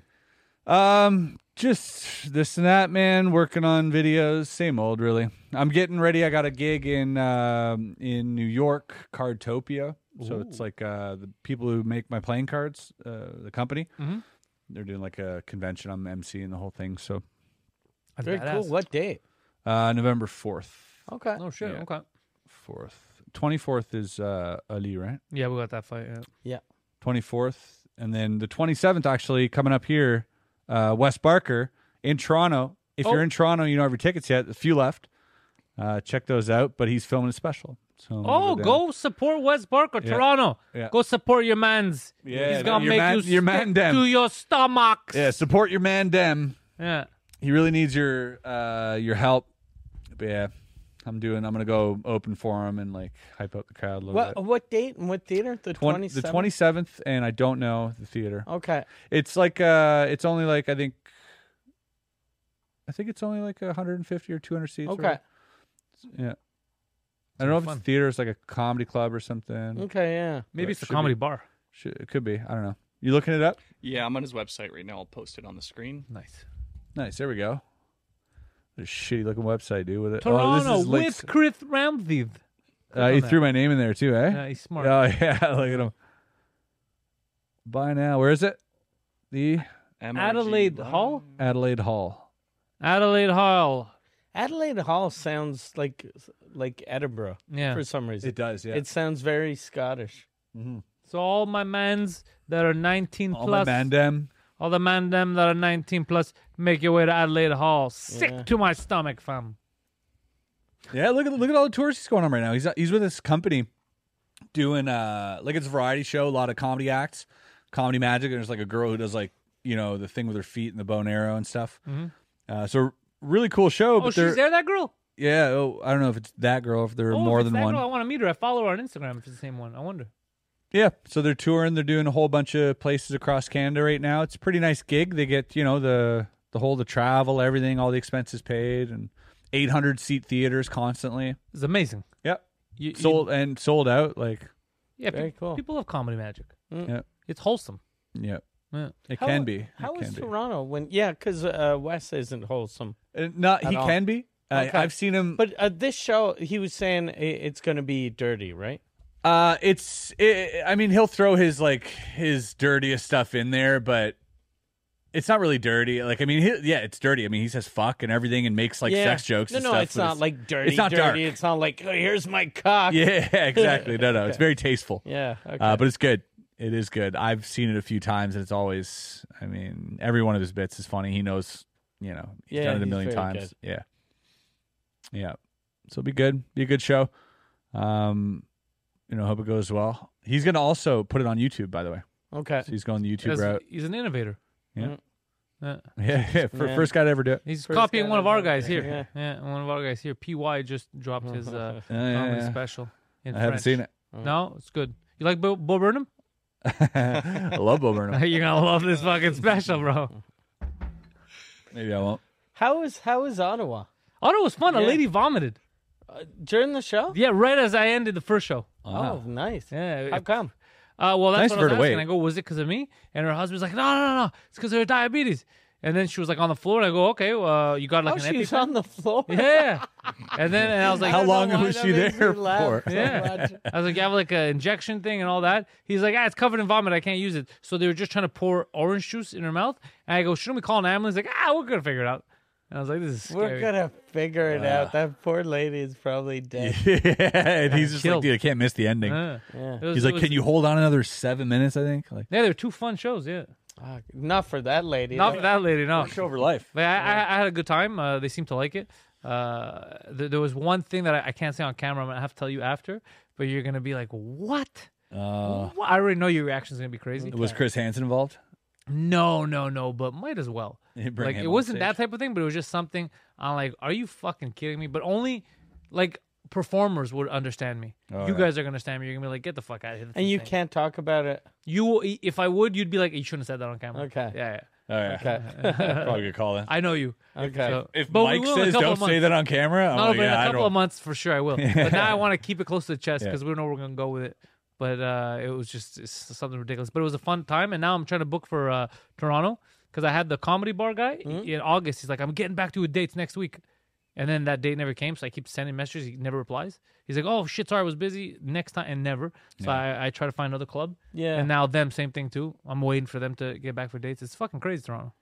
[SPEAKER 1] Um, just this and that, man. Working on videos, same old, really. I'm getting ready. I got a gig in um, in New York, Cardtopia. So it's like uh, the people who make my playing cards, uh, the company.
[SPEAKER 2] Mhm.
[SPEAKER 1] They're doing like a convention. I'm MC and the whole thing. So
[SPEAKER 2] That's
[SPEAKER 3] Very cool.
[SPEAKER 2] badass.
[SPEAKER 3] What date?
[SPEAKER 1] uh, November fourth,
[SPEAKER 3] Okay.
[SPEAKER 2] Oh shit.
[SPEAKER 1] Yeah.
[SPEAKER 2] Okay.
[SPEAKER 1] fourth, twenty fourth is uh, Ali, right?
[SPEAKER 2] Yeah, we got that fight. Yeah.
[SPEAKER 3] Yeah.
[SPEAKER 1] 24th and then the 27th actually coming up here uh west barker in toronto if
[SPEAKER 2] Oh.
[SPEAKER 1] you're in toronto you don't have your tickets yet a few left uh check those out but he's filming a special so I'm gonna
[SPEAKER 2] Oh,
[SPEAKER 1] down.
[SPEAKER 2] go support West Park or
[SPEAKER 1] Yeah.
[SPEAKER 2] Toronto.
[SPEAKER 1] Yeah.
[SPEAKER 2] Go support your man's.
[SPEAKER 1] Yeah,
[SPEAKER 2] He's gonna
[SPEAKER 1] your
[SPEAKER 2] make
[SPEAKER 1] man-
[SPEAKER 2] you
[SPEAKER 1] your man
[SPEAKER 2] stick
[SPEAKER 1] dem.
[SPEAKER 2] to your stomachs.
[SPEAKER 1] yeah support your man dem
[SPEAKER 2] Yeah.
[SPEAKER 1] he really needs your uh your help but yeah i'm doing i'm gonna go open for him and like hype up the crowd a little
[SPEAKER 3] What
[SPEAKER 2] Oh,
[SPEAKER 1] bit
[SPEAKER 3] what date and what theater? The
[SPEAKER 1] Twen-
[SPEAKER 3] twenty.
[SPEAKER 1] the 27th and i don't know the theater
[SPEAKER 3] Okay.
[SPEAKER 1] It's like uh it's only like I think I think it's only like 150 or 200 seats. or-
[SPEAKER 3] Okay.
[SPEAKER 1] yeah. I don't know if
[SPEAKER 2] fun.
[SPEAKER 1] it's theater. It's like a comedy club or something.
[SPEAKER 3] Okay. Yeah.
[SPEAKER 2] Maybe
[SPEAKER 1] But
[SPEAKER 2] it's a
[SPEAKER 1] should be-
[SPEAKER 2] comedy bar.
[SPEAKER 1] Sh- It could be. I don't know. You looking it up?
[SPEAKER 5] Yeah, I'm on his website right now. I'll post it on the screen.
[SPEAKER 2] Nice.
[SPEAKER 1] Oh, Nice. There we go. What a shitty looking website, dude. With it. oh,
[SPEAKER 2] Toronto
[SPEAKER 1] this is like,
[SPEAKER 2] with Chris Ramsey.
[SPEAKER 1] uh,
[SPEAKER 2] on
[SPEAKER 1] he
[SPEAKER 2] that.
[SPEAKER 1] threw my name in there too, eh?
[SPEAKER 2] Yeah, he's smart.
[SPEAKER 1] oh yeah, look at him. Buy now. Where is it? The
[SPEAKER 5] MRG
[SPEAKER 2] Adelaide
[SPEAKER 5] Live.
[SPEAKER 2] Hall?
[SPEAKER 1] Adelaide Hall.
[SPEAKER 2] Adelaide Hall.
[SPEAKER 3] Adelaide Hall sounds like like Edinburgh
[SPEAKER 2] Yeah.
[SPEAKER 3] for some reason.
[SPEAKER 1] does, yeah.
[SPEAKER 3] It sounds very Scottish.
[SPEAKER 2] So all my mans that are 19
[SPEAKER 1] All my
[SPEAKER 2] plus,
[SPEAKER 1] mandem.
[SPEAKER 2] all the man them that are 19 plus, make your way to Adelaide Hall. Sick
[SPEAKER 3] Yeah.
[SPEAKER 2] to my stomach, fam.
[SPEAKER 1] Yeah, look at look at all the tours he's going on right now. He's he's with this company doing uh like it's a variety show, a lot of comedy acts, comedy magic, and there's like a girl who does like you know the thing with her feet and the bow and arrow and stuff. Uh, so really cool show.
[SPEAKER 2] Mm-hmm. Oh,
[SPEAKER 1] But
[SPEAKER 2] she's
[SPEAKER 1] there,
[SPEAKER 2] there, that girl.
[SPEAKER 1] yeah, oh, I don't know if it's that girl, if there are
[SPEAKER 2] oh, if
[SPEAKER 1] more
[SPEAKER 2] it's
[SPEAKER 1] than
[SPEAKER 2] that
[SPEAKER 1] one.
[SPEAKER 2] Girl, I want to meet her. I follow her on Instagram. If it's the same one, I wonder.
[SPEAKER 1] Yeah, so they're touring. They're doing a whole bunch of places across Canada right now. It's a pretty nice gig. They get you know the the whole the travel, everything, all the expenses paid, and 800 seat theaters constantly.
[SPEAKER 2] It's amazing.
[SPEAKER 1] Yep,
[SPEAKER 2] You, you-
[SPEAKER 1] sold and sold out like.
[SPEAKER 2] yeah,
[SPEAKER 3] Very
[SPEAKER 2] pe-
[SPEAKER 3] cool. Mm.
[SPEAKER 2] People love comedy magic.
[SPEAKER 1] Yeah.
[SPEAKER 2] It's wholesome.
[SPEAKER 1] Yeah.
[SPEAKER 2] Yeah.
[SPEAKER 1] It
[SPEAKER 3] How-
[SPEAKER 1] can be. It
[SPEAKER 3] How
[SPEAKER 1] can
[SPEAKER 3] is
[SPEAKER 1] be.
[SPEAKER 3] Toronto when? Yeah, because uh, Wes isn't wholesome.
[SPEAKER 1] Uh, No, he
[SPEAKER 3] all?
[SPEAKER 1] can be. I
[SPEAKER 3] Okay.
[SPEAKER 1] I've seen him.
[SPEAKER 3] But uh, this show, he was saying i it's going to be dirty, right?
[SPEAKER 1] uh, it's. It, I mean, he'll throw his like his dirtiest stuff in there, but it's not really dirty. Like, I mean, he, yeah, it's dirty. I mean, he says fuck and everything and makes like sex jokes.
[SPEAKER 3] No,
[SPEAKER 1] and
[SPEAKER 3] no,
[SPEAKER 1] stuff,
[SPEAKER 3] it's
[SPEAKER 1] but
[SPEAKER 3] not like dirty.
[SPEAKER 1] it's not
[SPEAKER 3] dirty.
[SPEAKER 1] dark.
[SPEAKER 3] It's not like oh, here's my cock.
[SPEAKER 1] Yeah, exactly. No, no, it's very tasteful.
[SPEAKER 3] Yeah. Okay.
[SPEAKER 1] Uh, but it's good. It is good. I've seen it a few times, and it's always. I mean, every one of his bits is funny. He knows. You know, he's
[SPEAKER 3] Yeah,
[SPEAKER 1] done it a
[SPEAKER 3] he's
[SPEAKER 1] million
[SPEAKER 3] very
[SPEAKER 1] times. Yeah. Yeah. So it'll be good. Be a good show. Um, you know, hope it goes well. He's gonna also put it on YouTube, by the way.
[SPEAKER 3] okay.
[SPEAKER 1] So he's going the YouTube
[SPEAKER 2] That's-
[SPEAKER 1] route.
[SPEAKER 2] He's an innovator.
[SPEAKER 1] Yeah.
[SPEAKER 2] Yeah.
[SPEAKER 1] Yeah, yeah. For,
[SPEAKER 3] Yeah.
[SPEAKER 1] First guy to ever do it.
[SPEAKER 2] He's
[SPEAKER 3] Mm. First
[SPEAKER 2] copying
[SPEAKER 3] guy
[SPEAKER 2] one of
[SPEAKER 3] to
[SPEAKER 2] our
[SPEAKER 3] do it.
[SPEAKER 2] guys here.
[SPEAKER 3] Yeah.
[SPEAKER 2] Yeah. one of our guys here. Py just dropped his uh,
[SPEAKER 1] Yeah, yeah,
[SPEAKER 2] comedy
[SPEAKER 1] yeah.
[SPEAKER 2] special. In
[SPEAKER 1] I haven't
[SPEAKER 2] French.
[SPEAKER 1] seen it.
[SPEAKER 2] No, it's good. You like Bo, Bo Burnham?
[SPEAKER 1] I love Bo Burnham.
[SPEAKER 2] You're gonna love this fucking special, bro.
[SPEAKER 1] Maybe I won't.
[SPEAKER 3] How is how is Ottawa
[SPEAKER 2] Otto Oh, was fun. A
[SPEAKER 3] Yeah.
[SPEAKER 2] lady vomited.
[SPEAKER 3] during the show?
[SPEAKER 2] Yeah, right as I ended the first show.
[SPEAKER 3] Oh, nice.
[SPEAKER 2] Yeah.
[SPEAKER 3] How come?
[SPEAKER 2] Uh, well,
[SPEAKER 1] Nice
[SPEAKER 2] that's what
[SPEAKER 1] of
[SPEAKER 2] I was
[SPEAKER 1] her to
[SPEAKER 2] asking.
[SPEAKER 1] wait.
[SPEAKER 2] I go, was it because of me? And her husband's like, no, no, no, no. it's because of her diabetes. And then she was like on the floor, and I go, okay, uh, you got like
[SPEAKER 3] oh,
[SPEAKER 2] an
[SPEAKER 3] she's
[SPEAKER 2] EpiPen?
[SPEAKER 3] on the floor.
[SPEAKER 2] Yeah. And then and I was like,
[SPEAKER 1] How long
[SPEAKER 3] Why
[SPEAKER 1] was
[SPEAKER 3] that
[SPEAKER 1] she
[SPEAKER 3] makes
[SPEAKER 1] there
[SPEAKER 3] me laugh
[SPEAKER 1] for?
[SPEAKER 3] so
[SPEAKER 2] Yeah.
[SPEAKER 3] much.
[SPEAKER 2] I was like, you have like an injection thing and all that. He's like, ah, it's covered in vomit. I can't use it. So they were just trying to pour orange juice in her mouth. And I go, shouldn't we call an ambulance? He's like, ah, we're gonna figure it out. And I was like, this is scary.
[SPEAKER 3] We're gonna figure it out. That poor lady is probably dead.
[SPEAKER 1] yeah, and he's just
[SPEAKER 2] Killed.
[SPEAKER 1] like, dude, I can't miss the ending.
[SPEAKER 2] Yeah. Uh, It was-
[SPEAKER 1] he's
[SPEAKER 2] it
[SPEAKER 1] like,
[SPEAKER 2] was-
[SPEAKER 1] can you hold on another seven minutes? I think. Like,
[SPEAKER 2] Yeah, they were two fun shows. Yeah,
[SPEAKER 3] Fuck. Not for that lady.
[SPEAKER 2] not
[SPEAKER 3] though.
[SPEAKER 2] for that lady. No,
[SPEAKER 1] over life.
[SPEAKER 2] But I, I, I had a good time. Uh, they seemed to like it. Uh, th- there was one thing that I, I can't say on camera. I'm gonna have to tell you after, but you're gonna be like, "What?
[SPEAKER 1] Uh, Mm-hmm.
[SPEAKER 2] Wha- I already know your reaction's gonna be crazy."
[SPEAKER 1] Was Chris Hansen involved?
[SPEAKER 2] No, no, no. But might as well.
[SPEAKER 1] Yeah, bring
[SPEAKER 2] Like
[SPEAKER 1] him
[SPEAKER 2] it
[SPEAKER 1] on
[SPEAKER 2] wasn't that
[SPEAKER 1] stage.
[SPEAKER 2] type of thing, but it was just something. I'm like, "Are you fucking kidding me?" But only like performers would understand me.
[SPEAKER 1] Oh,
[SPEAKER 2] you
[SPEAKER 1] yeah.
[SPEAKER 2] guys are gonna understand me. You're gonna be like, "Get the fuck out of here."
[SPEAKER 3] And you can't talk about it.
[SPEAKER 2] You, if I would, you'd be like, "You shouldn't have said that on camera."
[SPEAKER 3] Okay.
[SPEAKER 2] Yeah. yeah.
[SPEAKER 1] Oh yeah, probably good call in.
[SPEAKER 2] I know you.
[SPEAKER 3] Okay.
[SPEAKER 2] So-
[SPEAKER 1] If
[SPEAKER 2] but we
[SPEAKER 1] Mike
[SPEAKER 2] will in a
[SPEAKER 1] says
[SPEAKER 2] couple
[SPEAKER 1] don't
[SPEAKER 2] of
[SPEAKER 1] say
[SPEAKER 2] months."
[SPEAKER 1] that on camera, I'm
[SPEAKER 2] No,
[SPEAKER 1] like,
[SPEAKER 2] but
[SPEAKER 1] Oh, yeah,
[SPEAKER 2] in
[SPEAKER 1] I
[SPEAKER 2] a couple
[SPEAKER 1] don't.
[SPEAKER 2] of months for sure I will. But now I want to keep it close to the chest because we don't know where we're gonna go with it. But uh, it was just it's something ridiculous. But it was a fun time, and now I'm trying to book for uh, Toronto because I had the comedy bar guy in August. He's like, I'm getting back to a dates next week, and then that date never came. So I keep sending messages, he never replies. He's like, Oh shit, sorry, I was busy. Next time, and never. So I, I try to find another club.
[SPEAKER 3] Yeah.
[SPEAKER 2] And now them, same thing too. I'm waiting for them to get back for dates. It's fucking crazy, Toronto.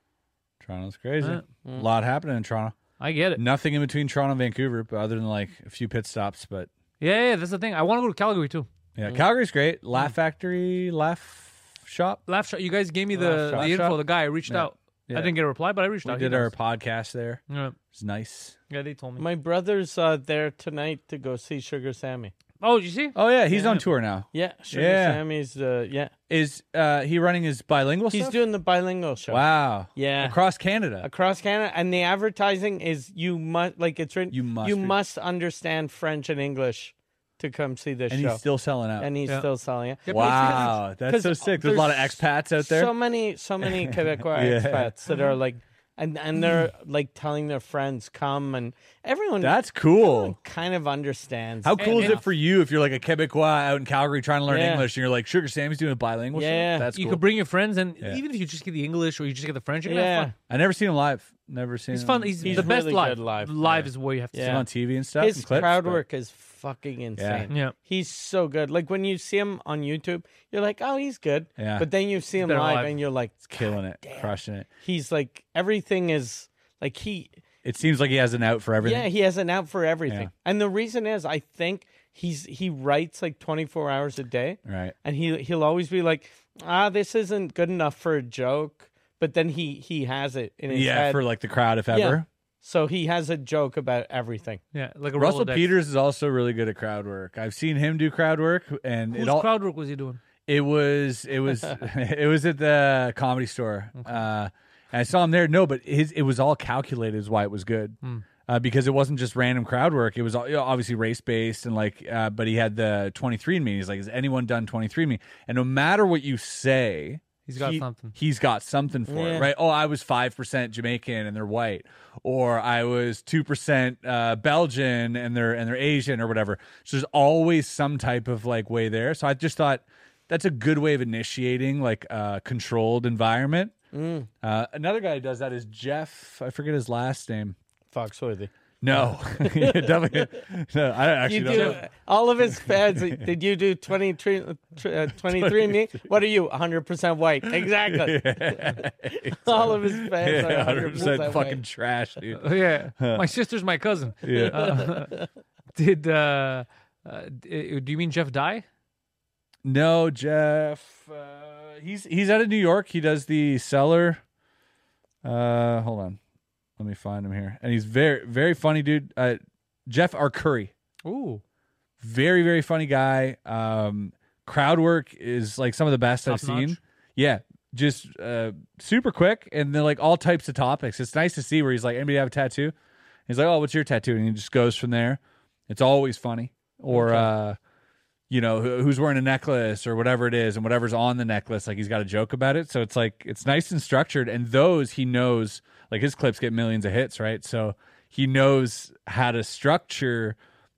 [SPEAKER 1] Toronto's crazy.
[SPEAKER 2] Uh,
[SPEAKER 1] A lot happening in Toronto.
[SPEAKER 2] I get it.
[SPEAKER 1] Nothing in between Toronto and Vancouver, but other than like a few pit stops. But
[SPEAKER 2] Yeah, yeah. That's the thing. I want to go to Calgary too.
[SPEAKER 1] yeah, Calgary's great. Laugh Factory, Laugh Shop.
[SPEAKER 2] Laugh shot. You guys gave me the,
[SPEAKER 1] shot.
[SPEAKER 2] the info.
[SPEAKER 1] Shot.
[SPEAKER 2] The guy I reached out.
[SPEAKER 1] Yeah.
[SPEAKER 2] I didn't get a reply, but I reached
[SPEAKER 1] We
[SPEAKER 2] out.
[SPEAKER 1] did
[SPEAKER 2] He
[SPEAKER 1] our
[SPEAKER 2] knows.
[SPEAKER 1] podcast there.
[SPEAKER 2] Yeah.
[SPEAKER 1] It's nice.
[SPEAKER 2] yeah, they told me.
[SPEAKER 3] My brother's uh, there tonight to go see Sugar Sammy.
[SPEAKER 2] oh, you see?
[SPEAKER 1] Oh yeah, he's on tour now.
[SPEAKER 3] Yeah, Sugar
[SPEAKER 1] Yeah.
[SPEAKER 3] Sammy's uh, yeah.
[SPEAKER 1] Is uh, he running his bilingual
[SPEAKER 3] He's
[SPEAKER 1] stuff?
[SPEAKER 3] doing the bilingual show.
[SPEAKER 1] wow.
[SPEAKER 3] Yeah.
[SPEAKER 1] Across Canada.
[SPEAKER 3] Across Canada, and the advertising is you must like it's written.
[SPEAKER 1] You must
[SPEAKER 3] You
[SPEAKER 1] read-
[SPEAKER 3] must understand French and English to come see this
[SPEAKER 1] and
[SPEAKER 3] show.
[SPEAKER 1] he's still selling out.
[SPEAKER 3] and he's
[SPEAKER 2] Yeah.
[SPEAKER 3] still selling it.
[SPEAKER 1] wow, that's
[SPEAKER 3] 'Cause
[SPEAKER 1] so sick. There's a lot of expats out there.
[SPEAKER 3] So many, so many Quebecois
[SPEAKER 1] Yeah. Mm.
[SPEAKER 3] expats that are like, and and they're like telling their friends come, and everyone
[SPEAKER 1] that's cool.
[SPEAKER 3] everyone kind of understands.
[SPEAKER 1] How cool is
[SPEAKER 2] and-
[SPEAKER 1] it for you if you're like a Quebecois out in Calgary trying to learn
[SPEAKER 3] Yeah.
[SPEAKER 1] English and you're like Sugar Sammy's doing a bilingual? show?
[SPEAKER 3] Yeah.
[SPEAKER 1] that's
[SPEAKER 2] you
[SPEAKER 1] cool.
[SPEAKER 2] could bring your friends, and
[SPEAKER 1] Yeah.
[SPEAKER 2] even if you just get the English or you just get the French, you're gonna have
[SPEAKER 3] Yeah,
[SPEAKER 2] fun.
[SPEAKER 1] I never seen him live. Never seen.
[SPEAKER 2] It's
[SPEAKER 1] him.
[SPEAKER 2] fun. He's,
[SPEAKER 3] He's
[SPEAKER 2] the best
[SPEAKER 3] really
[SPEAKER 2] live.
[SPEAKER 3] good live.
[SPEAKER 2] Live
[SPEAKER 3] Yeah.
[SPEAKER 2] is where you have to.
[SPEAKER 1] Seen
[SPEAKER 3] Yeah.
[SPEAKER 1] on TV and stuff.
[SPEAKER 3] his
[SPEAKER 1] and clips,
[SPEAKER 3] crowd
[SPEAKER 1] but-
[SPEAKER 3] work is fucking insane.
[SPEAKER 2] Yeah.
[SPEAKER 3] He's so good. Like when you see him on YouTube, you're like, oh, he's good.
[SPEAKER 1] Yeah.
[SPEAKER 3] But then you see him
[SPEAKER 2] better
[SPEAKER 3] live,
[SPEAKER 2] live.
[SPEAKER 3] and you're like,
[SPEAKER 1] killing it, crushing it.
[SPEAKER 3] he's like everything is like he.
[SPEAKER 1] It seems like he has an out for everything.
[SPEAKER 3] Yeah, he has an out for everything.
[SPEAKER 1] Yeah.
[SPEAKER 3] And the reason is, I think he's he writes like 24 hours a day.
[SPEAKER 1] Right.
[SPEAKER 3] and he he'll always be like, ah, this isn't good enough for a joke. But then he he has it in his
[SPEAKER 1] yeah,
[SPEAKER 3] head.
[SPEAKER 1] for like the crowd, if
[SPEAKER 3] Yeah.
[SPEAKER 1] ever.
[SPEAKER 3] so he has a joke about everything.
[SPEAKER 2] Yeah, like a
[SPEAKER 1] Russell
[SPEAKER 2] Rolodex.
[SPEAKER 1] Peters is also really good at crowd work. I've seen him do crowd work, and
[SPEAKER 2] Whose
[SPEAKER 1] it all
[SPEAKER 2] crowd work was he doing?
[SPEAKER 1] it was it was it was at the comedy store. Uh, and I saw him there. No, but his it was all calculated, is why it was good.
[SPEAKER 2] Hmm.
[SPEAKER 1] Uh, because it wasn't just random crowd work; it was all, you know, obviously race based and like. Uh, but he had the twenty three and me. He's like, "Has anyone done twenty three me?" And no matter what you say,
[SPEAKER 2] He's got something.
[SPEAKER 1] He's got something for
[SPEAKER 3] Yeah.
[SPEAKER 1] it, right? Oh, I was five percent Jamaican and they're white, or I was two percent uh, Belgian and they're and they're Asian or whatever. So there's always some type of like way there. So I just thought that's a good way of initiating like a controlled environment.
[SPEAKER 3] Mm.
[SPEAKER 1] Uh, another guy who does that is Jeff. I forget his last name.
[SPEAKER 3] Foxworthy.
[SPEAKER 1] No, definitely. No, I actually
[SPEAKER 3] Oh. You
[SPEAKER 1] don't
[SPEAKER 3] do
[SPEAKER 1] know.
[SPEAKER 3] all of his fans. Did you do 23, uh, 23 me? What are you? 100% white. Exactly. all of his fans
[SPEAKER 1] Yeah,
[SPEAKER 3] are 100%,
[SPEAKER 1] 100% fucking
[SPEAKER 3] white.
[SPEAKER 1] trash, dude.
[SPEAKER 2] Oh, yeah, my sister's my cousin.
[SPEAKER 1] Yeah.
[SPEAKER 2] Did uh, uh, d- do you mean Jeff die?
[SPEAKER 1] No, Jeff. Uh, he's he's out of New York. He does the seller. Uh, hold on, let me find him here. And he's very very funny, dude. Uh, Jeff R. Curry,
[SPEAKER 2] Ooh,
[SPEAKER 1] very very funny guy. Um, crowd work is like some of the best I've
[SPEAKER 2] Top notch.
[SPEAKER 1] seen. Yeah, just uh, super quick, and they're like all types of topics. It's nice to see where he's like, anybody have a tattoo? He's like, oh, what's your tattoo? And he just goes from there. It's always funny. Or uh, you know, who, who's wearing a necklace or whatever it is, and whatever's on the necklace, like he's got a joke about it. So it's like it's nice and structured. And those he knows, like his clips get millions of hits, right? So he knows how to structure,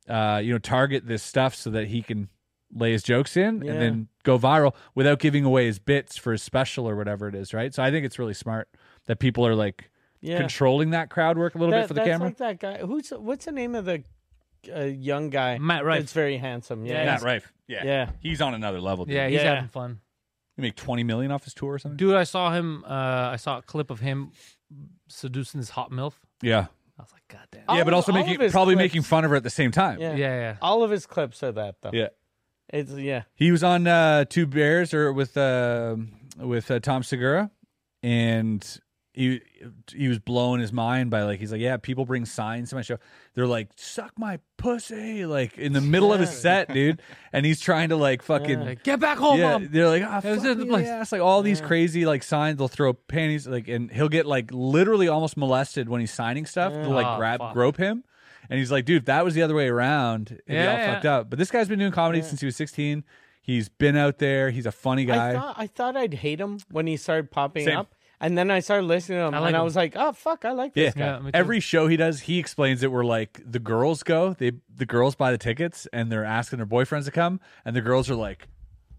[SPEAKER 1] uh, you know, target this stuff so that he can lay his jokes in
[SPEAKER 3] Yeah.
[SPEAKER 1] and then go viral without giving away his bits for his special or whatever it is, right? So I think it's really smart that people are like
[SPEAKER 3] Yeah.
[SPEAKER 1] controlling that crowd work a little bit
[SPEAKER 3] That-
[SPEAKER 1] for the
[SPEAKER 3] that's
[SPEAKER 1] camera.
[SPEAKER 3] like that guy. Who's what's the name of the uh, young guy?
[SPEAKER 2] Matt Rife.
[SPEAKER 3] It's very handsome. Yeah.
[SPEAKER 1] Matt Rife. Yeah.
[SPEAKER 3] Yeah.
[SPEAKER 1] He's on another level. Dude.
[SPEAKER 2] Yeah, he's
[SPEAKER 3] Yeah.
[SPEAKER 2] having fun.
[SPEAKER 1] You make 20 million off his tour or something?
[SPEAKER 2] Dude, I saw him. Uh, I saw a clip of him seducing his hot milf.
[SPEAKER 1] Yeah.
[SPEAKER 2] I was like, God damn.
[SPEAKER 3] All
[SPEAKER 1] yeah, but
[SPEAKER 3] of-
[SPEAKER 1] also
[SPEAKER 3] all
[SPEAKER 1] making
[SPEAKER 3] of his
[SPEAKER 1] probably
[SPEAKER 3] clips-
[SPEAKER 1] making fun of her at the same time.
[SPEAKER 3] Oh, Yeah.
[SPEAKER 2] Yeah, yeah.
[SPEAKER 3] All of his clips are that though.
[SPEAKER 1] Yeah.
[SPEAKER 3] It's yeah.
[SPEAKER 1] He was on uh, Two Bears or with uh, with uh, Tom Segura, and he he was blowing his mind by like he's like yeah people bring signs to my show they're like suck my pussy like in the middle of his set dude and he's trying to like fucking yeah,
[SPEAKER 2] Like, Get back home, Oh, mom.
[SPEAKER 1] they're like ah
[SPEAKER 2] was
[SPEAKER 1] fuck
[SPEAKER 2] in the
[SPEAKER 1] me in
[SPEAKER 2] place.
[SPEAKER 1] the ass. like all these crazy like signs they'll throw panties like and he'll get like literally almost molested when he's signing stuff to
[SPEAKER 2] Oh,
[SPEAKER 1] like grab
[SPEAKER 2] fuck.
[SPEAKER 1] grope him. And he's like, dude, if that was the other way around, it'd be
[SPEAKER 2] Yeah,
[SPEAKER 1] all
[SPEAKER 2] yeah.
[SPEAKER 1] fucked up. But this guy's been doing comedy since he was 16. He's been out there. He's a funny guy.
[SPEAKER 3] I thought I thought I'd hate him when he started popping
[SPEAKER 1] Same.
[SPEAKER 3] up, and then I started listening to him,
[SPEAKER 2] I like
[SPEAKER 3] and I
[SPEAKER 2] him.
[SPEAKER 3] was like, oh fuck, I like
[SPEAKER 1] yeah.
[SPEAKER 3] this guy.
[SPEAKER 2] Yeah, me too.
[SPEAKER 1] Every show he does, he explains it where like the girls go, they the girls buy the tickets and they're asking their boyfriends to come, and the girls are like,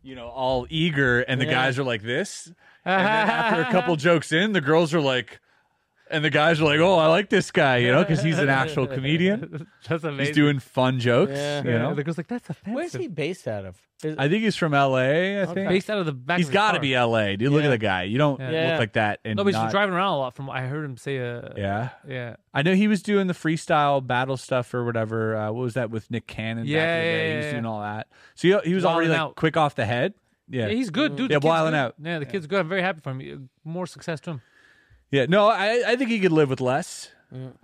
[SPEAKER 1] you know, all eager, and the guys are like this. And then after a couple jokes in, the girls are like, and the guys are like, oh, I like this guy, you know, because he's an actual comedian.
[SPEAKER 2] That's amazing.
[SPEAKER 1] He's doing fun jokes,
[SPEAKER 3] Yeah.
[SPEAKER 1] you know.
[SPEAKER 2] The girl's like, that's offensive.
[SPEAKER 3] Where's he based out of? Is-
[SPEAKER 1] I think he's from L.A. I think
[SPEAKER 2] Based out of the back.
[SPEAKER 1] he's
[SPEAKER 2] got
[SPEAKER 1] got to be L.A. Dude, look at
[SPEAKER 3] Yeah.
[SPEAKER 1] the guy. You don't
[SPEAKER 3] Yeah.
[SPEAKER 1] look like that. And
[SPEAKER 2] No, but he's
[SPEAKER 1] not-
[SPEAKER 2] driving around a lot. From I heard him say, uh,
[SPEAKER 1] Yeah,
[SPEAKER 2] yeah,
[SPEAKER 1] I know he was doing the freestyle battle stuff or whatever. Uh, what was that with Nick Cannon? back
[SPEAKER 2] Yeah,
[SPEAKER 1] in the day?
[SPEAKER 2] yeah,
[SPEAKER 1] he was
[SPEAKER 2] yeah,
[SPEAKER 1] doing all that. So he, he was
[SPEAKER 2] Wildin'
[SPEAKER 1] already like
[SPEAKER 2] out.
[SPEAKER 1] quick off the head. Yeah,
[SPEAKER 2] yeah. He's good, dude.
[SPEAKER 1] Yeah,
[SPEAKER 2] The kid's
[SPEAKER 1] wildin'
[SPEAKER 2] good.
[SPEAKER 1] out.
[SPEAKER 2] Yeah, the kid's good. I'm very happy for him. Uh, More success to him.
[SPEAKER 1] yeah. No, I I think he could live with less.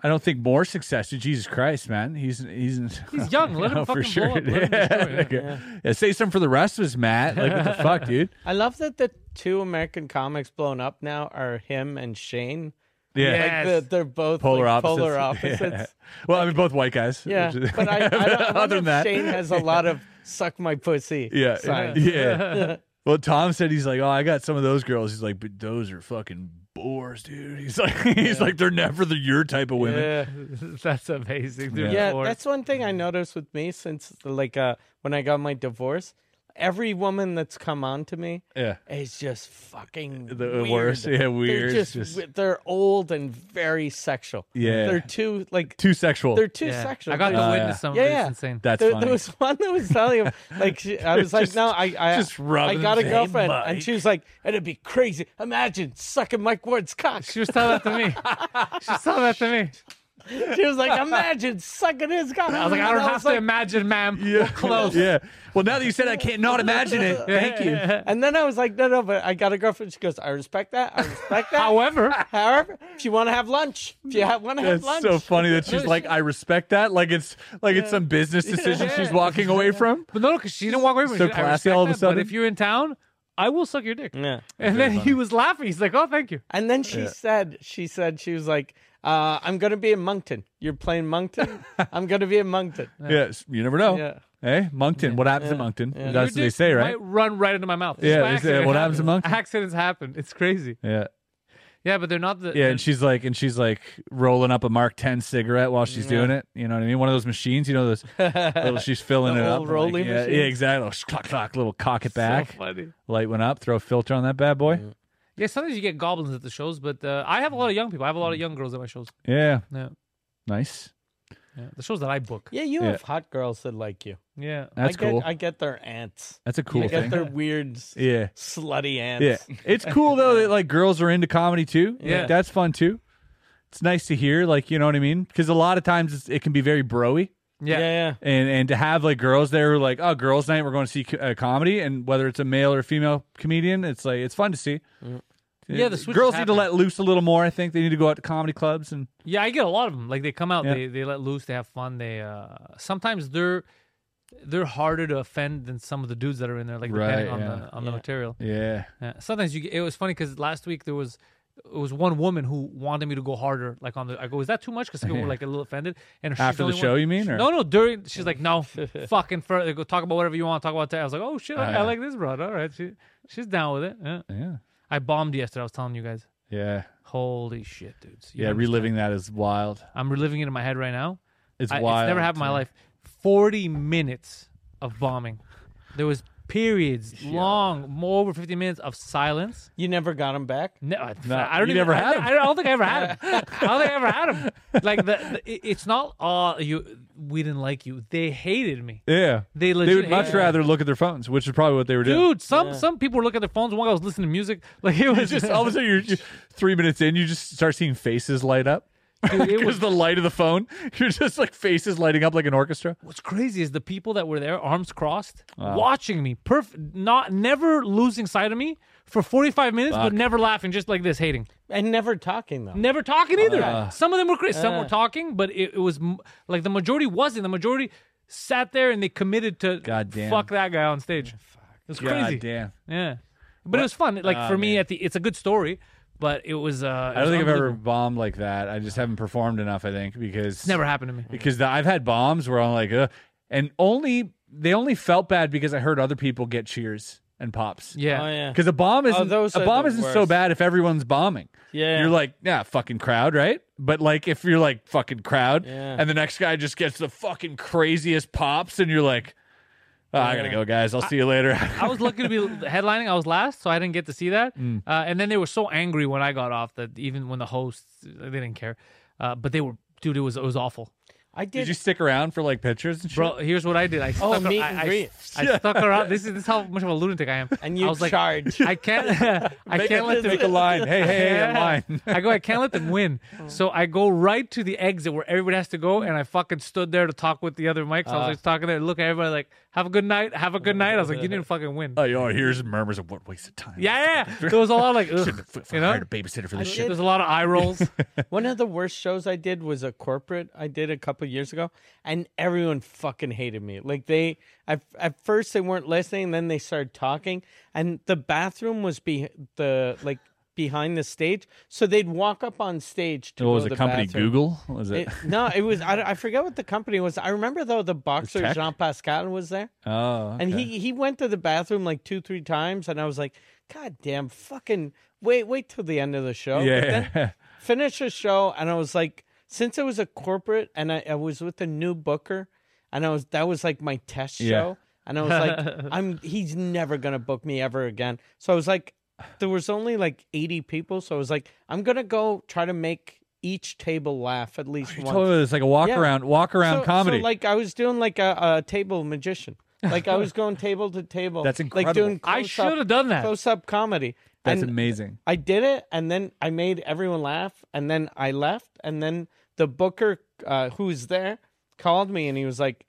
[SPEAKER 1] I don't think more success. Jesus Christ, man, he's he's
[SPEAKER 2] He's young. Let him
[SPEAKER 1] No,
[SPEAKER 2] fucking
[SPEAKER 1] for sure.
[SPEAKER 2] blow up. Let him
[SPEAKER 1] yeah.
[SPEAKER 2] destroy it.
[SPEAKER 1] Yeah. Yeah, say something for the rest of us, Matt. Like what the fuck, dude?
[SPEAKER 3] I love that the two American comics blown up now are him and Shane.
[SPEAKER 1] Yeah.
[SPEAKER 2] Yeah.
[SPEAKER 3] Like
[SPEAKER 2] Yes.
[SPEAKER 3] the, they're both
[SPEAKER 1] Polar
[SPEAKER 3] like,
[SPEAKER 1] opposites.
[SPEAKER 3] Polar
[SPEAKER 1] Yeah.
[SPEAKER 3] opposites.
[SPEAKER 1] Well, I mean, both white guys.
[SPEAKER 3] Yeah,
[SPEAKER 1] Which is-
[SPEAKER 3] but I, I don't, I
[SPEAKER 1] other than that,
[SPEAKER 3] Shane has a lot of "suck my pussy."
[SPEAKER 1] Yeah.
[SPEAKER 3] signs.
[SPEAKER 1] Yeah. well, Tom said he's like, oh, I got some of those girls. He's like, but those are fucking bores, dude. He's like, he's like, they're never the your type of women.
[SPEAKER 3] Yeah.
[SPEAKER 2] that's amazing, dude.
[SPEAKER 3] Yeah,
[SPEAKER 2] Lord.
[SPEAKER 3] that's one thing I noticed with me since like uh when I got my divorce. Every woman that's come on to me
[SPEAKER 1] Yeah.
[SPEAKER 3] is just fucking
[SPEAKER 1] The
[SPEAKER 3] weird.
[SPEAKER 1] worst. Yeah,
[SPEAKER 3] They're
[SPEAKER 1] weird.
[SPEAKER 3] just,
[SPEAKER 1] Just-
[SPEAKER 3] wi- they're old and very sexual.
[SPEAKER 1] Yeah.
[SPEAKER 3] they're too like
[SPEAKER 1] Too sexual.
[SPEAKER 3] they're too
[SPEAKER 2] Yeah.
[SPEAKER 3] sexual.
[SPEAKER 2] I got
[SPEAKER 3] They're-
[SPEAKER 2] to
[SPEAKER 1] Oh, yeah.
[SPEAKER 2] witness some
[SPEAKER 3] Yeah,
[SPEAKER 2] of this.
[SPEAKER 3] yeah.
[SPEAKER 2] Insane.
[SPEAKER 1] That's
[SPEAKER 3] there,
[SPEAKER 1] funny.
[SPEAKER 3] there was one that was telling him, like, she, I was like,
[SPEAKER 1] Just-
[SPEAKER 3] no, I, I,
[SPEAKER 1] just
[SPEAKER 3] I
[SPEAKER 1] rubbing
[SPEAKER 3] got a
[SPEAKER 1] his- Hey,
[SPEAKER 3] girlfriend, and
[SPEAKER 1] Mike.
[SPEAKER 3] she was like, it'd be crazy. Imagine sucking Mike Ward's cock.
[SPEAKER 2] She was telling that to me. She was telling that to me.
[SPEAKER 3] She was like, imagine sucking his cock.
[SPEAKER 2] I was like, I don't have to imagine, ma'am. We're close.
[SPEAKER 1] yeah. Well, now that you said, it, I can't not imagine it. Thank you.
[SPEAKER 3] And then I was like, no, no, but I got a girlfriend. She goes, I respect that. I respect that.
[SPEAKER 2] However,
[SPEAKER 3] However, if you want to have lunch, if you want to have
[SPEAKER 1] That's
[SPEAKER 3] lunch.
[SPEAKER 1] so funny that she's like, I respect that. Like it's like it's some business decision
[SPEAKER 2] Yeah.
[SPEAKER 1] she's walking away from.
[SPEAKER 2] but no, because she didn't walk away from me.
[SPEAKER 1] So
[SPEAKER 2] She- I
[SPEAKER 1] classy
[SPEAKER 2] respect
[SPEAKER 1] all of a
[SPEAKER 2] that,
[SPEAKER 1] sudden.
[SPEAKER 2] But if you're in town, I will suck your dick.
[SPEAKER 3] Yeah.
[SPEAKER 2] And then he was laughing. He's like, "Oh, thank you."
[SPEAKER 3] And then she said, she said, she was like, uh, I'm going to be in Moncton. You're playing Moncton? I'm going to be in Moncton.
[SPEAKER 1] Yes, you never know.
[SPEAKER 3] Yeah.
[SPEAKER 1] Hey, Moncton. What happens in Moncton?
[SPEAKER 2] Your
[SPEAKER 1] That's what they
[SPEAKER 2] dick
[SPEAKER 1] say, right?
[SPEAKER 2] Might run right into my mouth. Just
[SPEAKER 1] Yeah,
[SPEAKER 2] by
[SPEAKER 1] they say,
[SPEAKER 2] accident.
[SPEAKER 1] "What happens among-"
[SPEAKER 2] accidents happen? It's crazy.
[SPEAKER 1] Yeah.
[SPEAKER 2] Yeah, but they're not the.
[SPEAKER 1] Yeah,
[SPEAKER 2] they're-
[SPEAKER 1] and she's like, and she's like rolling up a Mark Ten cigarette while she's doing it. You know what I mean? One of those machines. You know those. little, she's filling
[SPEAKER 3] The
[SPEAKER 1] it up.
[SPEAKER 3] old
[SPEAKER 1] like,
[SPEAKER 3] rolling
[SPEAKER 1] yeah,
[SPEAKER 3] machines?
[SPEAKER 1] yeah, exactly. Little clock, clock, little cock it
[SPEAKER 2] so
[SPEAKER 1] back.
[SPEAKER 2] funny.
[SPEAKER 1] Light went up. Throw a filter on that bad boy.
[SPEAKER 2] Yeah, sometimes you get goblins at the shows, but uh, I have a lot of young people. I have a lot of young girls at my shows.
[SPEAKER 1] Yeah,
[SPEAKER 2] Yeah,
[SPEAKER 1] nice.
[SPEAKER 2] yeah. the shows that I book.
[SPEAKER 3] Yeah, you
[SPEAKER 1] Yeah.
[SPEAKER 3] have hot girls that like you.
[SPEAKER 2] Yeah,
[SPEAKER 1] That's
[SPEAKER 3] I get,
[SPEAKER 1] cool.
[SPEAKER 3] I get their ants.
[SPEAKER 1] That's a cool
[SPEAKER 3] I get
[SPEAKER 1] thing.
[SPEAKER 3] their weird, s-
[SPEAKER 1] Yeah,
[SPEAKER 3] slutty
[SPEAKER 1] yeah.
[SPEAKER 3] ants.
[SPEAKER 1] It's cool though that like girls are into comedy too.
[SPEAKER 2] Yeah.
[SPEAKER 1] that's fun too. It's nice to hear, like you know what I mean, because a lot of times it's, it can be very broy.
[SPEAKER 2] yeah.
[SPEAKER 3] yeah.
[SPEAKER 1] and and to have like girls there who are like oh girls night we're going to see co- uh, comedy and whether it's a male or female comedian it's like it's fun to see
[SPEAKER 2] Yeah, the switch
[SPEAKER 1] girls
[SPEAKER 2] is
[SPEAKER 1] need to let loose a little more i think they need to go out to comedy clubs and
[SPEAKER 2] Yeah, I get a lot of them. Like they come out,
[SPEAKER 1] Yeah.
[SPEAKER 2] they they let loose, they have fun. They uh sometimes they're they're harder to offend than some of the dudes that are in there. Like depending
[SPEAKER 1] Right,
[SPEAKER 2] on
[SPEAKER 1] yeah.
[SPEAKER 2] the on the material.
[SPEAKER 1] yeah
[SPEAKER 2] Yeah. Sometimes you get, it was funny because last week there was it was one woman who wanted me to go harder. Like on the I go, is that too much? Because people were like a little offended. And she's
[SPEAKER 1] After the
[SPEAKER 2] only
[SPEAKER 1] show,
[SPEAKER 2] one-
[SPEAKER 1] you mean, or-
[SPEAKER 2] no, no. During she's like, no, fucking further. Go talk about whatever you want. Talk about that. I was like, oh shit, I, I
[SPEAKER 1] yeah.
[SPEAKER 2] like this, bro. All right, she she's down with it. Yeah.
[SPEAKER 1] yeah
[SPEAKER 2] I bombed yesterday. I was telling you guys.
[SPEAKER 1] yeah
[SPEAKER 2] Holy shit, dudes. You
[SPEAKER 1] yeah
[SPEAKER 2] don't
[SPEAKER 1] reliving that is wild
[SPEAKER 2] I'm reliving it in my head right now.
[SPEAKER 1] it's
[SPEAKER 2] I-
[SPEAKER 1] wild
[SPEAKER 2] never happened in my life. 40 minutes of bombing. There was periods, long, more over 15 minutes of silence.
[SPEAKER 3] You never got him back.
[SPEAKER 1] Mm-hmm.
[SPEAKER 2] No, I- I don't
[SPEAKER 1] you
[SPEAKER 2] even,
[SPEAKER 1] never
[SPEAKER 2] I,
[SPEAKER 1] had
[SPEAKER 2] I don't, I don't think I ever had him. I don't think I ever had him. Like the, the it- it's not all you. We didn't like you. They hated me.
[SPEAKER 1] Yeah.
[SPEAKER 2] They
[SPEAKER 1] They
[SPEAKER 2] legit
[SPEAKER 1] would much
[SPEAKER 2] hated me.
[SPEAKER 1] rather look at their phones, which is probably what they were doing.
[SPEAKER 2] Dude, some some people were looking at their phones. One guy was listening to music. Like it was
[SPEAKER 1] It's just all of a sudden you're, you're three minutes in, you just start seeing faces light up.
[SPEAKER 2] Dude, it
[SPEAKER 1] It was
[SPEAKER 2] was
[SPEAKER 1] the light of the phone. You're just like faces lighting up like an orchestra.
[SPEAKER 2] what's crazy is the people that were there, arms crossed, watching me, perf- not never losing sight of me for 45 minutes, but never laughing, just like this, hating,
[SPEAKER 3] And never talking though.
[SPEAKER 2] never talking either.
[SPEAKER 1] Uh.
[SPEAKER 2] Some of them were crazy, some were talking, but it, it was m- like the majority wasn't. The majority sat there and they committed to
[SPEAKER 1] Goddamn.
[SPEAKER 2] fuck that guy on stage. It was crazy.
[SPEAKER 1] damn. oh,
[SPEAKER 2] Yeah, but it was fun. Like for me, at the it's a good story, but it was. Uh,
[SPEAKER 1] I don't think I've ever bombed like that. I just haven't performed enough, I think, because
[SPEAKER 2] It's never happened to me.
[SPEAKER 1] because the, I've had bombs where I'm like, Ugh. and only they only felt bad because I heard other people get cheers and pops.
[SPEAKER 2] Yeah.
[SPEAKER 3] Oh yeah.
[SPEAKER 1] Because a bomb isn't
[SPEAKER 3] those
[SPEAKER 1] a
[SPEAKER 3] are
[SPEAKER 1] bomb
[SPEAKER 3] the
[SPEAKER 1] isn't so
[SPEAKER 3] worst.
[SPEAKER 1] bad if everyone's bombing.
[SPEAKER 3] Yeah.
[SPEAKER 1] You're like, yeah, fucking crowd, right? But like if you're like fucking crowd
[SPEAKER 3] Yeah.
[SPEAKER 1] and the next guy just gets the fucking craziest pops and you're like, "Oh, I gotta go, guys. I'll see you later.
[SPEAKER 2] I was lucky to be headlining. I was last, so I didn't get to see that.
[SPEAKER 1] Mm.
[SPEAKER 2] Uh, and then they were so angry when I got off that even when the hosts, they didn't care. Uh, but they were, dude, it was it was awful.
[SPEAKER 3] I did. Oh,
[SPEAKER 1] Did you stick around for like pictures and shit?
[SPEAKER 2] Bro, here's what I did. I
[SPEAKER 1] Oh,
[SPEAKER 2] stuck,
[SPEAKER 3] meet
[SPEAKER 2] I,
[SPEAKER 3] and
[SPEAKER 2] I-
[SPEAKER 3] greet.
[SPEAKER 2] I stuck around. This is this is how much of a lunatic I am.
[SPEAKER 3] and
[SPEAKER 2] I
[SPEAKER 3] you
[SPEAKER 2] was like,
[SPEAKER 3] charge.
[SPEAKER 2] I can't. I
[SPEAKER 1] Make
[SPEAKER 2] can't
[SPEAKER 1] a-
[SPEAKER 2] let them
[SPEAKER 1] make a line. Hey, hey, hey, I'm lying.
[SPEAKER 2] I go, I can't let them win. So I go right to the exit where everybody has to go, and I fucking stood there to talk with the other mics.
[SPEAKER 1] Uh.
[SPEAKER 2] I was just talking there, look at everybody, like, have a good night, have a good night. I was like, you didn't fucking win.
[SPEAKER 1] Oh, you all here's murmurs of what waste of time.
[SPEAKER 2] Yeah, yeah. There was a lot of like, ugh, you know,
[SPEAKER 1] hired a babysitter for this shit.
[SPEAKER 2] there's a lot of eye rolls.
[SPEAKER 3] One of the worst shows I did was a corporate I did a couple years ago, and everyone fucking hated me. Like they, at, at first they weren't listening, then they started talking, and the bathroom was be the like behind the stage, so they'd walk up on stage to
[SPEAKER 1] What
[SPEAKER 3] go
[SPEAKER 1] was
[SPEAKER 3] to
[SPEAKER 1] it?
[SPEAKER 3] the
[SPEAKER 1] Company
[SPEAKER 3] bathroom.
[SPEAKER 1] Google? What Was
[SPEAKER 3] It-
[SPEAKER 1] it?
[SPEAKER 3] no, it was I, I forget what the company was. I remember though the boxer
[SPEAKER 1] tech?
[SPEAKER 3] Jean Pascal was there,
[SPEAKER 1] oh,
[SPEAKER 3] and he he went to the bathroom like two three times, and I was like, God damn, fucking wait wait till the end of the show. But
[SPEAKER 1] yeah.
[SPEAKER 3] then- finished the show and I was like, since it was a corporate and I, I was with a new booker and I was that was like my test show.
[SPEAKER 1] Yeah.
[SPEAKER 3] And I was like, I'm he's never gonna book me ever again. So I was like, there was only like 80 people. So I was like, I'm gonna go try to make each table laugh at least
[SPEAKER 1] You
[SPEAKER 3] once.
[SPEAKER 1] told me it's like a walk
[SPEAKER 3] Yeah.
[SPEAKER 1] around, walk around
[SPEAKER 3] So-
[SPEAKER 1] comedy.
[SPEAKER 3] So like I was doing like a, a table magician. Like I was going table to table.
[SPEAKER 1] That's
[SPEAKER 3] Like doing
[SPEAKER 1] incredible.
[SPEAKER 2] I
[SPEAKER 3] close-up-
[SPEAKER 2] should've done that.
[SPEAKER 3] Close-up comedy.
[SPEAKER 1] That's
[SPEAKER 3] And-
[SPEAKER 1] amazing.
[SPEAKER 3] I did it, and then I made everyone laugh, and then I left, and then the booker uh, who's there called me, and he was like,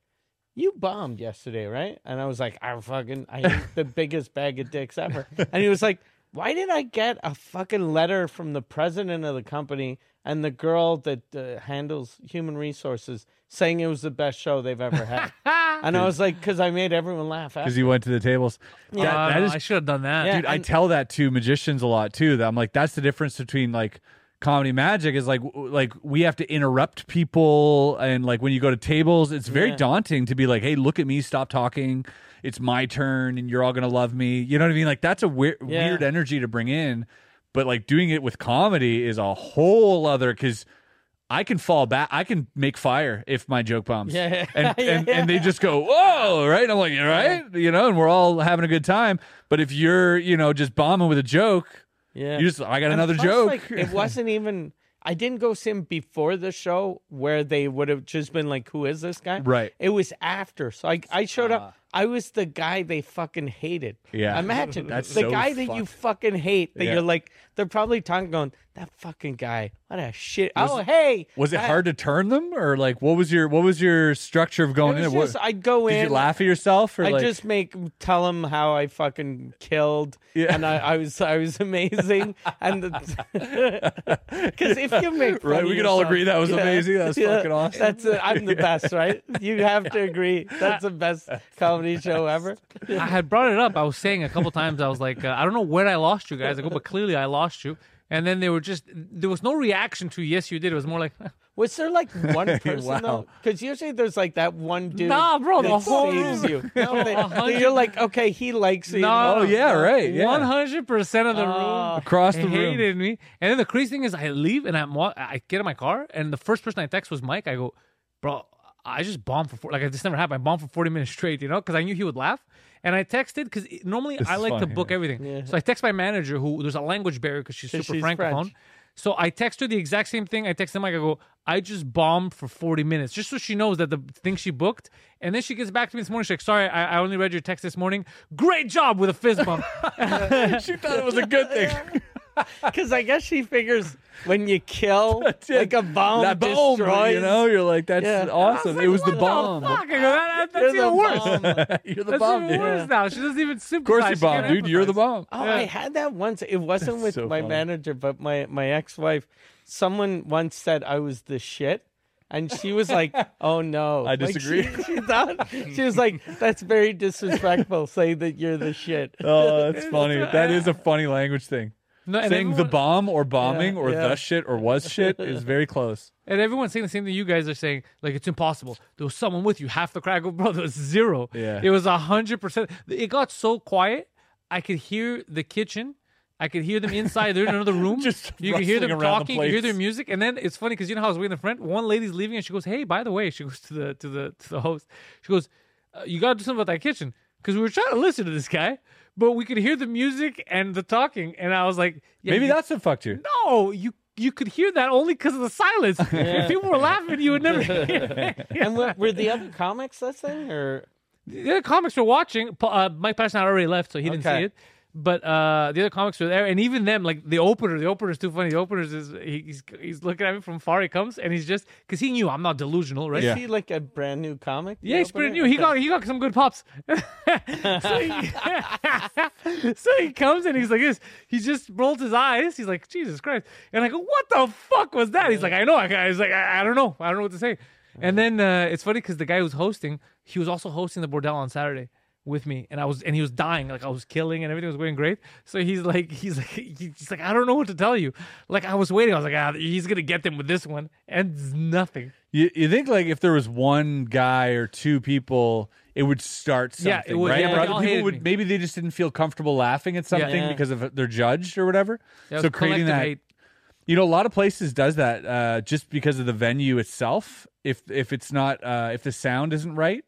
[SPEAKER 3] "You bombed yesterday, right?" And I was like, "I fucking I ate the biggest bag of dicks ever," and he was like. Why did I get a fucking letter from the president of the company and the girl that uh, handles human resources saying it was the best show they've ever had? and I was like, because I made everyone laugh.
[SPEAKER 1] Because
[SPEAKER 3] After.
[SPEAKER 1] you went to the tables.
[SPEAKER 2] Uh,
[SPEAKER 1] That, that
[SPEAKER 2] I
[SPEAKER 1] is,
[SPEAKER 2] should have done that.
[SPEAKER 3] Yeah.
[SPEAKER 1] dude. I
[SPEAKER 3] and-
[SPEAKER 1] tell that to magicians a lot too. That I'm like, that's the difference between like comedy magic is like w- like we have to interrupt people and like when you go to tables it's very daunting to be like hey look at me stop talking it's my turn and you're all gonna love me you know what i mean like that's a weird
[SPEAKER 3] Yeah.
[SPEAKER 1] weird energy to bring in but like doing it with comedy is a whole other because I can fall back. I can make fire if my joke bombs.
[SPEAKER 3] Yeah.
[SPEAKER 1] And,
[SPEAKER 3] Yeah,
[SPEAKER 1] and, and they just go, whoa, right? I'm like, all right, you know, and we're all having a good time. But if you're, you know, just bombing with a joke,
[SPEAKER 3] Yeah.
[SPEAKER 1] you just, I got
[SPEAKER 3] And
[SPEAKER 1] another
[SPEAKER 3] plus,
[SPEAKER 1] joke.
[SPEAKER 3] like, it wasn't even. I didn't go see him before the show where they would have just been like, "Who is this guy?"
[SPEAKER 1] Right.
[SPEAKER 3] It was after, so I I showed up. I was the guy they fucking hated.
[SPEAKER 1] Yeah.
[SPEAKER 3] Imagine
[SPEAKER 1] That's
[SPEAKER 3] the
[SPEAKER 1] so
[SPEAKER 3] guy that you fucking hate. That
[SPEAKER 1] Yeah.
[SPEAKER 3] you're like, they're probably talking going, "That fucking guy. What a shit." oh hey.
[SPEAKER 1] was it
[SPEAKER 3] I-
[SPEAKER 1] hard to turn them or like what was your what was your structure of going
[SPEAKER 3] It was
[SPEAKER 1] in? What-
[SPEAKER 3] just, I'd go
[SPEAKER 1] did
[SPEAKER 3] in.
[SPEAKER 1] you laugh at yourself or
[SPEAKER 3] I
[SPEAKER 1] like
[SPEAKER 3] just make tell him how I fucking killed,
[SPEAKER 1] Yeah.
[SPEAKER 3] and I, I was I was amazing, and because if you make fun
[SPEAKER 1] Right,
[SPEAKER 3] of
[SPEAKER 1] we can all
[SPEAKER 3] yourself-
[SPEAKER 1] agree that was amazing. That was fucking awesome.
[SPEAKER 3] That's it. I'm the best, right? You have to agree. That's the best comedy show ever.
[SPEAKER 2] I had brought it up. I was saying a couple times. I was like, uh, I don't know when I lost you guys. I go, but clearly I lost you. And then they were just, there was no reaction to yes, you did. It was more like,
[SPEAKER 3] Was there like one person
[SPEAKER 1] Wow.
[SPEAKER 3] though? Because usually there's like that one dude.
[SPEAKER 2] Nah, bro, the
[SPEAKER 3] that
[SPEAKER 2] whole
[SPEAKER 3] saves
[SPEAKER 2] room.
[SPEAKER 3] you. No, they-
[SPEAKER 2] A hundred-
[SPEAKER 3] you're like, okay, he likes you.
[SPEAKER 2] No,
[SPEAKER 1] Oh yeah, right. Yeah.
[SPEAKER 2] One hundred percent of the room
[SPEAKER 1] Across the room.
[SPEAKER 2] hated me. And then the crazy thing is, I leave and I'm wa- I get in my car, and the first person I text was Mike. I go, bro, I just bombed for four, like I just never happened. I bombed for forty minutes straight, you know, because I knew he would laugh. And I texted because normally I
[SPEAKER 1] is
[SPEAKER 2] like to
[SPEAKER 1] funny,
[SPEAKER 2] book everything. So I text my manager who there's a language barrier because she's super
[SPEAKER 3] she's
[SPEAKER 2] francophone.
[SPEAKER 3] French.
[SPEAKER 2] So I text her the exact same thing. I text him like I go, I just bombed for 40 minutes, just so she knows that the thing she booked. And then she gets back to me this morning. She's like, sorry, I, I only read your text this morning. Great job with a fist bump.
[SPEAKER 1] she thought it was a good thing.
[SPEAKER 3] Because I guess she figures when you kill, like a bomb
[SPEAKER 1] that bomb,
[SPEAKER 3] destroys.
[SPEAKER 1] you know, you're like, that's
[SPEAKER 3] Yeah.
[SPEAKER 1] awesome. it was the bomb.
[SPEAKER 2] Fuck, I go, that, that-
[SPEAKER 3] You're
[SPEAKER 2] that's even
[SPEAKER 3] the
[SPEAKER 2] worse.
[SPEAKER 3] bomb.
[SPEAKER 1] You're the
[SPEAKER 2] That's
[SPEAKER 1] bomb,
[SPEAKER 2] even
[SPEAKER 1] dude.
[SPEAKER 2] worse
[SPEAKER 1] Of
[SPEAKER 2] now. She doesn't even sympathize.
[SPEAKER 1] course you
[SPEAKER 2] She
[SPEAKER 1] bomb,
[SPEAKER 2] can't
[SPEAKER 1] dude. You're the bomb.
[SPEAKER 2] empathize.
[SPEAKER 3] Oh, I had that once. It wasn't with
[SPEAKER 1] so
[SPEAKER 3] my
[SPEAKER 1] funny.
[SPEAKER 3] manager, but my my ex wife. Someone once said I was the shit. And she was like, "Oh no!"
[SPEAKER 1] I
[SPEAKER 3] Like, she-
[SPEAKER 1] disagree.
[SPEAKER 3] she, thought she was like, "That's very disrespectful. Say that you're the shit."
[SPEAKER 1] Oh, that's funny. That is a funny language thing.
[SPEAKER 2] No, and
[SPEAKER 1] Saying the
[SPEAKER 2] everyone-
[SPEAKER 1] bomb or bombing
[SPEAKER 3] Yeah,
[SPEAKER 1] or
[SPEAKER 3] yeah.
[SPEAKER 1] the shit or was shit is very close.
[SPEAKER 2] And everyone's saying the same thing you guys are saying. Like, it's impossible. There was someone with you. Half the crowd, go, bro, there was zero.
[SPEAKER 1] Yeah.
[SPEAKER 2] It was 100%. It got so quiet. I could hear the kitchen. I could hear them inside. They're in another room.
[SPEAKER 1] Just
[SPEAKER 2] you could hear them
[SPEAKER 1] rustling around the
[SPEAKER 2] talking. you hear their
[SPEAKER 1] place.
[SPEAKER 2] music, and then it's funny because you know how I was waiting in the front. One lady's leaving, and she goes, "Hey, by the way," she goes to the to the to the host. She goes, uh, "You got to do something about that kitchen because we were trying to listen to this guy, but we could hear the music and the talking." And I was like, yeah,
[SPEAKER 1] Maybe
[SPEAKER 2] you
[SPEAKER 1] that's what fucked you.
[SPEAKER 2] no, you you could hear that only because of the silence. If people were laughing, you would never. hear it.
[SPEAKER 3] And were, were the other comics listening, or
[SPEAKER 2] the other comics were watching. Pa- Uh, Mike Patterson had already left, so he didn't
[SPEAKER 3] Okay.
[SPEAKER 2] see it. But uh, the other comics were there, and even them, like the opener, the opener's too funny. The opener's is he, he's he's looking at me from far. He comes and he's just because he knew I'm not delusional, right?
[SPEAKER 3] is he like a brand new comic?
[SPEAKER 2] Yeah, he's pretty new. He got he got some good pops. so, he, so he comes and he's like this. He just rolled his eyes. He's like, Jesus Christ. And I go, What the fuck was that? He's like, I know. I, I was like, I, I don't know. I don't know what to say. And then uh, it's funny because the guy who's hosting, he was also hosting the bordel on Saturday with me, and I was and he was dying, like I was killing, and everything was going great. So he's like, he's like, he's like, I don't know what to tell you. Like I was waiting. I was like, ah, he's gonna get them with this one, and nothing.
[SPEAKER 1] You, you think like if there was one guy or two people, it would start something,
[SPEAKER 2] Yeah, it would-
[SPEAKER 1] right?
[SPEAKER 2] yeah,
[SPEAKER 1] But
[SPEAKER 2] they
[SPEAKER 1] other
[SPEAKER 2] all hated
[SPEAKER 1] people would
[SPEAKER 2] me.
[SPEAKER 1] maybe they just didn't feel comfortable laughing at something
[SPEAKER 2] Yeah.
[SPEAKER 1] because of they're judged or whatever.
[SPEAKER 2] That
[SPEAKER 1] so
[SPEAKER 2] was
[SPEAKER 1] creating
[SPEAKER 2] collective
[SPEAKER 1] that,
[SPEAKER 2] hate.
[SPEAKER 1] you know, a lot of places does that uh, just because of the venue itself. If if it's not uh, if the sound isn't right,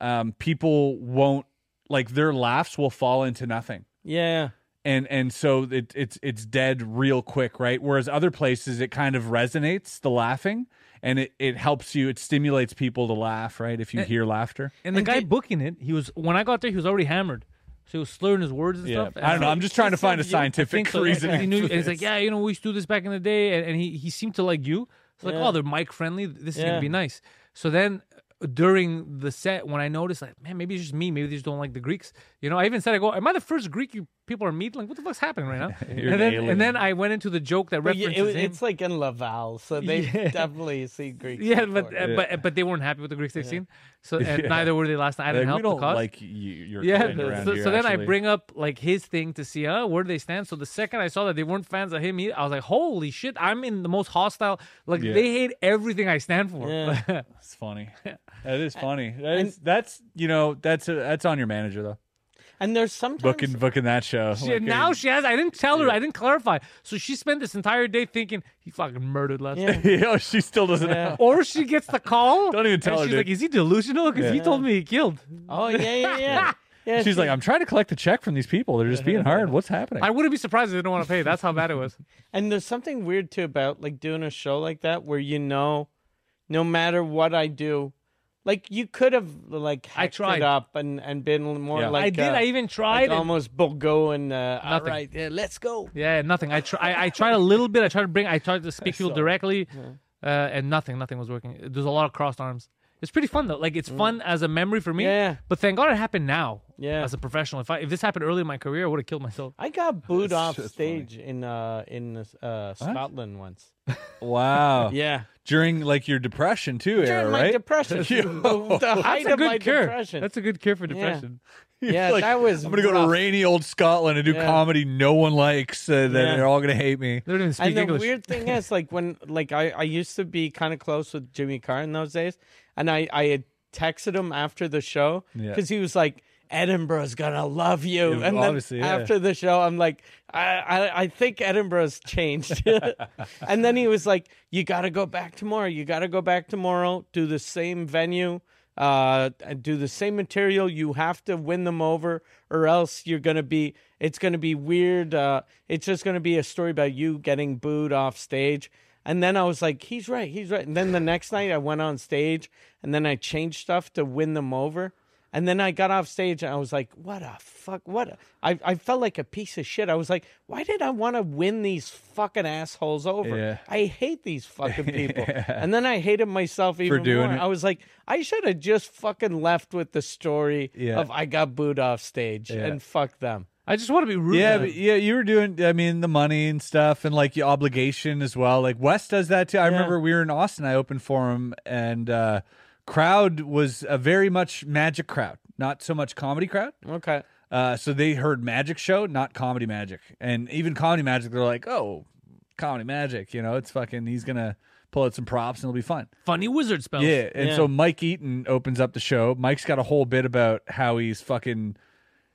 [SPEAKER 1] um, people won't like their laughs will fall into nothing
[SPEAKER 3] Yeah,
[SPEAKER 1] and and so it, it's it's dead real quick, right? Whereas other places, it kind of resonates the laughing, and it it helps you, it stimulates people to laugh, right? If you hear laughter,
[SPEAKER 2] And the guy booking it, he was when I got there, he was already hammered, so he was slurring his words and
[SPEAKER 1] yeah.
[SPEAKER 2] stuff.
[SPEAKER 1] I don't know. I'm just trying to find a scientific reason.
[SPEAKER 2] He knew, and he's like, yeah, you know, we used to do this back in the day, and, and he he seemed to like you. It's like, oh, they're mic friendly. This is gonna
[SPEAKER 3] Yeah.
[SPEAKER 2] be nice. So then uh, during the set, when I noticed, like, man, maybe it's just me. Maybe they just don't like the Greeks. You know, I even said, I go, am I the first Greek you people are meeting? Like, what the fuck's happening right now?
[SPEAKER 1] You're
[SPEAKER 2] and
[SPEAKER 1] an
[SPEAKER 2] then
[SPEAKER 1] alien.
[SPEAKER 2] and then I went into the joke that
[SPEAKER 3] But yeah,
[SPEAKER 2] references
[SPEAKER 3] it,
[SPEAKER 2] him.
[SPEAKER 3] it's like in Laval, so they
[SPEAKER 2] Yeah.
[SPEAKER 3] definitely see Greek.
[SPEAKER 2] yeah, but
[SPEAKER 3] before.
[SPEAKER 2] uh, but but they weren't happy with the Greeks they've seen. So and neither were they last night. I didn't
[SPEAKER 1] Like,
[SPEAKER 2] help
[SPEAKER 1] we don't
[SPEAKER 2] the cause.
[SPEAKER 1] like you. You're
[SPEAKER 2] Yeah,
[SPEAKER 1] coming around
[SPEAKER 2] so,
[SPEAKER 1] here,
[SPEAKER 2] so then I
[SPEAKER 1] actually.
[SPEAKER 2] bring up like his thing to see uh, where do they stand. So the second I saw that they weren't fans of him, he- I was like, "Holy shit! I'm in the most hostile. Like
[SPEAKER 1] Yeah.
[SPEAKER 2] they hate everything I stand for."
[SPEAKER 3] Yeah.
[SPEAKER 1] It's funny. That is funny. That is, that's you know that's a, that's on your manager though.
[SPEAKER 3] and there's sometimes
[SPEAKER 1] Booking booking that show.
[SPEAKER 2] She-
[SPEAKER 1] Like,
[SPEAKER 2] now
[SPEAKER 1] uh,
[SPEAKER 2] she has. I didn't tell her. I didn't clarify. So she spent this entire day thinking he fucking murdered last
[SPEAKER 3] Yeah.
[SPEAKER 2] night.
[SPEAKER 1] you know, oh, she still doesn't.
[SPEAKER 3] Yeah.
[SPEAKER 1] Know.
[SPEAKER 2] Or she gets the call.
[SPEAKER 1] Don't even
[SPEAKER 2] and
[SPEAKER 1] tell her,
[SPEAKER 2] She's
[SPEAKER 1] dude.
[SPEAKER 2] like, "Is he delusional? Because he
[SPEAKER 3] Yeah.
[SPEAKER 2] told me he killed."
[SPEAKER 3] Oh yeah, yeah, yeah. yeah
[SPEAKER 1] She's
[SPEAKER 3] she-
[SPEAKER 1] like, I'm trying to collect the check from these people. They're just being hard. What's happening?
[SPEAKER 2] I wouldn't be surprised if they don't want to pay. That's how bad it was.
[SPEAKER 3] And there's something weird too about like doing a show like that where you know, no matter what I do, like you could have like
[SPEAKER 2] I
[SPEAKER 3] hacked
[SPEAKER 2] tried.
[SPEAKER 3] it up and and been more
[SPEAKER 1] Yeah. I
[SPEAKER 3] like
[SPEAKER 2] I did.
[SPEAKER 3] uh,
[SPEAKER 2] I even tried.
[SPEAKER 3] like
[SPEAKER 2] and-
[SPEAKER 3] almost Bogo and uh, all
[SPEAKER 2] Nothing.
[SPEAKER 3] right, yeah, let's go.
[SPEAKER 2] Yeah, nothing. I try. I, I tried a little bit. I tried to bring. I tried to speak to people directly, uh, and nothing. Nothing was working. There's a lot of crossed arms. It's pretty fun though. Like it's fun as a memory for me.
[SPEAKER 3] Yeah.
[SPEAKER 2] But thank God it happened now.
[SPEAKER 3] Yeah.
[SPEAKER 2] As a professional, if I, if this happened early in my career, I would have killed myself.
[SPEAKER 3] I got booed off stage in uh in uh, Scotland once.
[SPEAKER 2] Oh.
[SPEAKER 1] wow.
[SPEAKER 3] Yeah,
[SPEAKER 1] during like your depression too, era,
[SPEAKER 3] during
[SPEAKER 1] right?
[SPEAKER 3] my depression, the, the height
[SPEAKER 2] That's a
[SPEAKER 3] of my
[SPEAKER 2] good cure.
[SPEAKER 3] depression.
[SPEAKER 2] That's a good cure for depression.
[SPEAKER 3] yeah,
[SPEAKER 1] Like,
[SPEAKER 3] that was.
[SPEAKER 1] I'm gonna go to
[SPEAKER 3] rough.
[SPEAKER 1] rainy old Scotland and do
[SPEAKER 3] Yeah.
[SPEAKER 1] comedy no one likes, and then
[SPEAKER 3] Yeah.
[SPEAKER 1] they're all gonna hate me.
[SPEAKER 2] They don't even speak
[SPEAKER 3] and the
[SPEAKER 2] English.
[SPEAKER 3] weird thing is like when like I, I used to be kind of close with jimmy carr in those days and i i had texted him after the show
[SPEAKER 1] Yeah.
[SPEAKER 3] because he was like edinburgh's gonna love you
[SPEAKER 1] Yeah,
[SPEAKER 3] and then
[SPEAKER 1] obviously, yeah.
[SPEAKER 3] after the show i'm like i i, I think edinburgh's changed and then he was like you gotta go back tomorrow you gotta go back tomorrow do the same venue uh, and do the same material. You have to win them over, or else you're gonna be. It's gonna be weird. Uh, it's just gonna be a story about you getting booed off stage. And then I was like, he's right, he's right. And then the next night I went on stage, and then I changed stuff to win them over. And then I got off stage and I was like, what a fuck, what a. I, I felt like a piece of shit. I was like, why did I want to win these fucking assholes over?
[SPEAKER 1] Yeah.
[SPEAKER 3] I hate these fucking people. And then I hated myself even
[SPEAKER 1] doing
[SPEAKER 3] more.
[SPEAKER 1] it.
[SPEAKER 3] I was like, I should have just fucking left with the story
[SPEAKER 1] Yeah.
[SPEAKER 3] of I got booed off stage and fuck them.
[SPEAKER 2] I just want to be rude.
[SPEAKER 1] Yeah,
[SPEAKER 2] to them.
[SPEAKER 1] but yeah, you were doing. I mean, the money and stuff, and like your obligation as well. Like Wes does that too. I remember we were in Austin. I opened for him, and uh, crowd was a very much magic crowd, not so much comedy crowd.
[SPEAKER 3] Okay.
[SPEAKER 1] Uh, so they heard magic show, not comedy magic, and even comedy magic, they're like, oh, comedy magic. You know, it's fucking. He's gonna pull out some props, and it'll be fun.
[SPEAKER 2] funny wizard spells.
[SPEAKER 1] Yeah, and so Mike Eaton opens up the show. Mike's got a whole bit about how he's fucking,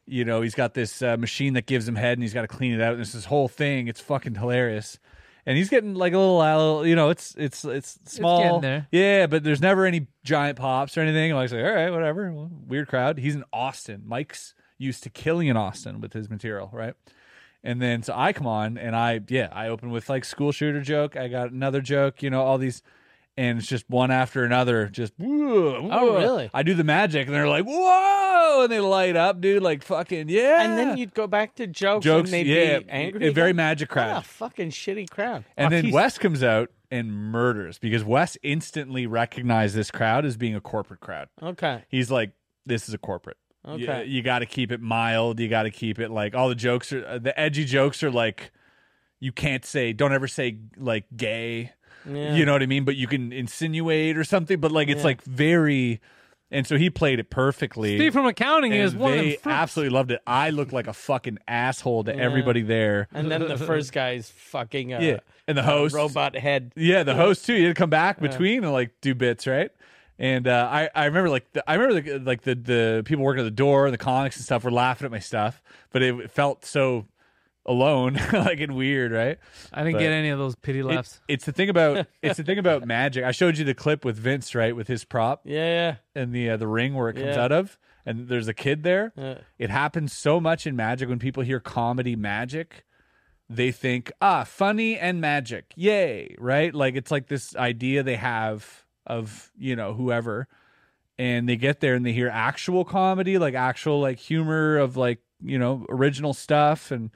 [SPEAKER 1] you know, he's got this uh, machine that gives him head, and he's got to clean it out. And it's this whole thing. It's fucking hilarious. And he's getting like a little, a little- you know, it's it's it's small,
[SPEAKER 2] there.
[SPEAKER 1] yeah, but there's never any giant pops or anything. Like, say, all right, whatever, well, weird crowd. He's in Austin. Mike's used to killing in Austin with his material, right? And then so I come on and I yeah, I open with like school shooter joke. I got another joke, you know, all these and it's just one after another, just whoa, whoa.
[SPEAKER 3] Oh, really?
[SPEAKER 1] I do the magic and they're like, Whoa and they light up, dude, like fucking yeah.
[SPEAKER 3] And then you'd go back to jokes,
[SPEAKER 1] Ah. jokes,
[SPEAKER 3] and they'd
[SPEAKER 1] yeah,
[SPEAKER 3] be angry.
[SPEAKER 1] a very
[SPEAKER 3] again?
[SPEAKER 1] magic crowd.
[SPEAKER 3] What a fucking shitty crowd.
[SPEAKER 1] And then
[SPEAKER 2] he's-
[SPEAKER 1] Wes comes out and murders because Wes instantly recognized this crowd as being a corporate crowd.
[SPEAKER 3] Okay.
[SPEAKER 1] He's like, this is a corporate. You-
[SPEAKER 3] Okay.
[SPEAKER 1] You, got to keep it mild. You got to keep it like all the jokes are, the edgy jokes are like, you can't say, don't ever say like gay.
[SPEAKER 3] Yeah.
[SPEAKER 1] You know what I mean? But you can insinuate or something, but like it's like very. And so he played it perfectly.
[SPEAKER 2] Steve from accounting
[SPEAKER 1] and
[SPEAKER 2] is one of them
[SPEAKER 1] they
[SPEAKER 2] fruits.
[SPEAKER 1] absolutely loved it. I looked like a fucking asshole to everybody there.
[SPEAKER 3] And then the first guy's fucking uh,
[SPEAKER 1] Yeah. And the host.
[SPEAKER 3] robot head.
[SPEAKER 1] Yeah, the host too. You had to come back between and like do bits, right? And uh, I I remember like the, I remember the, like the the people working at the door and the comics and stuff were laughing at my stuff, but it felt so alone, like and weird, right?
[SPEAKER 2] I didn't
[SPEAKER 1] But
[SPEAKER 2] get any of those pity
[SPEAKER 1] It-
[SPEAKER 2] laughs.
[SPEAKER 1] it's the thing about it's the thing about magic. I showed you the clip with Vince, right, with his prop
[SPEAKER 3] Yeah,
[SPEAKER 1] and the uh, the ring where it comes
[SPEAKER 3] Yeah.
[SPEAKER 1] out of, and there's a kid there.
[SPEAKER 3] Yeah. Uh,
[SPEAKER 1] It happens so much in magic when people hear comedy magic, they think ah funny and magic, yay, right? Like it's like this idea they have of you know whoever, and they get there and they hear actual comedy, like actual like humor of like you know original stuff and.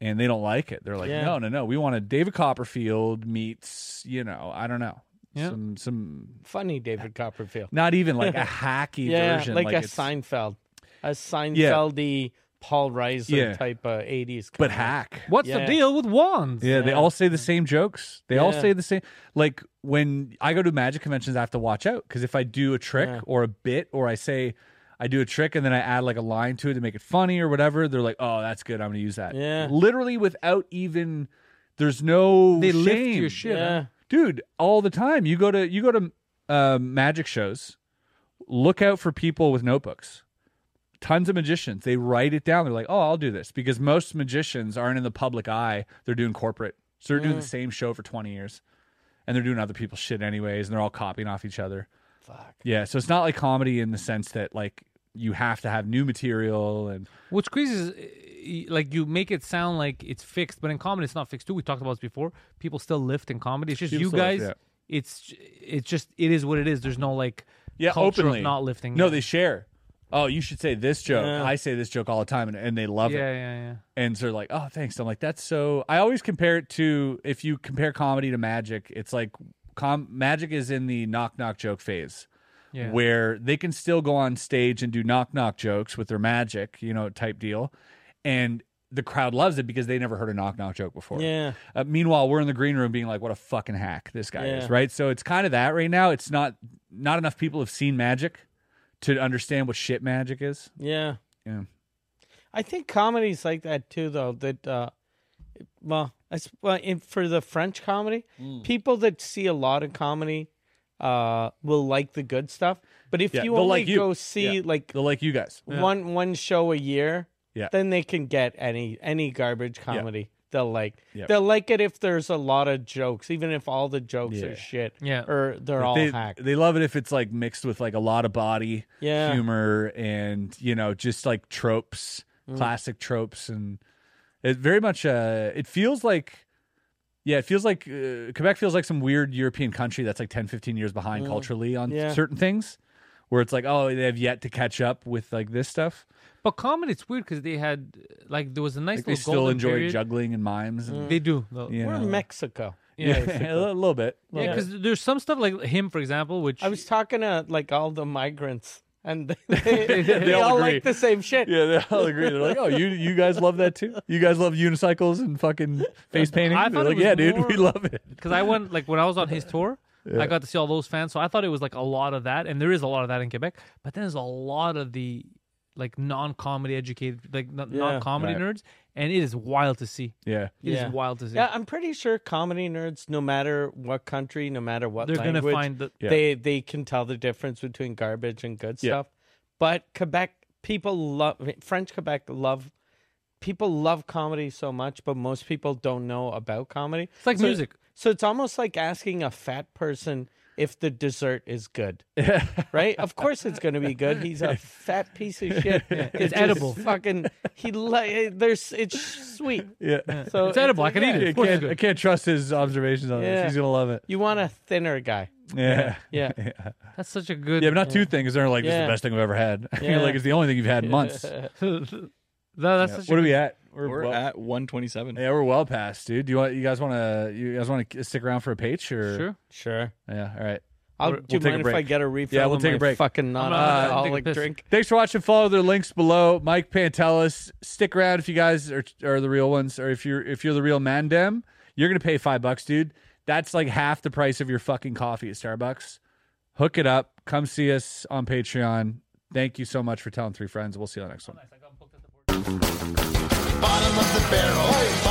[SPEAKER 1] And they don't like it. They're like,
[SPEAKER 3] Yeah.
[SPEAKER 1] no, no, no. We want a David Copperfield meets, you know, I don't know,
[SPEAKER 2] Yeah.
[SPEAKER 1] some some
[SPEAKER 3] funny David Copperfield.
[SPEAKER 1] not even like a hacky
[SPEAKER 3] Yeah,
[SPEAKER 1] version,
[SPEAKER 3] like, a
[SPEAKER 1] it's-
[SPEAKER 3] Seinfeld, a Seinfeldy Paul Reiser
[SPEAKER 1] Yeah.
[SPEAKER 3] type of eighties.
[SPEAKER 1] but hack.
[SPEAKER 2] What's the
[SPEAKER 3] Yeah.
[SPEAKER 2] deal with wands?
[SPEAKER 1] Yeah, they
[SPEAKER 3] Yeah.
[SPEAKER 1] all say the same jokes. They all
[SPEAKER 3] Yeah.
[SPEAKER 1] say the same. Like when I go to magic conventions, I have to watch out because if I do a trick
[SPEAKER 3] Yeah.
[SPEAKER 1] or a bit, or I say I do a trick and then I add like a line to it to make it funny or whatever, they're like, "Oh, that's good. I'm going to use that."
[SPEAKER 3] Yeah.
[SPEAKER 1] literally without even. There's no
[SPEAKER 2] They
[SPEAKER 1] shame.
[SPEAKER 2] lift your shit. up.
[SPEAKER 3] Yeah,
[SPEAKER 1] dude all the time you go to you go to uh, magic shows look out for people with notebooks tons of magicians they write it down they're like oh i'll do this because most magicians aren't in the public eye they're doing corporate so they're doing the same show for 20 years and they're doing other people's shit anyways and they're all copying off each other fuck yeah so it's not like comedy in the sense that like you have to have new material and
[SPEAKER 2] What's crazy is, uh, like, you make it sound like it's fixed, but in comedy, it's not fixed too. We talked about this before. People still lift in comedy. It's just
[SPEAKER 1] People
[SPEAKER 2] you
[SPEAKER 1] still lift,
[SPEAKER 2] guys. It's j- it's just it is what it is. There's no like
[SPEAKER 1] yeah
[SPEAKER 2] culture
[SPEAKER 1] openly
[SPEAKER 2] of not lifting.
[SPEAKER 1] no
[SPEAKER 2] Yeah.
[SPEAKER 1] they share oh you should say this joke
[SPEAKER 3] Yeah.
[SPEAKER 1] i say this joke all the time and, and they love it
[SPEAKER 2] yeah yeah yeah.
[SPEAKER 1] and so they're like, "Oh, thanks." I'm like, "That's so." I always compare it to if you compare comedy to magic, it's like com- magic is in the knock knock joke phase,
[SPEAKER 2] Yeah.
[SPEAKER 1] where they can still go on stage and do knock knock jokes with their magic, you know, type deal, and the crowd loves it because they never heard a knock knock joke before.
[SPEAKER 3] yeah,
[SPEAKER 1] Uh, meanwhile, we're in the green room being like, "What a fucking hack this guy
[SPEAKER 3] Yeah.
[SPEAKER 1] is!" Right. So it's kind of that right now. It's not not enough people have seen magic to understand what shit magic is.
[SPEAKER 3] yeah,
[SPEAKER 1] Yeah.
[SPEAKER 3] I think comedy's like that too, though. That uh, well, as, well in, for the French comedy,
[SPEAKER 1] Mm.
[SPEAKER 3] people that see a lot of comedy uh will like the good stuff. But if
[SPEAKER 1] Yeah,
[SPEAKER 3] you
[SPEAKER 1] they'll
[SPEAKER 3] only
[SPEAKER 1] like you.
[SPEAKER 3] go see
[SPEAKER 1] Yeah.
[SPEAKER 3] like
[SPEAKER 1] They're like you guys.
[SPEAKER 3] one one show a year,
[SPEAKER 1] Yeah.
[SPEAKER 3] then they can get any any garbage comedy. they'll like.
[SPEAKER 1] Yep.
[SPEAKER 3] They'll like it if there's a lot of jokes, even if all the jokes
[SPEAKER 1] Yeah.
[SPEAKER 3] are shit.
[SPEAKER 2] Yeah.
[SPEAKER 3] Or they're all
[SPEAKER 1] they,
[SPEAKER 3] hacked.
[SPEAKER 1] they love it if it's like mixed with like a lot of body
[SPEAKER 3] Yeah.
[SPEAKER 1] humor and you know just like tropes classic tropes and it very much uh it feels like yeah it feels like uh, quebec feels like some weird european country that's like 10 15 years behind culturally on
[SPEAKER 3] Yeah.
[SPEAKER 1] certain things where it's like oh they have yet to catch up with like this stuff
[SPEAKER 2] But comedy, it's weird because they had like there was a nice
[SPEAKER 1] like they
[SPEAKER 2] little
[SPEAKER 1] still
[SPEAKER 2] golden
[SPEAKER 1] enjoy
[SPEAKER 2] period. Mm.
[SPEAKER 1] juggling and mimes and
[SPEAKER 2] They do. though.
[SPEAKER 1] you
[SPEAKER 3] We're
[SPEAKER 1] know.
[SPEAKER 3] in Mexico.
[SPEAKER 1] yeah a little- little bit
[SPEAKER 2] Yeah, because there's some stuff like him, for example, which
[SPEAKER 3] I was talking to like all the migrants, and they, they,
[SPEAKER 1] all
[SPEAKER 3] all,
[SPEAKER 1] agree.
[SPEAKER 3] like the same shit.
[SPEAKER 1] Yeah, they all agree. They're like, "Oh, you you guys love that too? You guys love unicycles and fucking face painting?"
[SPEAKER 2] I
[SPEAKER 1] They're
[SPEAKER 2] thought it
[SPEAKER 1] like,
[SPEAKER 2] was
[SPEAKER 1] "Yeah, dude,
[SPEAKER 2] more-
[SPEAKER 1] we love it."
[SPEAKER 2] because I went like when I was on his tour, I got to see all those fans. So I thought it was like a lot of that, and there is a lot of that in Quebec. But then there's a lot of the like non-comedy educated, like n- non-comedy nerds, and it is wild to see.
[SPEAKER 1] Yeah,
[SPEAKER 2] It is
[SPEAKER 3] Yeah.
[SPEAKER 2] wild to see.
[SPEAKER 3] Yeah, I'm pretty sure comedy nerds, no matter what country, no matter what
[SPEAKER 2] They're gonna
[SPEAKER 3] language,
[SPEAKER 2] find the-
[SPEAKER 1] Yeah.
[SPEAKER 3] they they can tell the difference between garbage and good
[SPEAKER 1] Yeah.
[SPEAKER 3] stuff. But Quebec people love French Quebec love people love comedy so much, but most people don't know about comedy. It's
[SPEAKER 2] like music.
[SPEAKER 3] So it's almost like asking a fat person if the dessert is good. right? Of course it's going to be good. He's a fat piece of shit.
[SPEAKER 2] It's
[SPEAKER 3] just
[SPEAKER 2] edible.
[SPEAKER 3] Fucking he li- there's it's sweet.
[SPEAKER 1] yeah.
[SPEAKER 3] So
[SPEAKER 2] It's edible. I can eat
[SPEAKER 1] I
[SPEAKER 2] it. Of course it's
[SPEAKER 1] can't, I
[SPEAKER 2] good.
[SPEAKER 1] can't trust his observations on
[SPEAKER 3] Yeah.
[SPEAKER 1] this. He's gonna love it.
[SPEAKER 3] You want a thinner guy.
[SPEAKER 1] Yeah,
[SPEAKER 3] Yeah.
[SPEAKER 2] That's such a good.
[SPEAKER 1] yeah, but not two things. They're like, "This is
[SPEAKER 3] Yeah.
[SPEAKER 1] the best thing I've ever had."
[SPEAKER 3] Yeah.
[SPEAKER 1] You're like, "It's the only thing you've had in months."
[SPEAKER 2] That- that's
[SPEAKER 1] Yeah.
[SPEAKER 2] such
[SPEAKER 1] What
[SPEAKER 2] a,
[SPEAKER 1] are we at?
[SPEAKER 5] We're
[SPEAKER 1] well,
[SPEAKER 5] at 127.
[SPEAKER 1] yeah, we're well past, dude. Do you want you guys want to you guys want to stick around for a page or
[SPEAKER 2] sure.
[SPEAKER 3] Sure.
[SPEAKER 1] Yeah, all right.
[SPEAKER 3] I'll
[SPEAKER 1] We're-
[SPEAKER 3] do
[SPEAKER 1] we'll
[SPEAKER 3] you
[SPEAKER 1] take a
[SPEAKER 3] mind if I
[SPEAKER 1] break.
[SPEAKER 3] get a refill?
[SPEAKER 1] we'll
[SPEAKER 3] on
[SPEAKER 1] take a
[SPEAKER 3] my
[SPEAKER 1] break.
[SPEAKER 3] Fucking
[SPEAKER 2] I'm
[SPEAKER 3] non
[SPEAKER 2] not- I'm taking a
[SPEAKER 3] alcoholic
[SPEAKER 2] piss.
[SPEAKER 3] drink.
[SPEAKER 1] Thanks for watching. Follow their links below. Mike Pantelis. Stick around if you guys are, are the real ones, or if you're if you're the real Mandem, you're gonna pay five bucks, dude. That's like half the price of your fucking coffee at Starbucks. Hook it up. Come see us on Patreon. Thank you so much for telling three friends. We'll see you on the next one.
[SPEAKER 7] bottom of the barrel.